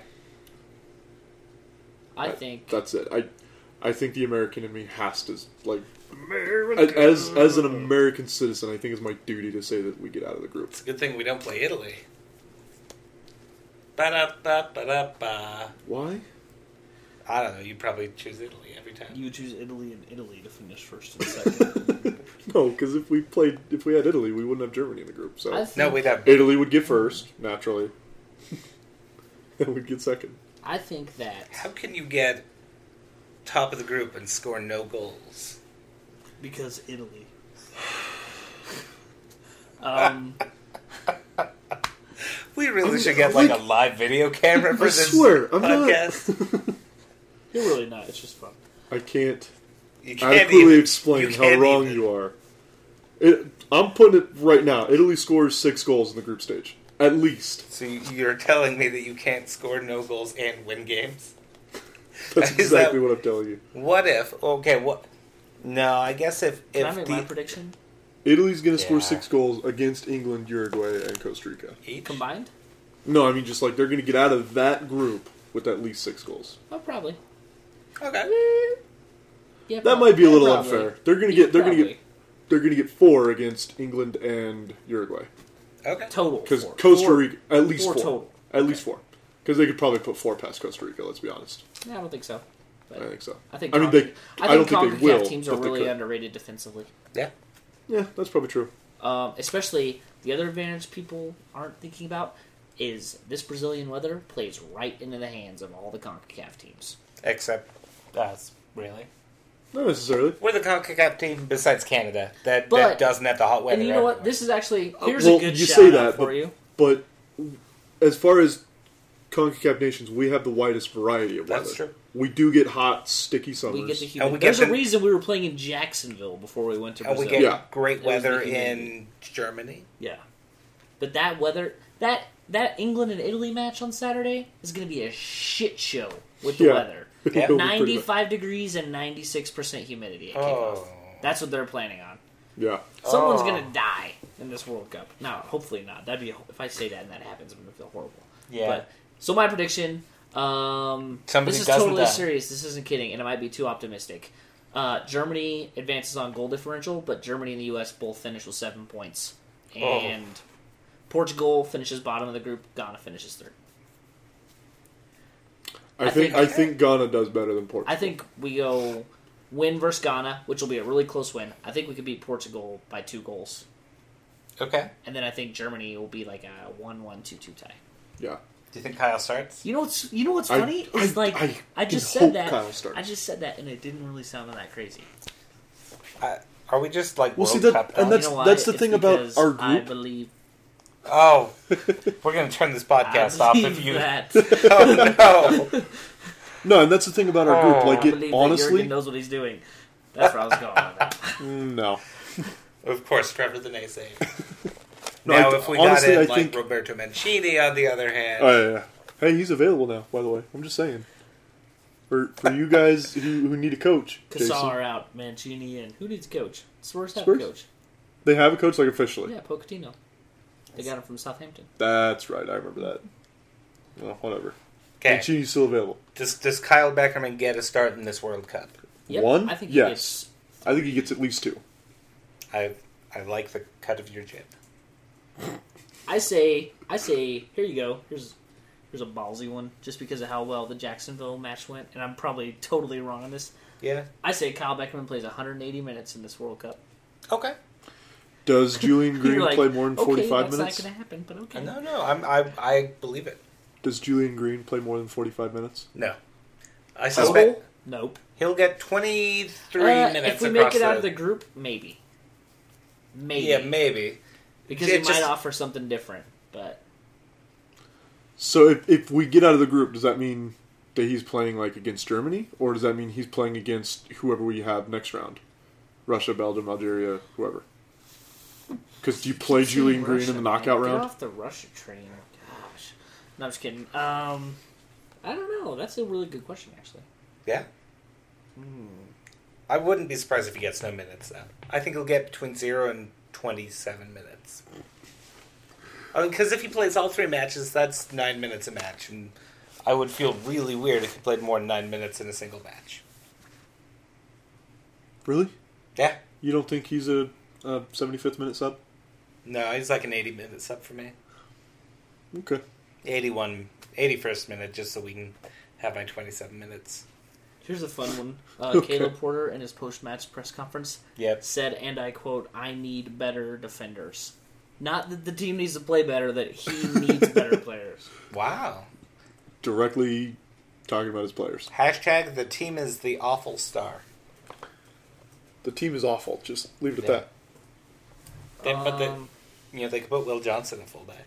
[SPEAKER 1] I
[SPEAKER 2] That-
[SPEAKER 1] think.
[SPEAKER 2] that's it. I, I think the American in me has to like a- as as an American citizen. I think it's my duty to say that we get out of the group.
[SPEAKER 4] It's a good thing we don't play Italy. Ba-da-ba-ba-da-ba.
[SPEAKER 2] Why?
[SPEAKER 4] I don't know, you probably choose Italy every time.
[SPEAKER 1] you would choose Italy and Italy to finish first and second.
[SPEAKER 2] No, because if we played, if we had Italy, we wouldn't have Germany in the group. So
[SPEAKER 1] I think,
[SPEAKER 4] No, we'd have
[SPEAKER 2] Italy would get first naturally, and we'd get second.
[SPEAKER 1] I think that
[SPEAKER 4] How can you get top of the group and score no goals?
[SPEAKER 1] because Italy. Um,
[SPEAKER 4] We really
[SPEAKER 2] I'm-
[SPEAKER 4] should get like,
[SPEAKER 2] like-
[SPEAKER 4] a live video camera for
[SPEAKER 2] I
[SPEAKER 4] this
[SPEAKER 2] swear, I'm not-
[SPEAKER 4] podcast.
[SPEAKER 1] you're really not. It's just fun.
[SPEAKER 2] I can't
[SPEAKER 4] You
[SPEAKER 2] adequately
[SPEAKER 4] even-
[SPEAKER 2] explain
[SPEAKER 4] you
[SPEAKER 2] how
[SPEAKER 4] can't
[SPEAKER 2] wrong
[SPEAKER 4] even.
[SPEAKER 2] you are. It, I'm putting it right now. Italy scores six goals in the group stage, at least.
[SPEAKER 4] So you- you're telling me that you can't score no goals and win games?
[SPEAKER 2] That's
[SPEAKER 4] Is that-
[SPEAKER 2] exactly what I'm telling you.
[SPEAKER 4] What if? Okay, what? No, I guess if
[SPEAKER 1] Can I
[SPEAKER 4] if
[SPEAKER 1] make
[SPEAKER 4] the
[SPEAKER 1] my prediction
[SPEAKER 2] Italy's going to score
[SPEAKER 4] Yeah.
[SPEAKER 2] six goals against England, Uruguay, and Costa Rica.
[SPEAKER 4] each-
[SPEAKER 1] combined?
[SPEAKER 2] No, I mean just like they're going to get out of that group with at least six goals.
[SPEAKER 1] Oh, probably.
[SPEAKER 4] okay,
[SPEAKER 1] Yeah,
[SPEAKER 2] That
[SPEAKER 1] probably.
[SPEAKER 2] might be a
[SPEAKER 1] Yeah,
[SPEAKER 2] little
[SPEAKER 1] probably.
[SPEAKER 2] unfair. They're going to
[SPEAKER 1] Yeah,
[SPEAKER 2] get they're going to
[SPEAKER 1] probably.
[SPEAKER 2] get they're going to get four against England and Uruguay
[SPEAKER 4] okay,
[SPEAKER 1] total
[SPEAKER 2] because
[SPEAKER 1] four.
[SPEAKER 2] Costa
[SPEAKER 1] Four.
[SPEAKER 2] Rica at least
[SPEAKER 1] Four
[SPEAKER 2] four,
[SPEAKER 1] total.
[SPEAKER 2] at least four because they could probably put four past Costa Rica. Let's be honest.
[SPEAKER 1] No, I don't think so. But
[SPEAKER 2] I think so.
[SPEAKER 1] I think.
[SPEAKER 2] I mean
[SPEAKER 1] Con-
[SPEAKER 2] they. I, don't think
[SPEAKER 1] CONCACAF
[SPEAKER 2] they will.
[SPEAKER 1] Teams are
[SPEAKER 2] but they
[SPEAKER 1] really
[SPEAKER 2] could.
[SPEAKER 1] underrated defensively,
[SPEAKER 4] yeah,
[SPEAKER 2] Yeah, that's probably true.
[SPEAKER 1] um, especially the other advantage people aren't thinking about. is this Brazilian weather plays right into the hands of all the CONCACAF teams.
[SPEAKER 4] Except us, really.
[SPEAKER 2] Not necessarily.
[SPEAKER 4] We're the CONCACAF team besides Canada that,
[SPEAKER 1] But-
[SPEAKER 4] that doesn't have the hot weather.
[SPEAKER 1] And you know what?
[SPEAKER 4] everywhere.
[SPEAKER 1] This is actually here's
[SPEAKER 2] Uh, well,
[SPEAKER 1] a good
[SPEAKER 2] you
[SPEAKER 1] shout
[SPEAKER 2] say
[SPEAKER 1] out
[SPEAKER 2] that,
[SPEAKER 1] for
[SPEAKER 2] but-
[SPEAKER 1] you.
[SPEAKER 2] But as far as CONCACAF nations, we have the widest variety of weather.
[SPEAKER 4] That's true.
[SPEAKER 2] We do get hot, sticky summers.
[SPEAKER 1] We get the humid.
[SPEAKER 4] we get
[SPEAKER 1] There's a
[SPEAKER 4] the-
[SPEAKER 1] reason we were playing in Jacksonville before we went to
[SPEAKER 4] and
[SPEAKER 1] Brazil.
[SPEAKER 4] we get
[SPEAKER 2] Yeah.
[SPEAKER 4] great
[SPEAKER 1] It was the
[SPEAKER 4] weather
[SPEAKER 1] humidity.
[SPEAKER 4] in Germany.
[SPEAKER 1] Yeah. But that weather, that that England and Italy match on Saturday is going to be a shit show with the
[SPEAKER 2] Yeah.
[SPEAKER 1] weather.
[SPEAKER 2] It'll be
[SPEAKER 4] Yeah.
[SPEAKER 2] pretty bad.
[SPEAKER 1] 95 degrees and 96% humidity at kickoff.
[SPEAKER 4] Oh.
[SPEAKER 1] That's what they're planning on.
[SPEAKER 2] Yeah.
[SPEAKER 1] Someone's
[SPEAKER 4] Oh.
[SPEAKER 1] going to die in this World Cup. No, hopefully not. That'd be if I say that and that happens, I'm going to feel horrible.
[SPEAKER 4] Yeah.
[SPEAKER 1] But so my prediction um
[SPEAKER 4] Somebody
[SPEAKER 1] this is
[SPEAKER 4] doesn't
[SPEAKER 1] totally
[SPEAKER 4] die.
[SPEAKER 1] serious. This isn't kidding and it might be too optimistic. Uh, Germany advances on goal differential, but Germany and the US both finish with 7 points.
[SPEAKER 4] Oh.
[SPEAKER 1] And Portugal finishes bottom of the group, Ghana finishes third.
[SPEAKER 2] I,
[SPEAKER 1] I
[SPEAKER 2] think,
[SPEAKER 1] think-
[SPEAKER 2] I think Ghana does better than Portugal.
[SPEAKER 1] I think we go win versus Ghana, which will be a really close win. I think we could beat Portugal by two goals.
[SPEAKER 4] Okay.
[SPEAKER 1] And then I think Germany will be like a 1-1 2-2 tie.
[SPEAKER 2] Yeah.
[SPEAKER 4] Do you think Kyle starts?
[SPEAKER 1] You know what's you know what's
[SPEAKER 2] I-
[SPEAKER 1] funny
[SPEAKER 2] I-
[SPEAKER 1] is like I,
[SPEAKER 2] I
[SPEAKER 1] just
[SPEAKER 2] hope
[SPEAKER 1] said that
[SPEAKER 2] Kyle starts.
[SPEAKER 1] I just said that and it didn't really sound that crazy.
[SPEAKER 4] Uh, are we just like
[SPEAKER 2] Well,
[SPEAKER 4] World
[SPEAKER 2] see, that-
[SPEAKER 4] Cup?
[SPEAKER 2] and
[SPEAKER 1] Oh,
[SPEAKER 4] now?
[SPEAKER 1] You
[SPEAKER 2] that's-
[SPEAKER 1] know why?
[SPEAKER 2] that's the
[SPEAKER 1] It's
[SPEAKER 2] thing about
[SPEAKER 1] because
[SPEAKER 2] our
[SPEAKER 1] I
[SPEAKER 2] group.
[SPEAKER 1] believe
[SPEAKER 4] oh, we're gonna turn this podcast
[SPEAKER 1] I
[SPEAKER 4] off
[SPEAKER 1] believe
[SPEAKER 4] if you.
[SPEAKER 1] that.
[SPEAKER 4] Oh no!
[SPEAKER 2] No, and that's the thing about our
[SPEAKER 4] Oh.
[SPEAKER 2] group.
[SPEAKER 1] I
[SPEAKER 2] Like,
[SPEAKER 1] believe
[SPEAKER 2] it,
[SPEAKER 1] that Jurgen
[SPEAKER 2] honestly,
[SPEAKER 1] knows what he's doing. That's where I was going. with that.
[SPEAKER 2] mm, no.
[SPEAKER 4] of course, Trevor the naysayer.
[SPEAKER 2] No,
[SPEAKER 4] now,
[SPEAKER 2] I-
[SPEAKER 4] if we
[SPEAKER 2] honestly,
[SPEAKER 4] got
[SPEAKER 2] I
[SPEAKER 4] in like
[SPEAKER 2] think-
[SPEAKER 4] Roberto Mancini, on the other hand,
[SPEAKER 2] Oh, yeah, yeah. Hey, he's available now, by the way. I'm just saying. For, for you guys who, who need a coach, Jason,
[SPEAKER 1] Kassar out, Mancini in. Who needs a coach? Spurs have a
[SPEAKER 2] Spurs?
[SPEAKER 1] coach.
[SPEAKER 2] they have a coach, like, officially.
[SPEAKER 1] Yeah, Pochettino. They got him from Southampton.
[SPEAKER 2] That's right. I remember that. Well, whatever.
[SPEAKER 4] okay.
[SPEAKER 2] Mancini's still available.
[SPEAKER 4] Does does Kyle Beckerman get a start in this World Cup?
[SPEAKER 1] Yep,
[SPEAKER 2] One?
[SPEAKER 1] I think he
[SPEAKER 2] Yes.
[SPEAKER 1] gets-
[SPEAKER 2] I think he gets at least two.
[SPEAKER 4] I I like the cut of your jib.
[SPEAKER 1] I say, I say, here you go. Here's here's a ballsy one, just because of how well the Jacksonville match went, and I'm probably totally wrong on this.
[SPEAKER 4] Yeah.
[SPEAKER 1] I say Kyle Beckerman plays 180 minutes in this World Cup.
[SPEAKER 4] Okay.
[SPEAKER 2] Does Julian Green
[SPEAKER 1] You're like,
[SPEAKER 2] play more than
[SPEAKER 1] okay,
[SPEAKER 2] 45
[SPEAKER 1] that's
[SPEAKER 2] minutes?
[SPEAKER 1] not going to happen, but okay.
[SPEAKER 4] No, no. I'm I I believe it.
[SPEAKER 2] Does Julian Green play more than 45 minutes?
[SPEAKER 4] No. I
[SPEAKER 1] Total?
[SPEAKER 4] suspect
[SPEAKER 1] Nope.
[SPEAKER 4] he'll get 23
[SPEAKER 1] Uh,
[SPEAKER 4] minutes.
[SPEAKER 1] If we
[SPEAKER 4] across
[SPEAKER 1] make it out of the group, maybe. Maybe.
[SPEAKER 4] yeah, maybe.
[SPEAKER 1] because
[SPEAKER 4] it
[SPEAKER 1] it, might
[SPEAKER 4] just-
[SPEAKER 1] offer something different. But
[SPEAKER 2] So if, if we get out of the group, does that mean that he's playing like against Germany, or does that mean he's playing against whoever we have next round? Russia, Belgium, Algeria, whoever. Because do you play Julian Green
[SPEAKER 1] Russia,
[SPEAKER 2] in the
[SPEAKER 1] man,
[SPEAKER 2] knockout
[SPEAKER 1] Get
[SPEAKER 2] round?
[SPEAKER 1] off the Russia train. Gosh. No, I'm just kidding. Um, I don't know. That's a really good question, actually.
[SPEAKER 4] Yeah. I wouldn't be surprised if he gets no minutes though. I think he'll get between zero and 27 minutes. Because if he plays all three matches, that's nine minutes a match, and I would feel really weird if he played more than nine minutes in a single match.
[SPEAKER 2] Really?
[SPEAKER 4] Yeah.
[SPEAKER 2] You don't think he's a, a 75th minute sub?
[SPEAKER 4] No, he's like an 80 minute sub for me.
[SPEAKER 2] Okay.
[SPEAKER 4] 81, 81st minute, just so we can have my 27 minutes.
[SPEAKER 1] Here's a fun one. Uh,
[SPEAKER 2] Okay.
[SPEAKER 1] Caleb Porter in his post-match press conference
[SPEAKER 4] Yep.
[SPEAKER 1] said, and I quote, "I need better defenders." Not that the team needs to play better; that he needs better players.
[SPEAKER 4] Wow.
[SPEAKER 2] Directly talking about his players.
[SPEAKER 4] Hashtag the team is the awful star.
[SPEAKER 2] The team is awful. Just leave it
[SPEAKER 4] Yeah.
[SPEAKER 2] at that.
[SPEAKER 4] They, but they,
[SPEAKER 1] Um,
[SPEAKER 4] you know, they could put Will Johnson in fullback.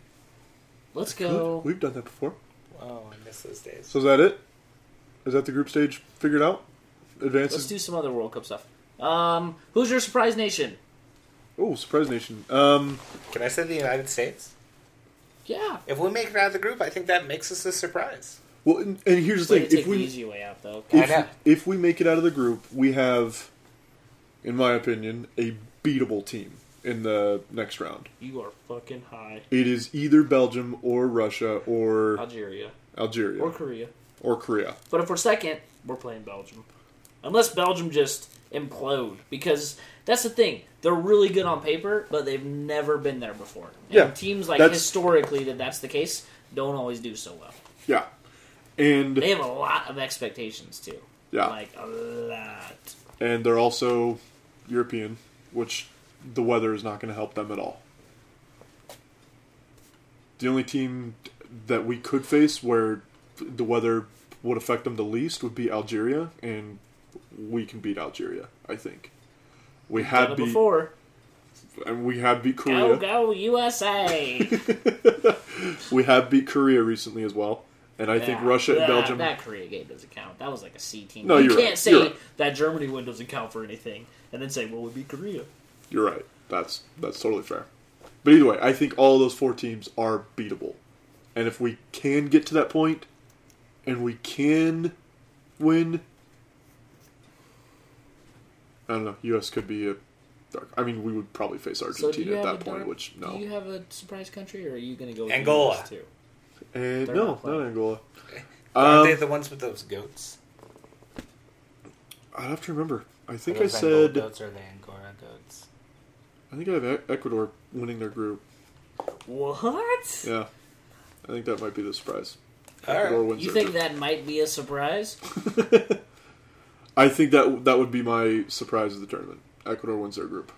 [SPEAKER 1] Let's go.
[SPEAKER 2] We've done that before.
[SPEAKER 4] Oh, I miss those days.
[SPEAKER 2] So is that it? Is that the group stage figured out?
[SPEAKER 1] Let's
[SPEAKER 2] Advances.
[SPEAKER 1] do some other World Cup stuff. Um, who's your surprise nation?
[SPEAKER 2] oh, surprise nation. Um,
[SPEAKER 4] Can I say the United States?
[SPEAKER 1] Yeah,
[SPEAKER 4] If we make it out of the group, I think that makes us a surprise.
[SPEAKER 2] well, and, and here's the
[SPEAKER 1] way to
[SPEAKER 2] thing:
[SPEAKER 1] take
[SPEAKER 2] if
[SPEAKER 1] the
[SPEAKER 2] we
[SPEAKER 1] easy way out though.
[SPEAKER 4] I know.
[SPEAKER 2] if, if we make it out of the group, we have, in my opinion, a beatable team in the next round.
[SPEAKER 1] You are fucking high.
[SPEAKER 2] It is either Belgium or Russia or
[SPEAKER 1] Algeria
[SPEAKER 2] Algeria
[SPEAKER 1] or
[SPEAKER 2] or,
[SPEAKER 1] Korea.
[SPEAKER 2] Korea.
[SPEAKER 1] But if we're second, we're playing Belgium. Unless Belgium just implode, because that's the thing. They're really good on paper, but they've never been there before. And
[SPEAKER 2] Yeah,
[SPEAKER 1] teams like
[SPEAKER 2] that's-
[SPEAKER 1] historically that that's the case don't always do so well.
[SPEAKER 2] Yeah, and
[SPEAKER 1] They have a lot of expectations too.
[SPEAKER 2] Yeah.
[SPEAKER 1] like a lot.
[SPEAKER 2] and they're also European, which the weather is not going to help them at all. The only team that we could face where the weather would affect them the least would be Algeria, and we can beat Algeria. I think we
[SPEAKER 1] Done
[SPEAKER 2] had
[SPEAKER 1] it
[SPEAKER 2] beat
[SPEAKER 1] before. Oh,
[SPEAKER 2] and we have beat
[SPEAKER 1] Go
[SPEAKER 2] Korea.
[SPEAKER 1] go USA.
[SPEAKER 2] we have beat Korea recently as well, and I think
[SPEAKER 1] Yeah.
[SPEAKER 2] Russia and
[SPEAKER 1] That-
[SPEAKER 2] Belgium.
[SPEAKER 1] That Korea game doesn't count. That was like a C team.
[SPEAKER 2] No,
[SPEAKER 1] you
[SPEAKER 2] you're right.
[SPEAKER 1] can't say
[SPEAKER 2] You're right.
[SPEAKER 1] that Germany win doesn't count for anything, and then say, "Well, we beat Korea."
[SPEAKER 2] You're right. That's that's totally fair. But either way, I think all those four teams are beatable, and if we can get to that point, and we can win, I don't know. U.S. could be a dark. I mean, we would probably face
[SPEAKER 1] So do
[SPEAKER 2] Argentina
[SPEAKER 1] you
[SPEAKER 2] at
[SPEAKER 1] have
[SPEAKER 2] that
[SPEAKER 1] a
[SPEAKER 2] point,
[SPEAKER 1] dark-
[SPEAKER 2] which
[SPEAKER 1] Do you
[SPEAKER 2] no,
[SPEAKER 1] have a surprise country, or are you going to go with
[SPEAKER 3] Angola.
[SPEAKER 1] the US too?
[SPEAKER 2] and
[SPEAKER 1] they're
[SPEAKER 2] no,
[SPEAKER 1] not playing.
[SPEAKER 2] not Angola.
[SPEAKER 3] Aren't
[SPEAKER 2] Um,
[SPEAKER 3] they the ones with those goats?
[SPEAKER 2] I have to remember. I think
[SPEAKER 3] Are
[SPEAKER 2] I
[SPEAKER 3] those Angola
[SPEAKER 2] said.
[SPEAKER 3] goats or are they Angora goats?
[SPEAKER 2] I think I have E- Ecuador winning their group.
[SPEAKER 1] What?
[SPEAKER 2] Yeah, I think that might be the surprise.
[SPEAKER 3] All right.
[SPEAKER 2] Ecuador wins
[SPEAKER 1] You
[SPEAKER 2] their
[SPEAKER 1] think
[SPEAKER 2] group.
[SPEAKER 1] that might be a surprise?
[SPEAKER 2] I think that that would be my surprise of the tournament. Ecuador wins their group.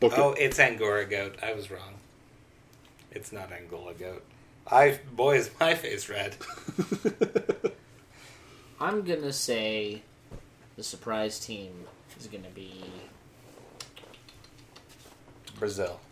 [SPEAKER 2] Book
[SPEAKER 3] Oh,
[SPEAKER 2] it.
[SPEAKER 3] it's Angora goat. I was wrong. It's not Angola goat. I boy is my face red.
[SPEAKER 1] I'm going to say the surprise team is going to be
[SPEAKER 3] Brazil.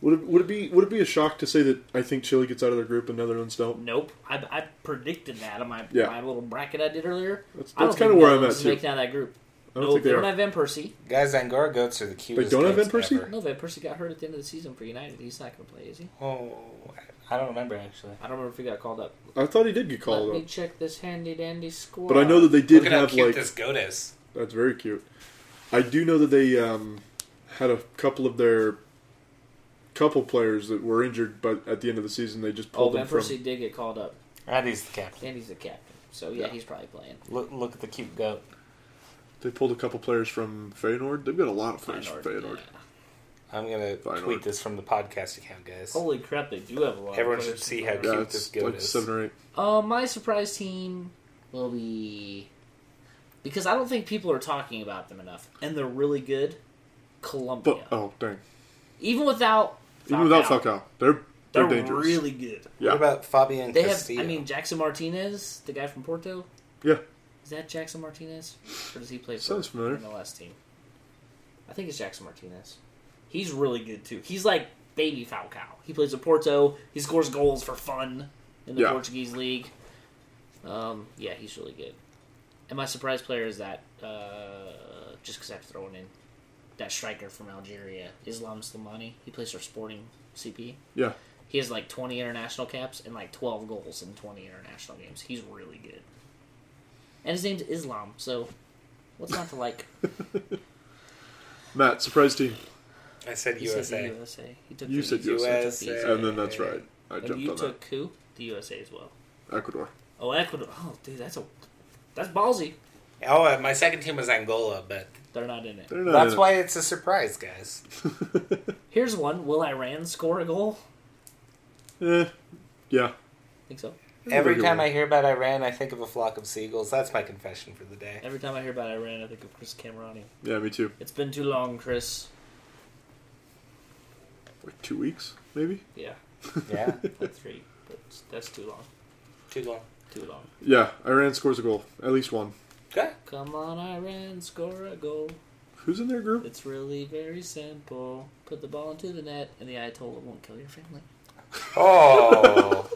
[SPEAKER 2] Would it, would it be would it be a shock to say that I think Chile gets out of their group and Netherlands don't?
[SPEAKER 1] Nope. I, I predicted that on my,
[SPEAKER 2] Yeah.
[SPEAKER 1] my little bracket I did earlier.
[SPEAKER 2] That's-
[SPEAKER 1] I don't
[SPEAKER 2] that's
[SPEAKER 1] think
[SPEAKER 2] kinda where I'm
[SPEAKER 1] Netherlands
[SPEAKER 2] at,
[SPEAKER 1] is
[SPEAKER 2] too.
[SPEAKER 1] making out of that group.
[SPEAKER 2] I don't
[SPEAKER 1] no,
[SPEAKER 2] think
[SPEAKER 1] they
[SPEAKER 2] they
[SPEAKER 1] don't
[SPEAKER 2] are.
[SPEAKER 1] have Van Persie.
[SPEAKER 3] Guys, Angora goats are the cutest.
[SPEAKER 2] don't have
[SPEAKER 3] goats
[SPEAKER 2] Van Persie?
[SPEAKER 3] ever.
[SPEAKER 1] No, Van Persie got hurt at the end of the season for United. He's not going to play, is he?
[SPEAKER 3] Oh, I don't remember actually.
[SPEAKER 1] I don't remember if he got called up.
[SPEAKER 2] I thought he did get called
[SPEAKER 1] Let me
[SPEAKER 2] up,
[SPEAKER 1] check this handy dandy squad.
[SPEAKER 2] but I know that they did
[SPEAKER 3] Look at how
[SPEAKER 2] have
[SPEAKER 3] cute
[SPEAKER 2] like
[SPEAKER 3] this goat is.
[SPEAKER 2] that's very cute. I do know that they um, had a couple of their couple players that were injured, but at the end of the season they just
[SPEAKER 1] Oh,
[SPEAKER 2] pulled
[SPEAKER 1] Van
[SPEAKER 2] them from.
[SPEAKER 1] Persie did get called up,
[SPEAKER 3] And he's the captain.
[SPEAKER 1] and he's the captain. So yeah,
[SPEAKER 2] Yeah.
[SPEAKER 1] he's probably playing.
[SPEAKER 3] Look, look at the cute goat.
[SPEAKER 2] They pulled a couple players from Feyenoord. They've got a lot of players from
[SPEAKER 1] Feyenoord,
[SPEAKER 2] Feyenoord.
[SPEAKER 1] yeah.
[SPEAKER 3] I'm gonna
[SPEAKER 2] Fine,
[SPEAKER 3] tweet
[SPEAKER 2] or-
[SPEAKER 3] this from the podcast account, guys.
[SPEAKER 2] Oh,
[SPEAKER 1] Holy crap, they do have a lot. of
[SPEAKER 3] Everyone
[SPEAKER 1] players
[SPEAKER 3] should see
[SPEAKER 1] from
[SPEAKER 3] how
[SPEAKER 1] Feyenoord.
[SPEAKER 2] Yeah,
[SPEAKER 3] Cute this
[SPEAKER 2] it's
[SPEAKER 3] goat
[SPEAKER 2] like
[SPEAKER 3] is.
[SPEAKER 2] seven or eight.
[SPEAKER 1] Uh, my surprise team will be because I don't think people are talking about them enough, and they're really good. Colombia,
[SPEAKER 2] But oh dang,
[SPEAKER 1] even without
[SPEAKER 2] even without
[SPEAKER 1] Falcao,
[SPEAKER 2] Falcao, they're
[SPEAKER 1] they're,
[SPEAKER 2] they're, dangerous.
[SPEAKER 1] really good.
[SPEAKER 2] yeah,
[SPEAKER 3] What about Fabian
[SPEAKER 1] They have,
[SPEAKER 3] Castillo?
[SPEAKER 1] I mean, Jackson Martinez, the guy from Porto.
[SPEAKER 2] yeah.
[SPEAKER 1] Is that Jackson Martinez, or does he play for
[SPEAKER 2] Sounds familiar.
[SPEAKER 1] the MLS team? I think it's Jackson Martinez. He's really good too. He's like baby Falcao. He plays at Porto. He scores goals for fun in the
[SPEAKER 2] Yeah.
[SPEAKER 1] Portuguese league. Um, yeah, he's really good. And my surprise player is that uh, just because I've thrown in that striker from Algeria, Islam Slimani. He plays for Sporting CP.
[SPEAKER 2] Yeah.
[SPEAKER 1] He has like 20 international caps and like 12 goals in 20 international games. He's really good. And his name's Islam, so what's not to like?
[SPEAKER 2] Matt, surprise team.
[SPEAKER 3] I said
[SPEAKER 1] He
[SPEAKER 3] USA.
[SPEAKER 1] said the USA. He took
[SPEAKER 2] You
[SPEAKER 1] the
[SPEAKER 2] said
[SPEAKER 1] easy-
[SPEAKER 2] USA.
[SPEAKER 1] he took the easy
[SPEAKER 3] USA.
[SPEAKER 1] one.
[SPEAKER 2] And then that's right. I
[SPEAKER 1] And
[SPEAKER 2] jumped
[SPEAKER 1] you
[SPEAKER 2] on
[SPEAKER 1] took who? The USA as well.
[SPEAKER 2] that. Ecuador.
[SPEAKER 1] Oh, Ecuador. Oh, dude, that's a that's ballsy.
[SPEAKER 3] Oh, and my second team was Angola, but
[SPEAKER 1] They're not in it.
[SPEAKER 2] They're not
[SPEAKER 3] that's
[SPEAKER 2] in it.
[SPEAKER 3] why it's a surprise, guys.
[SPEAKER 1] Here's one. Will Iran score a goal?
[SPEAKER 2] Eh, yeah.
[SPEAKER 1] I think so.
[SPEAKER 3] Every
[SPEAKER 2] Good
[SPEAKER 3] time
[SPEAKER 2] one.
[SPEAKER 3] I hear about Iran, I think of a flock of seagulls. That's my confession for the day.
[SPEAKER 1] Every time I hear about Iran, I think of Chris Camerani.
[SPEAKER 2] Yeah, me too.
[SPEAKER 1] It's been too long, Chris.
[SPEAKER 2] Like two weeks, maybe?
[SPEAKER 1] Yeah,
[SPEAKER 3] Yeah,
[SPEAKER 1] like three, but that's too long.
[SPEAKER 3] too long.
[SPEAKER 1] Too long.
[SPEAKER 2] Yeah, Iran scores a goal. At least one.
[SPEAKER 3] Okay.
[SPEAKER 1] Come on, Iran, score a goal.
[SPEAKER 2] Who's in their group?
[SPEAKER 1] It's really very simple. Put the ball into the net, and the Ayatollah won't kill your family.
[SPEAKER 3] Oh.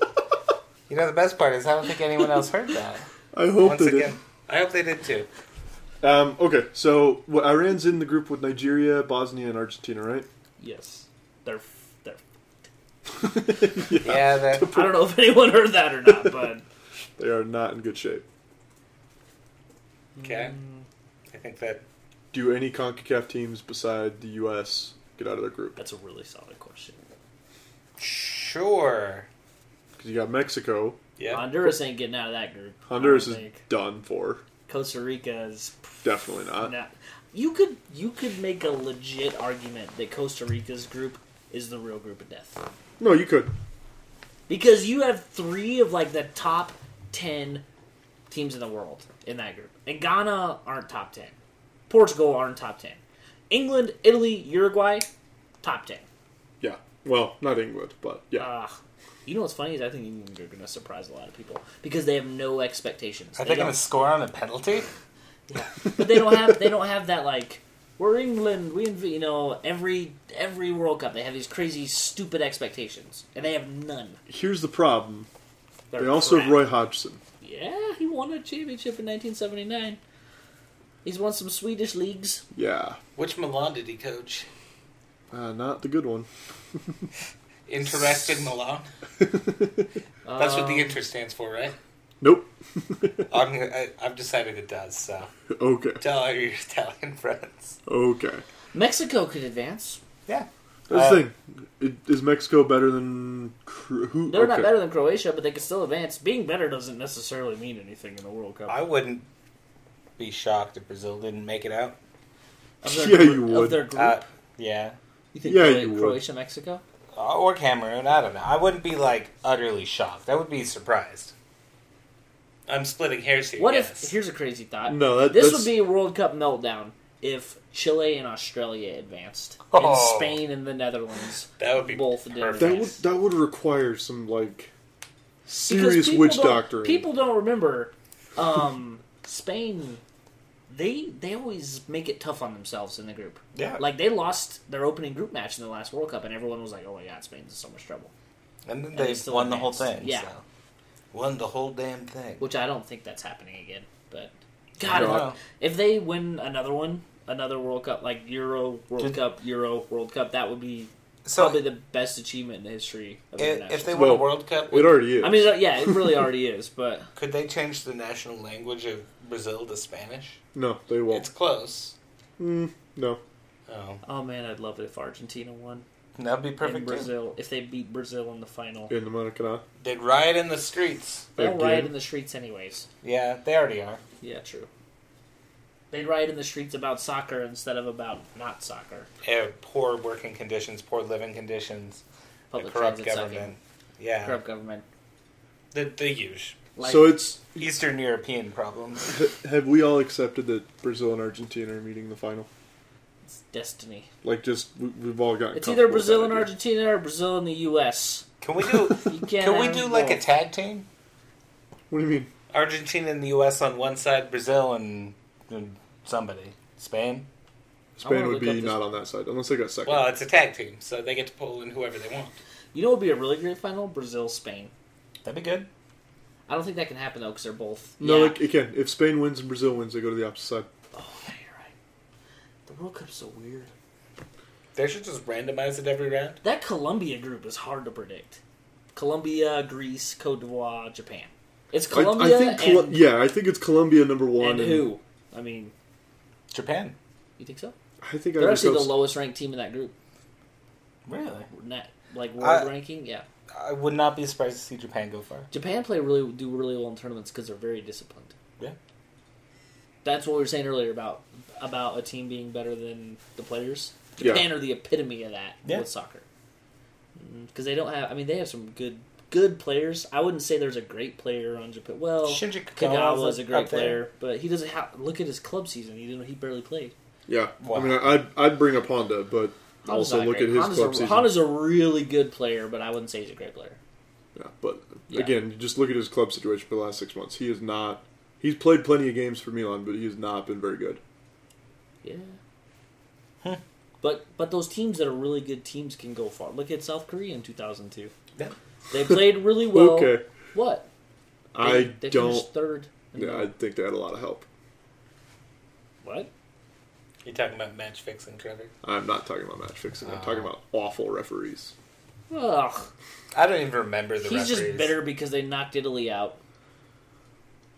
[SPEAKER 3] you know the best part is I don't think anyone else heard that.
[SPEAKER 2] I hope
[SPEAKER 3] Once
[SPEAKER 2] they
[SPEAKER 3] again, I hope they did too.
[SPEAKER 2] did. Um, okay, so well, Iran's in the group with Nigeria, Bosnia, and Argentina, right?
[SPEAKER 1] Yes, they're they're.
[SPEAKER 3] Yeah, that,
[SPEAKER 1] I don't know if anyone heard that or not, but
[SPEAKER 2] They are not in good shape.
[SPEAKER 3] okay.
[SPEAKER 1] Mm.
[SPEAKER 3] I think that
[SPEAKER 2] Do any CONCACAF teams beside the U.S. get out of their group?
[SPEAKER 1] that's a really solid question.
[SPEAKER 3] sure.
[SPEAKER 2] Because you got Mexico.
[SPEAKER 3] Yeah.
[SPEAKER 1] Honduras ain't getting out of that group. I
[SPEAKER 2] Honduras
[SPEAKER 1] don't
[SPEAKER 2] is
[SPEAKER 1] think.
[SPEAKER 2] done for.
[SPEAKER 1] Costa Rica is
[SPEAKER 3] Uh.
[SPEAKER 2] Definitely not.
[SPEAKER 1] not. You could you could make a legit argument that Costa Rica's group is the real group of death.
[SPEAKER 2] No, you could.
[SPEAKER 1] Because you have three of like the top ten teams in the world in that group, and Ghana aren't top ten, Portugal aren't top ten, England, Italy, Uruguay, top ten. Uh,
[SPEAKER 2] Yeah. Well, not England, but yeah.
[SPEAKER 1] Ugh. You know what's funny is I think England are going to surprise a lot of people because they have no expectations.
[SPEAKER 4] Are
[SPEAKER 1] They
[SPEAKER 4] they going
[SPEAKER 1] don't-
[SPEAKER 4] to score on a penalty?
[SPEAKER 1] but they don't have they don't have that like we're England. We inv-" you know every every World Cup they have these crazy stupid expectations and they have none.
[SPEAKER 2] Here's the problem.
[SPEAKER 1] They're
[SPEAKER 2] They also have
[SPEAKER 1] crap.
[SPEAKER 2] Roy Hodgson.
[SPEAKER 1] Yeah, he won a championship in 1979. He's won some Swedish leagues.
[SPEAKER 2] Yeah,
[SPEAKER 4] Which Milan did he coach?
[SPEAKER 2] uh, not the good one.
[SPEAKER 4] Interested Milan?
[SPEAKER 1] That's
[SPEAKER 4] what the inter stands for, right?
[SPEAKER 2] Nope.
[SPEAKER 4] I'm, gonna- I, I've decided it does, so.
[SPEAKER 2] okay.
[SPEAKER 4] Tell all your Italian friends.
[SPEAKER 2] Okay.
[SPEAKER 1] Mexico could advance.
[SPEAKER 4] Yeah.
[SPEAKER 2] That's
[SPEAKER 4] Uh,
[SPEAKER 2] the thing. It- Is Mexico better than Cro- who?
[SPEAKER 1] They're not
[SPEAKER 2] okay.
[SPEAKER 1] better than Croatia, but they can still advance. Being better doesn't necessarily mean anything in the World Cup.
[SPEAKER 4] I wouldn't be shocked if Brazil didn't make it out.
[SPEAKER 1] Of their
[SPEAKER 2] Yeah,
[SPEAKER 1] group-
[SPEAKER 2] you
[SPEAKER 1] Of
[SPEAKER 2] would.
[SPEAKER 1] their group,
[SPEAKER 4] Uh, yeah. Uh,
[SPEAKER 1] you think
[SPEAKER 2] yeah,
[SPEAKER 1] Cro-
[SPEAKER 2] you would.
[SPEAKER 1] Croatia, Mexico?
[SPEAKER 4] Or Cameroon, I don't know. I wouldn't be, like, utterly shocked. I would be surprised. I'm splitting hairs here.
[SPEAKER 1] What
[SPEAKER 4] yes.
[SPEAKER 1] if? Here's a crazy thought.
[SPEAKER 2] No, that-
[SPEAKER 1] this
[SPEAKER 2] that's-
[SPEAKER 1] would be a World Cup meltdown if Chile and Australia advanced,
[SPEAKER 4] Oh.
[SPEAKER 1] and Spain and the Netherlands
[SPEAKER 4] That would be
[SPEAKER 1] both
[SPEAKER 4] perfect.
[SPEAKER 1] did.
[SPEAKER 2] That would that would require some like
[SPEAKER 1] Because
[SPEAKER 2] serious
[SPEAKER 1] people
[SPEAKER 2] witch
[SPEAKER 1] don't-
[SPEAKER 2] doctoring.
[SPEAKER 1] People don't remember um, Spain. They they always make it tough on themselves in the group.
[SPEAKER 4] Yeah.
[SPEAKER 1] like they lost their opening group match in the last World Cup, and everyone was like, "Oh my God, Spain's in so much trouble."
[SPEAKER 4] And then
[SPEAKER 1] they
[SPEAKER 4] they
[SPEAKER 1] still
[SPEAKER 4] won the whole
[SPEAKER 1] advanced.
[SPEAKER 4] thing.
[SPEAKER 1] Yeah.
[SPEAKER 4] So. Won the whole damn thing.
[SPEAKER 1] Which I don't think that's happening again. But God,
[SPEAKER 4] No.
[SPEAKER 1] if, if they win another one, another World Cup like Euro World
[SPEAKER 4] Did-
[SPEAKER 1] Cup, Euro World Cup, that would be
[SPEAKER 4] So
[SPEAKER 1] probably the best achievement in the history of
[SPEAKER 4] if,
[SPEAKER 1] international.
[SPEAKER 4] if they
[SPEAKER 1] sport.
[SPEAKER 4] won a
[SPEAKER 2] Well,
[SPEAKER 4] World Cup,
[SPEAKER 2] it already is.
[SPEAKER 1] I mean, uh, yeah, it really already is, but
[SPEAKER 4] could they change the national language of Brazil to Spanish?
[SPEAKER 2] no, they
[SPEAKER 4] It's
[SPEAKER 2] won't. Mm,
[SPEAKER 4] close.
[SPEAKER 2] No,
[SPEAKER 4] Oh,
[SPEAKER 1] oh man, I'd love it if Argentina won.
[SPEAKER 4] that'd be
[SPEAKER 1] in
[SPEAKER 4] perfect. too.
[SPEAKER 1] Brazil if they beat Brazil in the final.
[SPEAKER 2] in the Maracanã.
[SPEAKER 4] They'd riot in the streets.
[SPEAKER 1] They'll
[SPEAKER 2] Again.
[SPEAKER 1] riot in the streets anyways.
[SPEAKER 4] Yeah, they already are.
[SPEAKER 1] Yeah, true. They'd riot in the streets about soccer instead of about not soccer.
[SPEAKER 4] Eh, poor working conditions, poor living conditions, a
[SPEAKER 1] Public
[SPEAKER 4] corrupt
[SPEAKER 1] transit
[SPEAKER 4] government.
[SPEAKER 1] sucking.
[SPEAKER 4] Yeah,
[SPEAKER 1] Corrupt government.
[SPEAKER 4] the the huge
[SPEAKER 1] Like,
[SPEAKER 2] so it's
[SPEAKER 4] Eastern European problems.
[SPEAKER 2] ha- have we all accepted that Brazil and Argentina are meeting the final?
[SPEAKER 1] it's destiny.
[SPEAKER 2] Like just we, we've all gotten.
[SPEAKER 1] It's either
[SPEAKER 2] comfortable with
[SPEAKER 1] Brazil
[SPEAKER 2] that
[SPEAKER 1] and
[SPEAKER 2] idea.
[SPEAKER 1] Argentina or Brazil and the U.S.
[SPEAKER 4] Can we do?
[SPEAKER 1] You can't
[SPEAKER 4] can we
[SPEAKER 1] have
[SPEAKER 4] do
[SPEAKER 1] them
[SPEAKER 4] like a
[SPEAKER 1] both.
[SPEAKER 4] tag team?
[SPEAKER 2] What do you mean?
[SPEAKER 4] Argentina and the U.S. on one side, Brazil and, and somebody, Spain.
[SPEAKER 2] Spain
[SPEAKER 1] wanna
[SPEAKER 2] would
[SPEAKER 1] look up
[SPEAKER 2] be
[SPEAKER 1] this-
[SPEAKER 2] not on that side unless they got second.
[SPEAKER 4] Well, it's a tag team, so they get to pull in whoever they want.
[SPEAKER 1] You know, what would be a really great final Brazil Spain.
[SPEAKER 4] That'd be good.
[SPEAKER 1] I don't think that can happen though because they're both.
[SPEAKER 2] no,
[SPEAKER 1] yeah.
[SPEAKER 2] like again, if Spain wins and Brazil wins, they go to the opposite side.
[SPEAKER 1] oh yeah, you're right. The World Cup's so weird.
[SPEAKER 4] They should just randomize it every round.
[SPEAKER 1] That Colombia group is hard to predict. Colombia, Greece, Cote d'Ivoire, Japan. It's
[SPEAKER 2] I-
[SPEAKER 1] Colombia
[SPEAKER 2] I, think Col-
[SPEAKER 1] and,
[SPEAKER 2] yeah, I think it's Colombia number
[SPEAKER 1] and
[SPEAKER 2] one.
[SPEAKER 1] who? I mean,
[SPEAKER 4] Japan.
[SPEAKER 1] you think so?
[SPEAKER 2] I think
[SPEAKER 1] They're
[SPEAKER 2] I
[SPEAKER 1] actually the lowest ranked team in that group.
[SPEAKER 4] Really?
[SPEAKER 1] Not, like world
[SPEAKER 4] I-
[SPEAKER 1] ranking, yeah.
[SPEAKER 4] I would not be surprised to see Japan go far.
[SPEAKER 1] Japan play really do really well in tournaments because they're very disciplined.
[SPEAKER 4] Yeah.
[SPEAKER 1] That's what we were saying earlier about about a team being better than the players.
[SPEAKER 2] Yeah.
[SPEAKER 1] Japan are the epitome of that
[SPEAKER 4] Yeah.
[SPEAKER 1] with soccer because they don't have. I mean, they have some good good players. I wouldn't say there's a great player on Japan. Well,
[SPEAKER 4] Shinji
[SPEAKER 1] Kagawa
[SPEAKER 4] Kagawa's
[SPEAKER 1] is a
[SPEAKER 4] up
[SPEAKER 1] great
[SPEAKER 4] there.
[SPEAKER 1] player, but he doesn't have. Look at his club season. He didn't. He barely played.
[SPEAKER 2] Yeah,
[SPEAKER 4] Wow.
[SPEAKER 2] I mean, I- I'd, I'd bring up Honda, but
[SPEAKER 1] Honda's
[SPEAKER 2] also
[SPEAKER 1] not
[SPEAKER 2] look
[SPEAKER 1] great.
[SPEAKER 2] at his
[SPEAKER 1] Honda's
[SPEAKER 2] club
[SPEAKER 1] a,
[SPEAKER 2] season.
[SPEAKER 1] Honda's a really good player, but I wouldn't say he's a great player.
[SPEAKER 2] yeah, but
[SPEAKER 1] Yeah.
[SPEAKER 2] again, just look at his club situation for the last six months. He is not. He's played plenty of games for Milan, but he has not been very good.
[SPEAKER 1] Yeah. But but those teams that are really good teams can go far. Look at South Korea in 2002.
[SPEAKER 4] Yeah.
[SPEAKER 1] They played really well.
[SPEAKER 2] okay,
[SPEAKER 1] What? They,
[SPEAKER 2] I
[SPEAKER 1] they
[SPEAKER 2] don't.
[SPEAKER 1] Finished third.
[SPEAKER 2] Yeah, I think they had a lot of help.
[SPEAKER 1] What?
[SPEAKER 4] You're talking about match fixing, Trevor.
[SPEAKER 2] I'm not talking about match fixing. I'm
[SPEAKER 4] Ah.
[SPEAKER 2] talking about awful referees.
[SPEAKER 1] Ugh.
[SPEAKER 4] I don't even remember the
[SPEAKER 1] He's just
[SPEAKER 4] referees.
[SPEAKER 1] bitter because they knocked Italy out.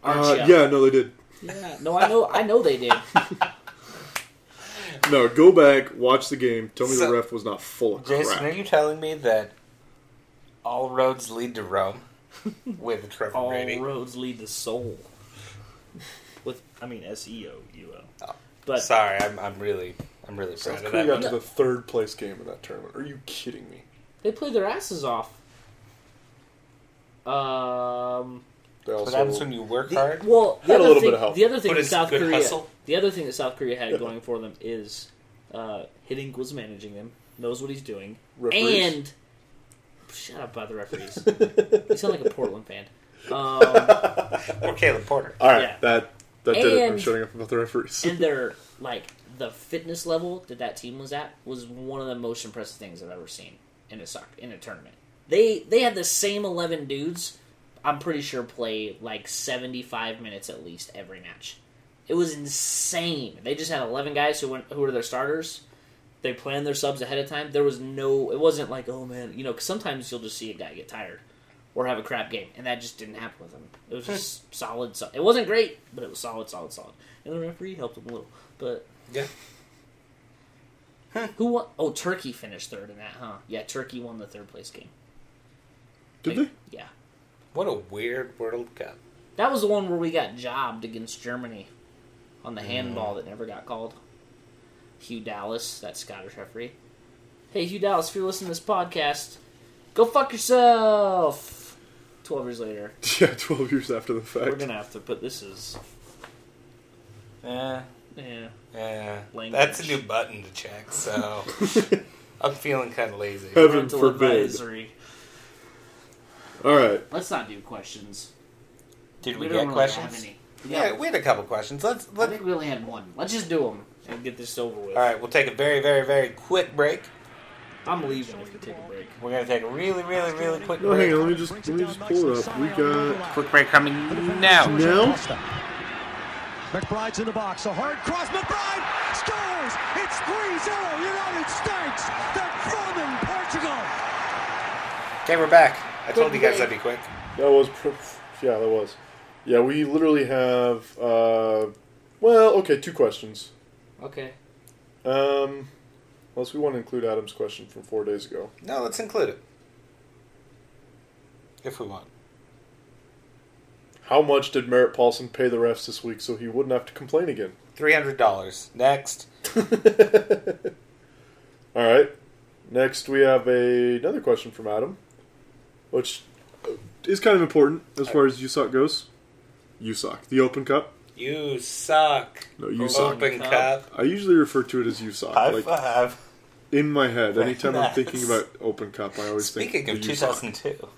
[SPEAKER 2] Uh,
[SPEAKER 1] Aren't ya?
[SPEAKER 2] yeah, no, they did.
[SPEAKER 1] Yeah. No, I know. I know they did.
[SPEAKER 2] No, go back, watch the game. Tell me
[SPEAKER 4] So-
[SPEAKER 2] the ref was not full of
[SPEAKER 4] Jason, are
[SPEAKER 2] crap.
[SPEAKER 4] you telling me that all roads lead to Rome with Trevor
[SPEAKER 1] All
[SPEAKER 4] Brady?
[SPEAKER 1] roads lead to Seoul. With I mean S E O U
[SPEAKER 2] Oh.
[SPEAKER 1] O. But
[SPEAKER 4] Sorry, I'm, I'm really, I'm really proud
[SPEAKER 2] South
[SPEAKER 4] of
[SPEAKER 2] Korea
[SPEAKER 4] that.
[SPEAKER 2] got to
[SPEAKER 1] No.
[SPEAKER 2] the third place game in that tournament. Are you kidding me?
[SPEAKER 1] they played their asses off. Um.
[SPEAKER 2] They
[SPEAKER 4] What
[SPEAKER 2] also
[SPEAKER 4] happens when you work hard?
[SPEAKER 1] Well, the
[SPEAKER 2] Had a
[SPEAKER 1] other
[SPEAKER 2] little
[SPEAKER 1] thing,
[SPEAKER 2] bit of help.
[SPEAKER 1] The other thing
[SPEAKER 4] But
[SPEAKER 1] that
[SPEAKER 4] it's
[SPEAKER 1] South
[SPEAKER 4] good
[SPEAKER 1] Korea,
[SPEAKER 4] hustle.
[SPEAKER 1] the other thing that South Korea had going for them is uh, Hiddink was managing them, knows what he's doing,
[SPEAKER 2] Referees.
[SPEAKER 1] and Shut up about the referees. you sound like a Portland fan. Um,
[SPEAKER 4] Or Caleb Porter.
[SPEAKER 2] All right,
[SPEAKER 1] Yeah.
[SPEAKER 2] that that did it. I'm
[SPEAKER 1] And-
[SPEAKER 2] shutting up about the referees.
[SPEAKER 1] and their like the fitness level that that team was at was one of the most impressive things I've ever seen in a soccer in a tournament. They they had the same eleven dudes. I'm pretty sure play like 75 minutes at least every match. It was insane. They just had 11 guys who went who were their starters. They planned their subs ahead of time. There was no. It wasn't like oh man, you know. 'cause sometimes you'll just see a guy get tired or have a crap game, and that just didn't happen with him. It was just solid. So- it wasn't great, but it was solid, solid, solid. And the referee helped him a little, but
[SPEAKER 4] Yeah.
[SPEAKER 1] who won? Oh, Turkey finished third in that, huh? Yeah, Turkey won the third place game.
[SPEAKER 2] Did
[SPEAKER 1] Like,
[SPEAKER 2] they?
[SPEAKER 1] Yeah,
[SPEAKER 4] What a weird World Cup.
[SPEAKER 1] that was the one where we got jobbed against Germany on the
[SPEAKER 2] Mm.
[SPEAKER 1] handball that never got called. Hugh Dallas, that Scottish referee. Hey, Hugh Dallas, if you're listening to this podcast, go fuck yourself. Twelve years later,
[SPEAKER 2] Yeah, twelve years after the fact.
[SPEAKER 1] we're gonna have to put this as
[SPEAKER 4] Yeah.
[SPEAKER 1] yeah.
[SPEAKER 4] Yeah.
[SPEAKER 1] Language.
[SPEAKER 4] That's a new button to check, so I'm feeling kind of lazy.
[SPEAKER 2] Heaven
[SPEAKER 1] parental
[SPEAKER 2] forbid.
[SPEAKER 1] advisory.
[SPEAKER 2] All right,
[SPEAKER 1] Let's not do questions.
[SPEAKER 4] Did we,
[SPEAKER 1] don't
[SPEAKER 4] get
[SPEAKER 1] really
[SPEAKER 4] questions?
[SPEAKER 1] have any.
[SPEAKER 4] Yeah,
[SPEAKER 1] No.
[SPEAKER 4] we had a couple questions. Let's
[SPEAKER 1] I
[SPEAKER 4] let
[SPEAKER 1] think we only had one. Let's just do them and get this over with.
[SPEAKER 4] All right, we'll take a very, very, very quick break.
[SPEAKER 1] I'm leaving if we take a break.
[SPEAKER 4] We're gonna take a really, really, really quick
[SPEAKER 2] no, hang
[SPEAKER 4] break.
[SPEAKER 2] on. Let me just let me just pull it up. We got
[SPEAKER 4] Quick break coming now.
[SPEAKER 2] Now?
[SPEAKER 6] McBride's in the box. A hard cross. McBride scores. It's 3-0 United States. They're from in Portugal.
[SPEAKER 4] Okay, we're back. I told you guys that'd be quick.
[SPEAKER 2] that was pr- yeah that was yeah we literally have uh, well okay two questions
[SPEAKER 1] Okay.
[SPEAKER 2] um, unless we want to include Adam's question from four days ago.
[SPEAKER 4] No, let's include it. If we want.
[SPEAKER 2] How much did Merritt Paulson pay the refs this week so he wouldn't have to complain again?
[SPEAKER 4] $300. Next.
[SPEAKER 2] All right. Next, we have a, another question from Adam, which is kind of important as far as USOC goes. USOC, the Open Cup.
[SPEAKER 4] You suck.
[SPEAKER 2] No, you
[SPEAKER 3] Oh,
[SPEAKER 2] suck.
[SPEAKER 4] Open
[SPEAKER 1] Cup.
[SPEAKER 4] cup.
[SPEAKER 2] I usually refer to it as USOC.
[SPEAKER 4] High
[SPEAKER 2] like
[SPEAKER 4] five.
[SPEAKER 2] in my head, anytime I'm
[SPEAKER 4] Nice.
[SPEAKER 2] thinking about Open Cup, I always
[SPEAKER 4] Speaking
[SPEAKER 2] think
[SPEAKER 4] of
[SPEAKER 2] the USOC.
[SPEAKER 4] 2002.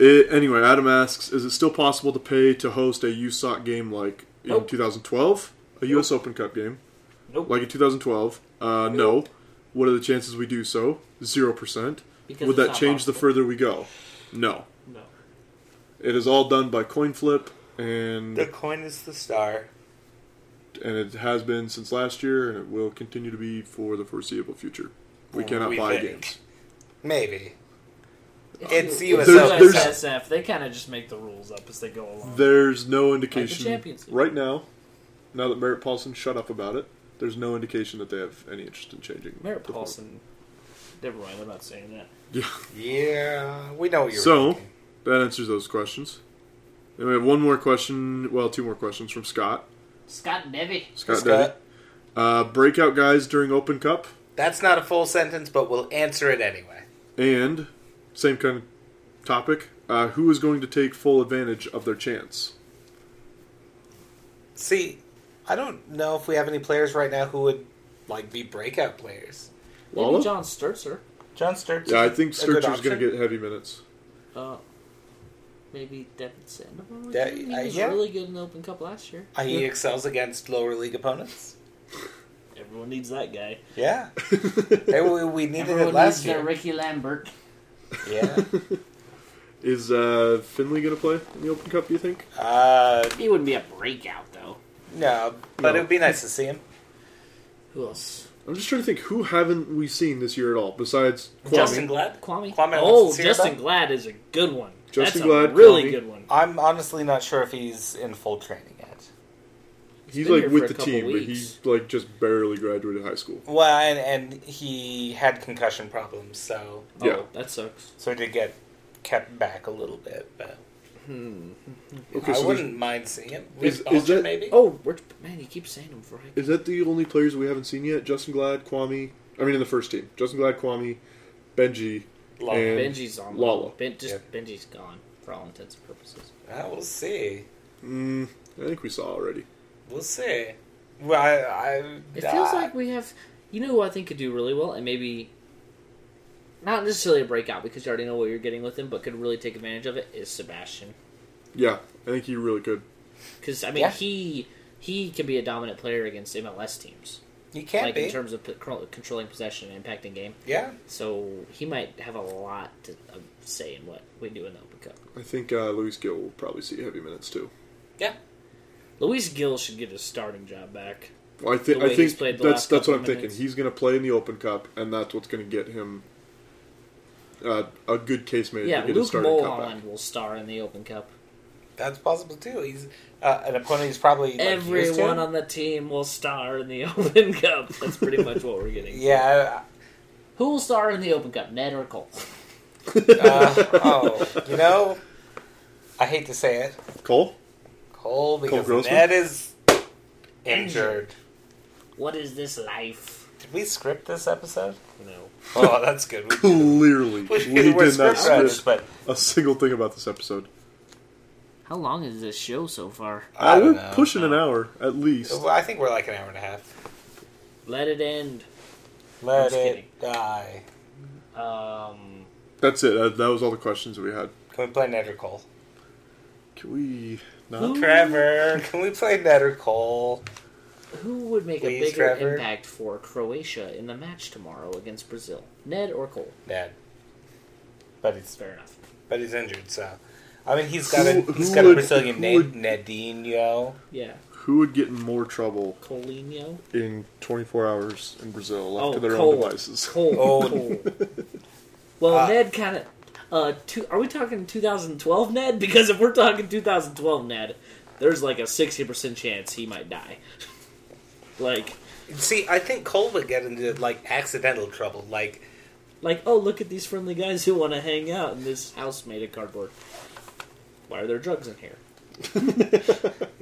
[SPEAKER 2] It, anyway, Adam asks, is it still possible to pay to host a USOC game like in
[SPEAKER 1] Nope.
[SPEAKER 2] 2012? A US Open Cup game?
[SPEAKER 1] Nope.
[SPEAKER 2] Like in 2012? Uh, no. What are the chances we do so? 0%.
[SPEAKER 1] Because it's
[SPEAKER 2] Would that
[SPEAKER 1] not
[SPEAKER 2] change the
[SPEAKER 1] possible.
[SPEAKER 2] further we go? No.
[SPEAKER 1] No.
[SPEAKER 2] It is all done by coin flip and
[SPEAKER 4] The coin is the star.
[SPEAKER 2] and it has been since last year and it will continue to be for the foreseeable future. We cannot
[SPEAKER 4] We
[SPEAKER 2] buy
[SPEAKER 4] think.
[SPEAKER 2] games.
[SPEAKER 4] Maybe. It's USO.
[SPEAKER 2] There's- there's-
[SPEAKER 1] USSF. They kind of just make the rules up as they go along.
[SPEAKER 2] There's no indication
[SPEAKER 1] Champions League.
[SPEAKER 2] right now. Now that Merritt Paulson shut up about it, there's no indication that they have any interest in changing.
[SPEAKER 1] Merritt
[SPEAKER 2] the form.
[SPEAKER 1] Paulson. Never mind. I'm not saying that.
[SPEAKER 2] Yeah.
[SPEAKER 4] Yeah, we know what you're
[SPEAKER 2] so
[SPEAKER 4] thinking.
[SPEAKER 2] that answers those questions. And we have one more question. Well, two more questions from Scott.
[SPEAKER 1] Scott Nevy.
[SPEAKER 2] Scott,
[SPEAKER 4] Scott.
[SPEAKER 2] Daddy. Uh, breakout guys during Open Cup
[SPEAKER 4] That's not a full sentence, but we'll answer it anyway.
[SPEAKER 2] and same kind of topic. Uh, who is going to take full advantage of their chance?
[SPEAKER 4] See, I don't know if we have any players right now who would like be breakout players.
[SPEAKER 1] Maybe
[SPEAKER 2] Lala?
[SPEAKER 1] John Sturzer.
[SPEAKER 4] John Sturts.
[SPEAKER 2] Yeah, I think Sturcher's going to get heavy minutes.
[SPEAKER 1] Uh, maybe Devin Sandoval.
[SPEAKER 4] De-
[SPEAKER 1] he
[SPEAKER 4] uh,
[SPEAKER 1] was
[SPEAKER 4] yeah.
[SPEAKER 1] really good in the Open Cup last year.
[SPEAKER 4] He E excels against lower league opponents.
[SPEAKER 1] Everyone needs that guy.
[SPEAKER 4] Yeah, Hey, we, we needed
[SPEAKER 1] Everyone
[SPEAKER 4] it last
[SPEAKER 1] needs their
[SPEAKER 4] year.
[SPEAKER 1] Ricky Lambert.
[SPEAKER 4] Yeah,
[SPEAKER 2] Is uh, Finley going to play in the Open Cup? Do you think?
[SPEAKER 4] uh,
[SPEAKER 1] He wouldn't be a breakout though.
[SPEAKER 4] no, but it would be nice to see him.
[SPEAKER 1] Who else?
[SPEAKER 2] I'm just trying to think who haven't we seen this year at all besides Kwame.
[SPEAKER 4] Justin Glad.
[SPEAKER 1] Kwame.
[SPEAKER 4] Kwame
[SPEAKER 1] oh,
[SPEAKER 4] Nkrumah.
[SPEAKER 1] Justin Glad is a good one.
[SPEAKER 2] Justin
[SPEAKER 1] That's
[SPEAKER 2] Glad,
[SPEAKER 1] a really
[SPEAKER 2] Kwame.
[SPEAKER 1] good one.
[SPEAKER 4] I'm honestly not sure if he's in full training yet.
[SPEAKER 2] He's
[SPEAKER 1] been
[SPEAKER 2] like
[SPEAKER 1] here for a
[SPEAKER 2] with the
[SPEAKER 1] couple
[SPEAKER 2] team,
[SPEAKER 1] weeks.
[SPEAKER 2] but he like just barely graduated high school.
[SPEAKER 4] Well, and, and he had concussion problems, so
[SPEAKER 1] Oh,
[SPEAKER 2] Yeah.
[SPEAKER 1] that sucks.
[SPEAKER 4] so he did get kept back a little bit. But
[SPEAKER 2] Okay, so
[SPEAKER 4] I
[SPEAKER 2] there's-
[SPEAKER 4] wouldn't mind seeing him.
[SPEAKER 2] Is-
[SPEAKER 4] With
[SPEAKER 2] is
[SPEAKER 4] Balcher,
[SPEAKER 2] that-
[SPEAKER 4] maybe?
[SPEAKER 1] Oh, we're, man, you keep saying him for.
[SPEAKER 2] is that the only players we haven't seen yet? Justin Glad, Kwame. I mean, in the first team, Justin Glad, Kwame, Benji,
[SPEAKER 4] Lala.
[SPEAKER 2] and
[SPEAKER 1] Benji's on.
[SPEAKER 2] Lala.
[SPEAKER 1] Ben, just
[SPEAKER 4] Yeah.
[SPEAKER 1] Benji's gone for all intents and purposes.
[SPEAKER 4] Ah, we'll see.
[SPEAKER 2] Mm, I think we saw already.
[SPEAKER 4] We'll see. Well, I, I
[SPEAKER 1] It feels like we have. You know who I think could do really well, and maybe not necessarily a breakout because you already know what you're getting with him, but could really take advantage of it is Sebastian.
[SPEAKER 2] Yeah, I think he really could.
[SPEAKER 1] Because I mean,
[SPEAKER 4] Yeah.
[SPEAKER 1] he he can be a dominant player against MLS teams,
[SPEAKER 4] You can't
[SPEAKER 1] like
[SPEAKER 4] be.
[SPEAKER 1] in terms of p- control- controlling possession and impacting game.
[SPEAKER 4] yeah.
[SPEAKER 1] So he might have a lot to uh, say in what we do in the Open Cup.
[SPEAKER 2] I think uh, Luis Gill will probably see heavy minutes too.
[SPEAKER 4] Yeah.
[SPEAKER 1] Luis Gill should get his starting job back.
[SPEAKER 2] Well, I think
[SPEAKER 1] The way
[SPEAKER 2] I think
[SPEAKER 1] he's played the
[SPEAKER 2] that's
[SPEAKER 1] last
[SPEAKER 2] that's
[SPEAKER 1] couple
[SPEAKER 2] what I'm thinking.
[SPEAKER 1] minutes.
[SPEAKER 2] He's going to play in the Open Cup, and that's what's going to get him uh, a good case made
[SPEAKER 1] Yeah,
[SPEAKER 2] to get his
[SPEAKER 1] Luke
[SPEAKER 2] starting cup back.
[SPEAKER 1] Mulholland will star in the Open Cup.
[SPEAKER 4] That's possible too. He's uh, an opponent. He's probably like, used to.
[SPEAKER 1] Everyone on the team will star in the Open Cup. That's pretty much what we're getting.
[SPEAKER 4] Yeah.
[SPEAKER 1] Who will star in the Open Cup? Ned or Cole?
[SPEAKER 4] Uh, oh, you know, I hate to say it,
[SPEAKER 2] Cole,
[SPEAKER 4] Cole, because
[SPEAKER 2] Grossman?
[SPEAKER 4] Ned is injured.
[SPEAKER 1] What is this life?
[SPEAKER 4] Did we script this episode?
[SPEAKER 1] No.
[SPEAKER 4] Oh, that's good. We,
[SPEAKER 2] clearly, we
[SPEAKER 4] we, we were
[SPEAKER 2] did not
[SPEAKER 4] script writers,
[SPEAKER 2] script
[SPEAKER 4] but
[SPEAKER 2] a single thing about this episode.
[SPEAKER 1] How long is this show so far?
[SPEAKER 4] I
[SPEAKER 2] Uh,
[SPEAKER 4] don't
[SPEAKER 2] we're
[SPEAKER 4] know.
[SPEAKER 2] pushing an hour at least.
[SPEAKER 4] well, I think we're like an hour and a half.
[SPEAKER 1] Let it end.
[SPEAKER 4] Let
[SPEAKER 1] Just
[SPEAKER 4] it
[SPEAKER 1] kidding.
[SPEAKER 4] die.
[SPEAKER 1] Um,
[SPEAKER 2] That's it. Uh, That, that was all the questions we had.
[SPEAKER 4] Can we play Ned or Cole?
[SPEAKER 2] Can we not?
[SPEAKER 1] Who-
[SPEAKER 4] Trevor, can we play Ned or Cole?
[SPEAKER 1] who would make a
[SPEAKER 4] Please,
[SPEAKER 1] bigger
[SPEAKER 4] Trevor.
[SPEAKER 1] impact for Croatia in the match tomorrow against Brazil? Ned or Cole?
[SPEAKER 4] Ned. But he's
[SPEAKER 1] Fair enough.
[SPEAKER 4] but he's injured, so I mean he's got a
[SPEAKER 2] Who-
[SPEAKER 4] he's
[SPEAKER 2] who
[SPEAKER 4] got a
[SPEAKER 2] would-
[SPEAKER 4] Brazilian
[SPEAKER 2] who
[SPEAKER 4] name,
[SPEAKER 2] would-
[SPEAKER 4] Nedinho.
[SPEAKER 1] Yeah.
[SPEAKER 2] Who would get in more trouble
[SPEAKER 1] Colinho?
[SPEAKER 2] in 24 hours in Brazil left to their
[SPEAKER 1] Cole.
[SPEAKER 2] own devices?
[SPEAKER 1] Cole.
[SPEAKER 4] Oh.
[SPEAKER 1] Cole. Well,
[SPEAKER 4] Uh,
[SPEAKER 1] Ned kind of. Uh, two, are we talking 2012 Ned? Because if we're talking 2012 Ned, there's like a 60% chance he might die. like,
[SPEAKER 4] See, I think Cole would get into like accidental trouble, like
[SPEAKER 1] like oh, look at these friendly guys who want to hang out in this house made of cardboard. Why are there drugs in here?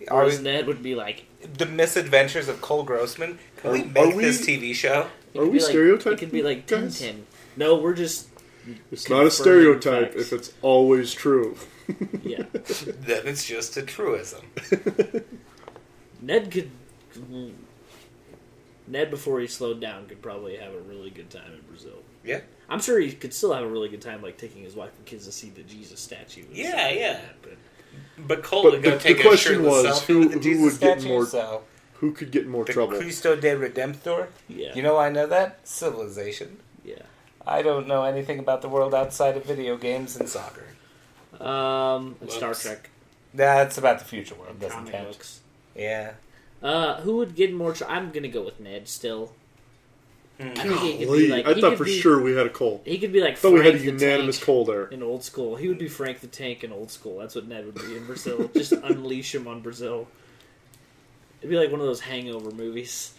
[SPEAKER 4] are
[SPEAKER 1] Whereas
[SPEAKER 4] we,
[SPEAKER 1] Ned would be like,
[SPEAKER 4] the misadventures of Cole Grossman. Can we
[SPEAKER 2] Are-
[SPEAKER 4] make
[SPEAKER 2] are
[SPEAKER 4] this
[SPEAKER 2] we-
[SPEAKER 4] TV show?
[SPEAKER 1] it
[SPEAKER 2] Are
[SPEAKER 1] could
[SPEAKER 2] we
[SPEAKER 1] be like-
[SPEAKER 2] stereotyping
[SPEAKER 1] It could be like
[SPEAKER 2] guys?
[SPEAKER 1] Tintin. No, we're just
[SPEAKER 2] It's not
[SPEAKER 1] Confirming
[SPEAKER 2] a stereotype
[SPEAKER 1] facts.
[SPEAKER 2] if it's always true.
[SPEAKER 1] yeah.
[SPEAKER 4] Then it's just a truism.
[SPEAKER 1] Ned could. Ned before he slowed down could probably have a really good time in Brazil.
[SPEAKER 4] Yeah,
[SPEAKER 1] I'm sure he could still have a really good time, like taking his wife and kids to see the Jesus statue. and
[SPEAKER 4] Yeah,
[SPEAKER 1] stuff like
[SPEAKER 4] yeah.
[SPEAKER 1] that, but-
[SPEAKER 4] but Cole
[SPEAKER 2] But
[SPEAKER 4] would go
[SPEAKER 2] the-
[SPEAKER 4] take
[SPEAKER 2] the
[SPEAKER 4] a
[SPEAKER 2] question
[SPEAKER 4] shirtless
[SPEAKER 2] was,
[SPEAKER 4] selfie
[SPEAKER 2] who-
[SPEAKER 4] with the
[SPEAKER 2] who
[SPEAKER 4] Jesus
[SPEAKER 2] would get
[SPEAKER 4] statue,
[SPEAKER 2] more
[SPEAKER 4] so
[SPEAKER 2] Who could get in more
[SPEAKER 4] the
[SPEAKER 2] trouble?
[SPEAKER 4] Cristo de Redemptor.
[SPEAKER 1] Yeah.
[SPEAKER 4] You know, why I know that civilization.
[SPEAKER 1] yeah.
[SPEAKER 4] I don't know anything about the world outside of video games and soccer.
[SPEAKER 1] Um, and Star
[SPEAKER 4] Looks.
[SPEAKER 1] Trek
[SPEAKER 4] That's about the future world.
[SPEAKER 1] and
[SPEAKER 4] Doesn't
[SPEAKER 1] comic
[SPEAKER 4] count.
[SPEAKER 1] books.
[SPEAKER 4] Yeah.
[SPEAKER 1] Uh, who would get more? Tr- I'm gonna go with Ned still.
[SPEAKER 4] Hmm.
[SPEAKER 1] I think he could be
[SPEAKER 2] Golly,
[SPEAKER 1] like.
[SPEAKER 2] I
[SPEAKER 1] he
[SPEAKER 2] thought
[SPEAKER 1] could
[SPEAKER 2] for
[SPEAKER 1] be-
[SPEAKER 2] sure we had a Cole.
[SPEAKER 1] he could be like.
[SPEAKER 2] I thought we had a
[SPEAKER 1] Frank the
[SPEAKER 2] unanimous
[SPEAKER 1] Tank
[SPEAKER 2] Cole there.
[SPEAKER 1] in old school. He would be Frank the Tank in old school. That's what Ned would be in Brazil. Just unleash him on Brazil. It'd be like one of those Hangover movies.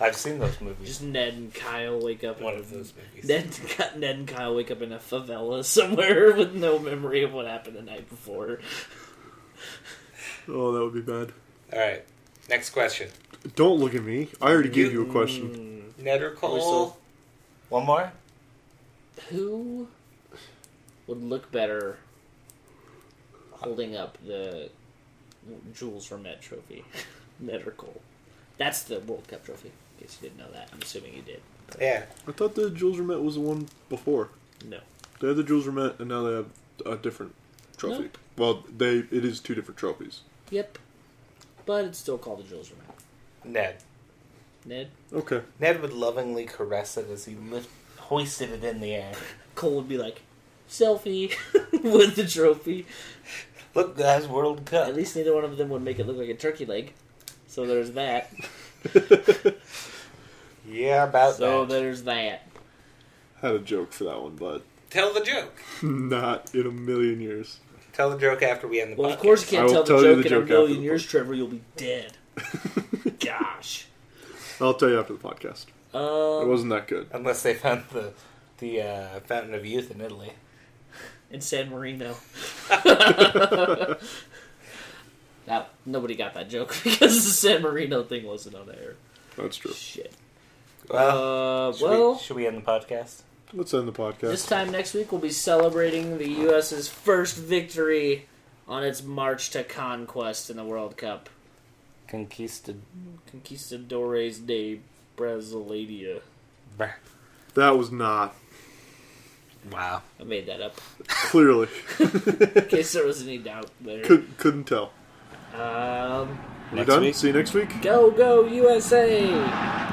[SPEAKER 4] I've seen those movies.
[SPEAKER 1] Just Ned and Kyle wake up.
[SPEAKER 4] one
[SPEAKER 1] in-
[SPEAKER 4] of those movies.
[SPEAKER 1] Ned, Ned and Kyle wake up in a favela somewhere with no memory of what happened the night before.
[SPEAKER 2] Oh, that would be bad.
[SPEAKER 4] All right. Next question.
[SPEAKER 2] Don't look at me. I already gave you a question.
[SPEAKER 4] Ned or Cole?
[SPEAKER 1] still-
[SPEAKER 4] One more?
[SPEAKER 1] Who would look better holding up the Jules Vermette trophy? Ned or Cole? That's the World Cup trophy. In case you didn't know that, I'm assuming you did.
[SPEAKER 4] Yeah.
[SPEAKER 2] I thought the Jules Rimet was the one before.
[SPEAKER 1] No.
[SPEAKER 2] They had the Jules Rimet, and now they have a different trophy.
[SPEAKER 1] Nope.
[SPEAKER 2] Well, they it is two different trophies.
[SPEAKER 1] Yep. But it's still called the Jules Vermette.
[SPEAKER 4] Ned.
[SPEAKER 1] Ned?
[SPEAKER 2] Okay.
[SPEAKER 4] Ned would lovingly caress it as he lift, hoisted it in the air.
[SPEAKER 1] Cole would be like, selfie with the trophy.
[SPEAKER 4] Look, guys, World Cup.
[SPEAKER 1] At least neither one of them would make it look like a turkey leg. So there's that.
[SPEAKER 4] Yeah, about
[SPEAKER 1] So
[SPEAKER 4] that.
[SPEAKER 1] there's that.
[SPEAKER 2] Had a joke for that one, but
[SPEAKER 4] Tell the joke.
[SPEAKER 2] not in a million years.
[SPEAKER 4] Tell the joke after we end the
[SPEAKER 1] Well, of
[SPEAKER 4] podcast.
[SPEAKER 1] course you
[SPEAKER 2] I
[SPEAKER 1] can't
[SPEAKER 2] will
[SPEAKER 1] tell the
[SPEAKER 2] tell you
[SPEAKER 1] joke in
[SPEAKER 2] the joke
[SPEAKER 1] a
[SPEAKER 2] after
[SPEAKER 1] million
[SPEAKER 2] the
[SPEAKER 1] years, Trevor. You'll be dead. Gosh.
[SPEAKER 2] I'll tell you after the podcast. It
[SPEAKER 1] Uh,
[SPEAKER 2] wasn't that good.
[SPEAKER 4] Unless they found the the uh, Fountain of Youth in Italy.
[SPEAKER 1] in San Marino. that nobody got that joke because the San Marino thing wasn't on air.
[SPEAKER 2] That's true.
[SPEAKER 1] Shit.
[SPEAKER 4] Well,
[SPEAKER 1] Uh,
[SPEAKER 4] should, we,
[SPEAKER 1] well,
[SPEAKER 4] should we end the podcast?
[SPEAKER 2] Let's end the podcast.
[SPEAKER 1] this time next week we'll be celebrating the U.S.'s first victory on its march to conquest in the World Cup.
[SPEAKER 4] Conquistad.
[SPEAKER 1] Conquistadores de Brasileira.
[SPEAKER 2] That was not
[SPEAKER 4] Wow.
[SPEAKER 1] I made that up.
[SPEAKER 2] clearly
[SPEAKER 1] In case there was any doubt there.
[SPEAKER 2] could, couldn't tell.
[SPEAKER 1] Um,
[SPEAKER 2] We
[SPEAKER 7] Next
[SPEAKER 2] done.
[SPEAKER 7] week.
[SPEAKER 2] See you next week.
[SPEAKER 1] go, go, USA!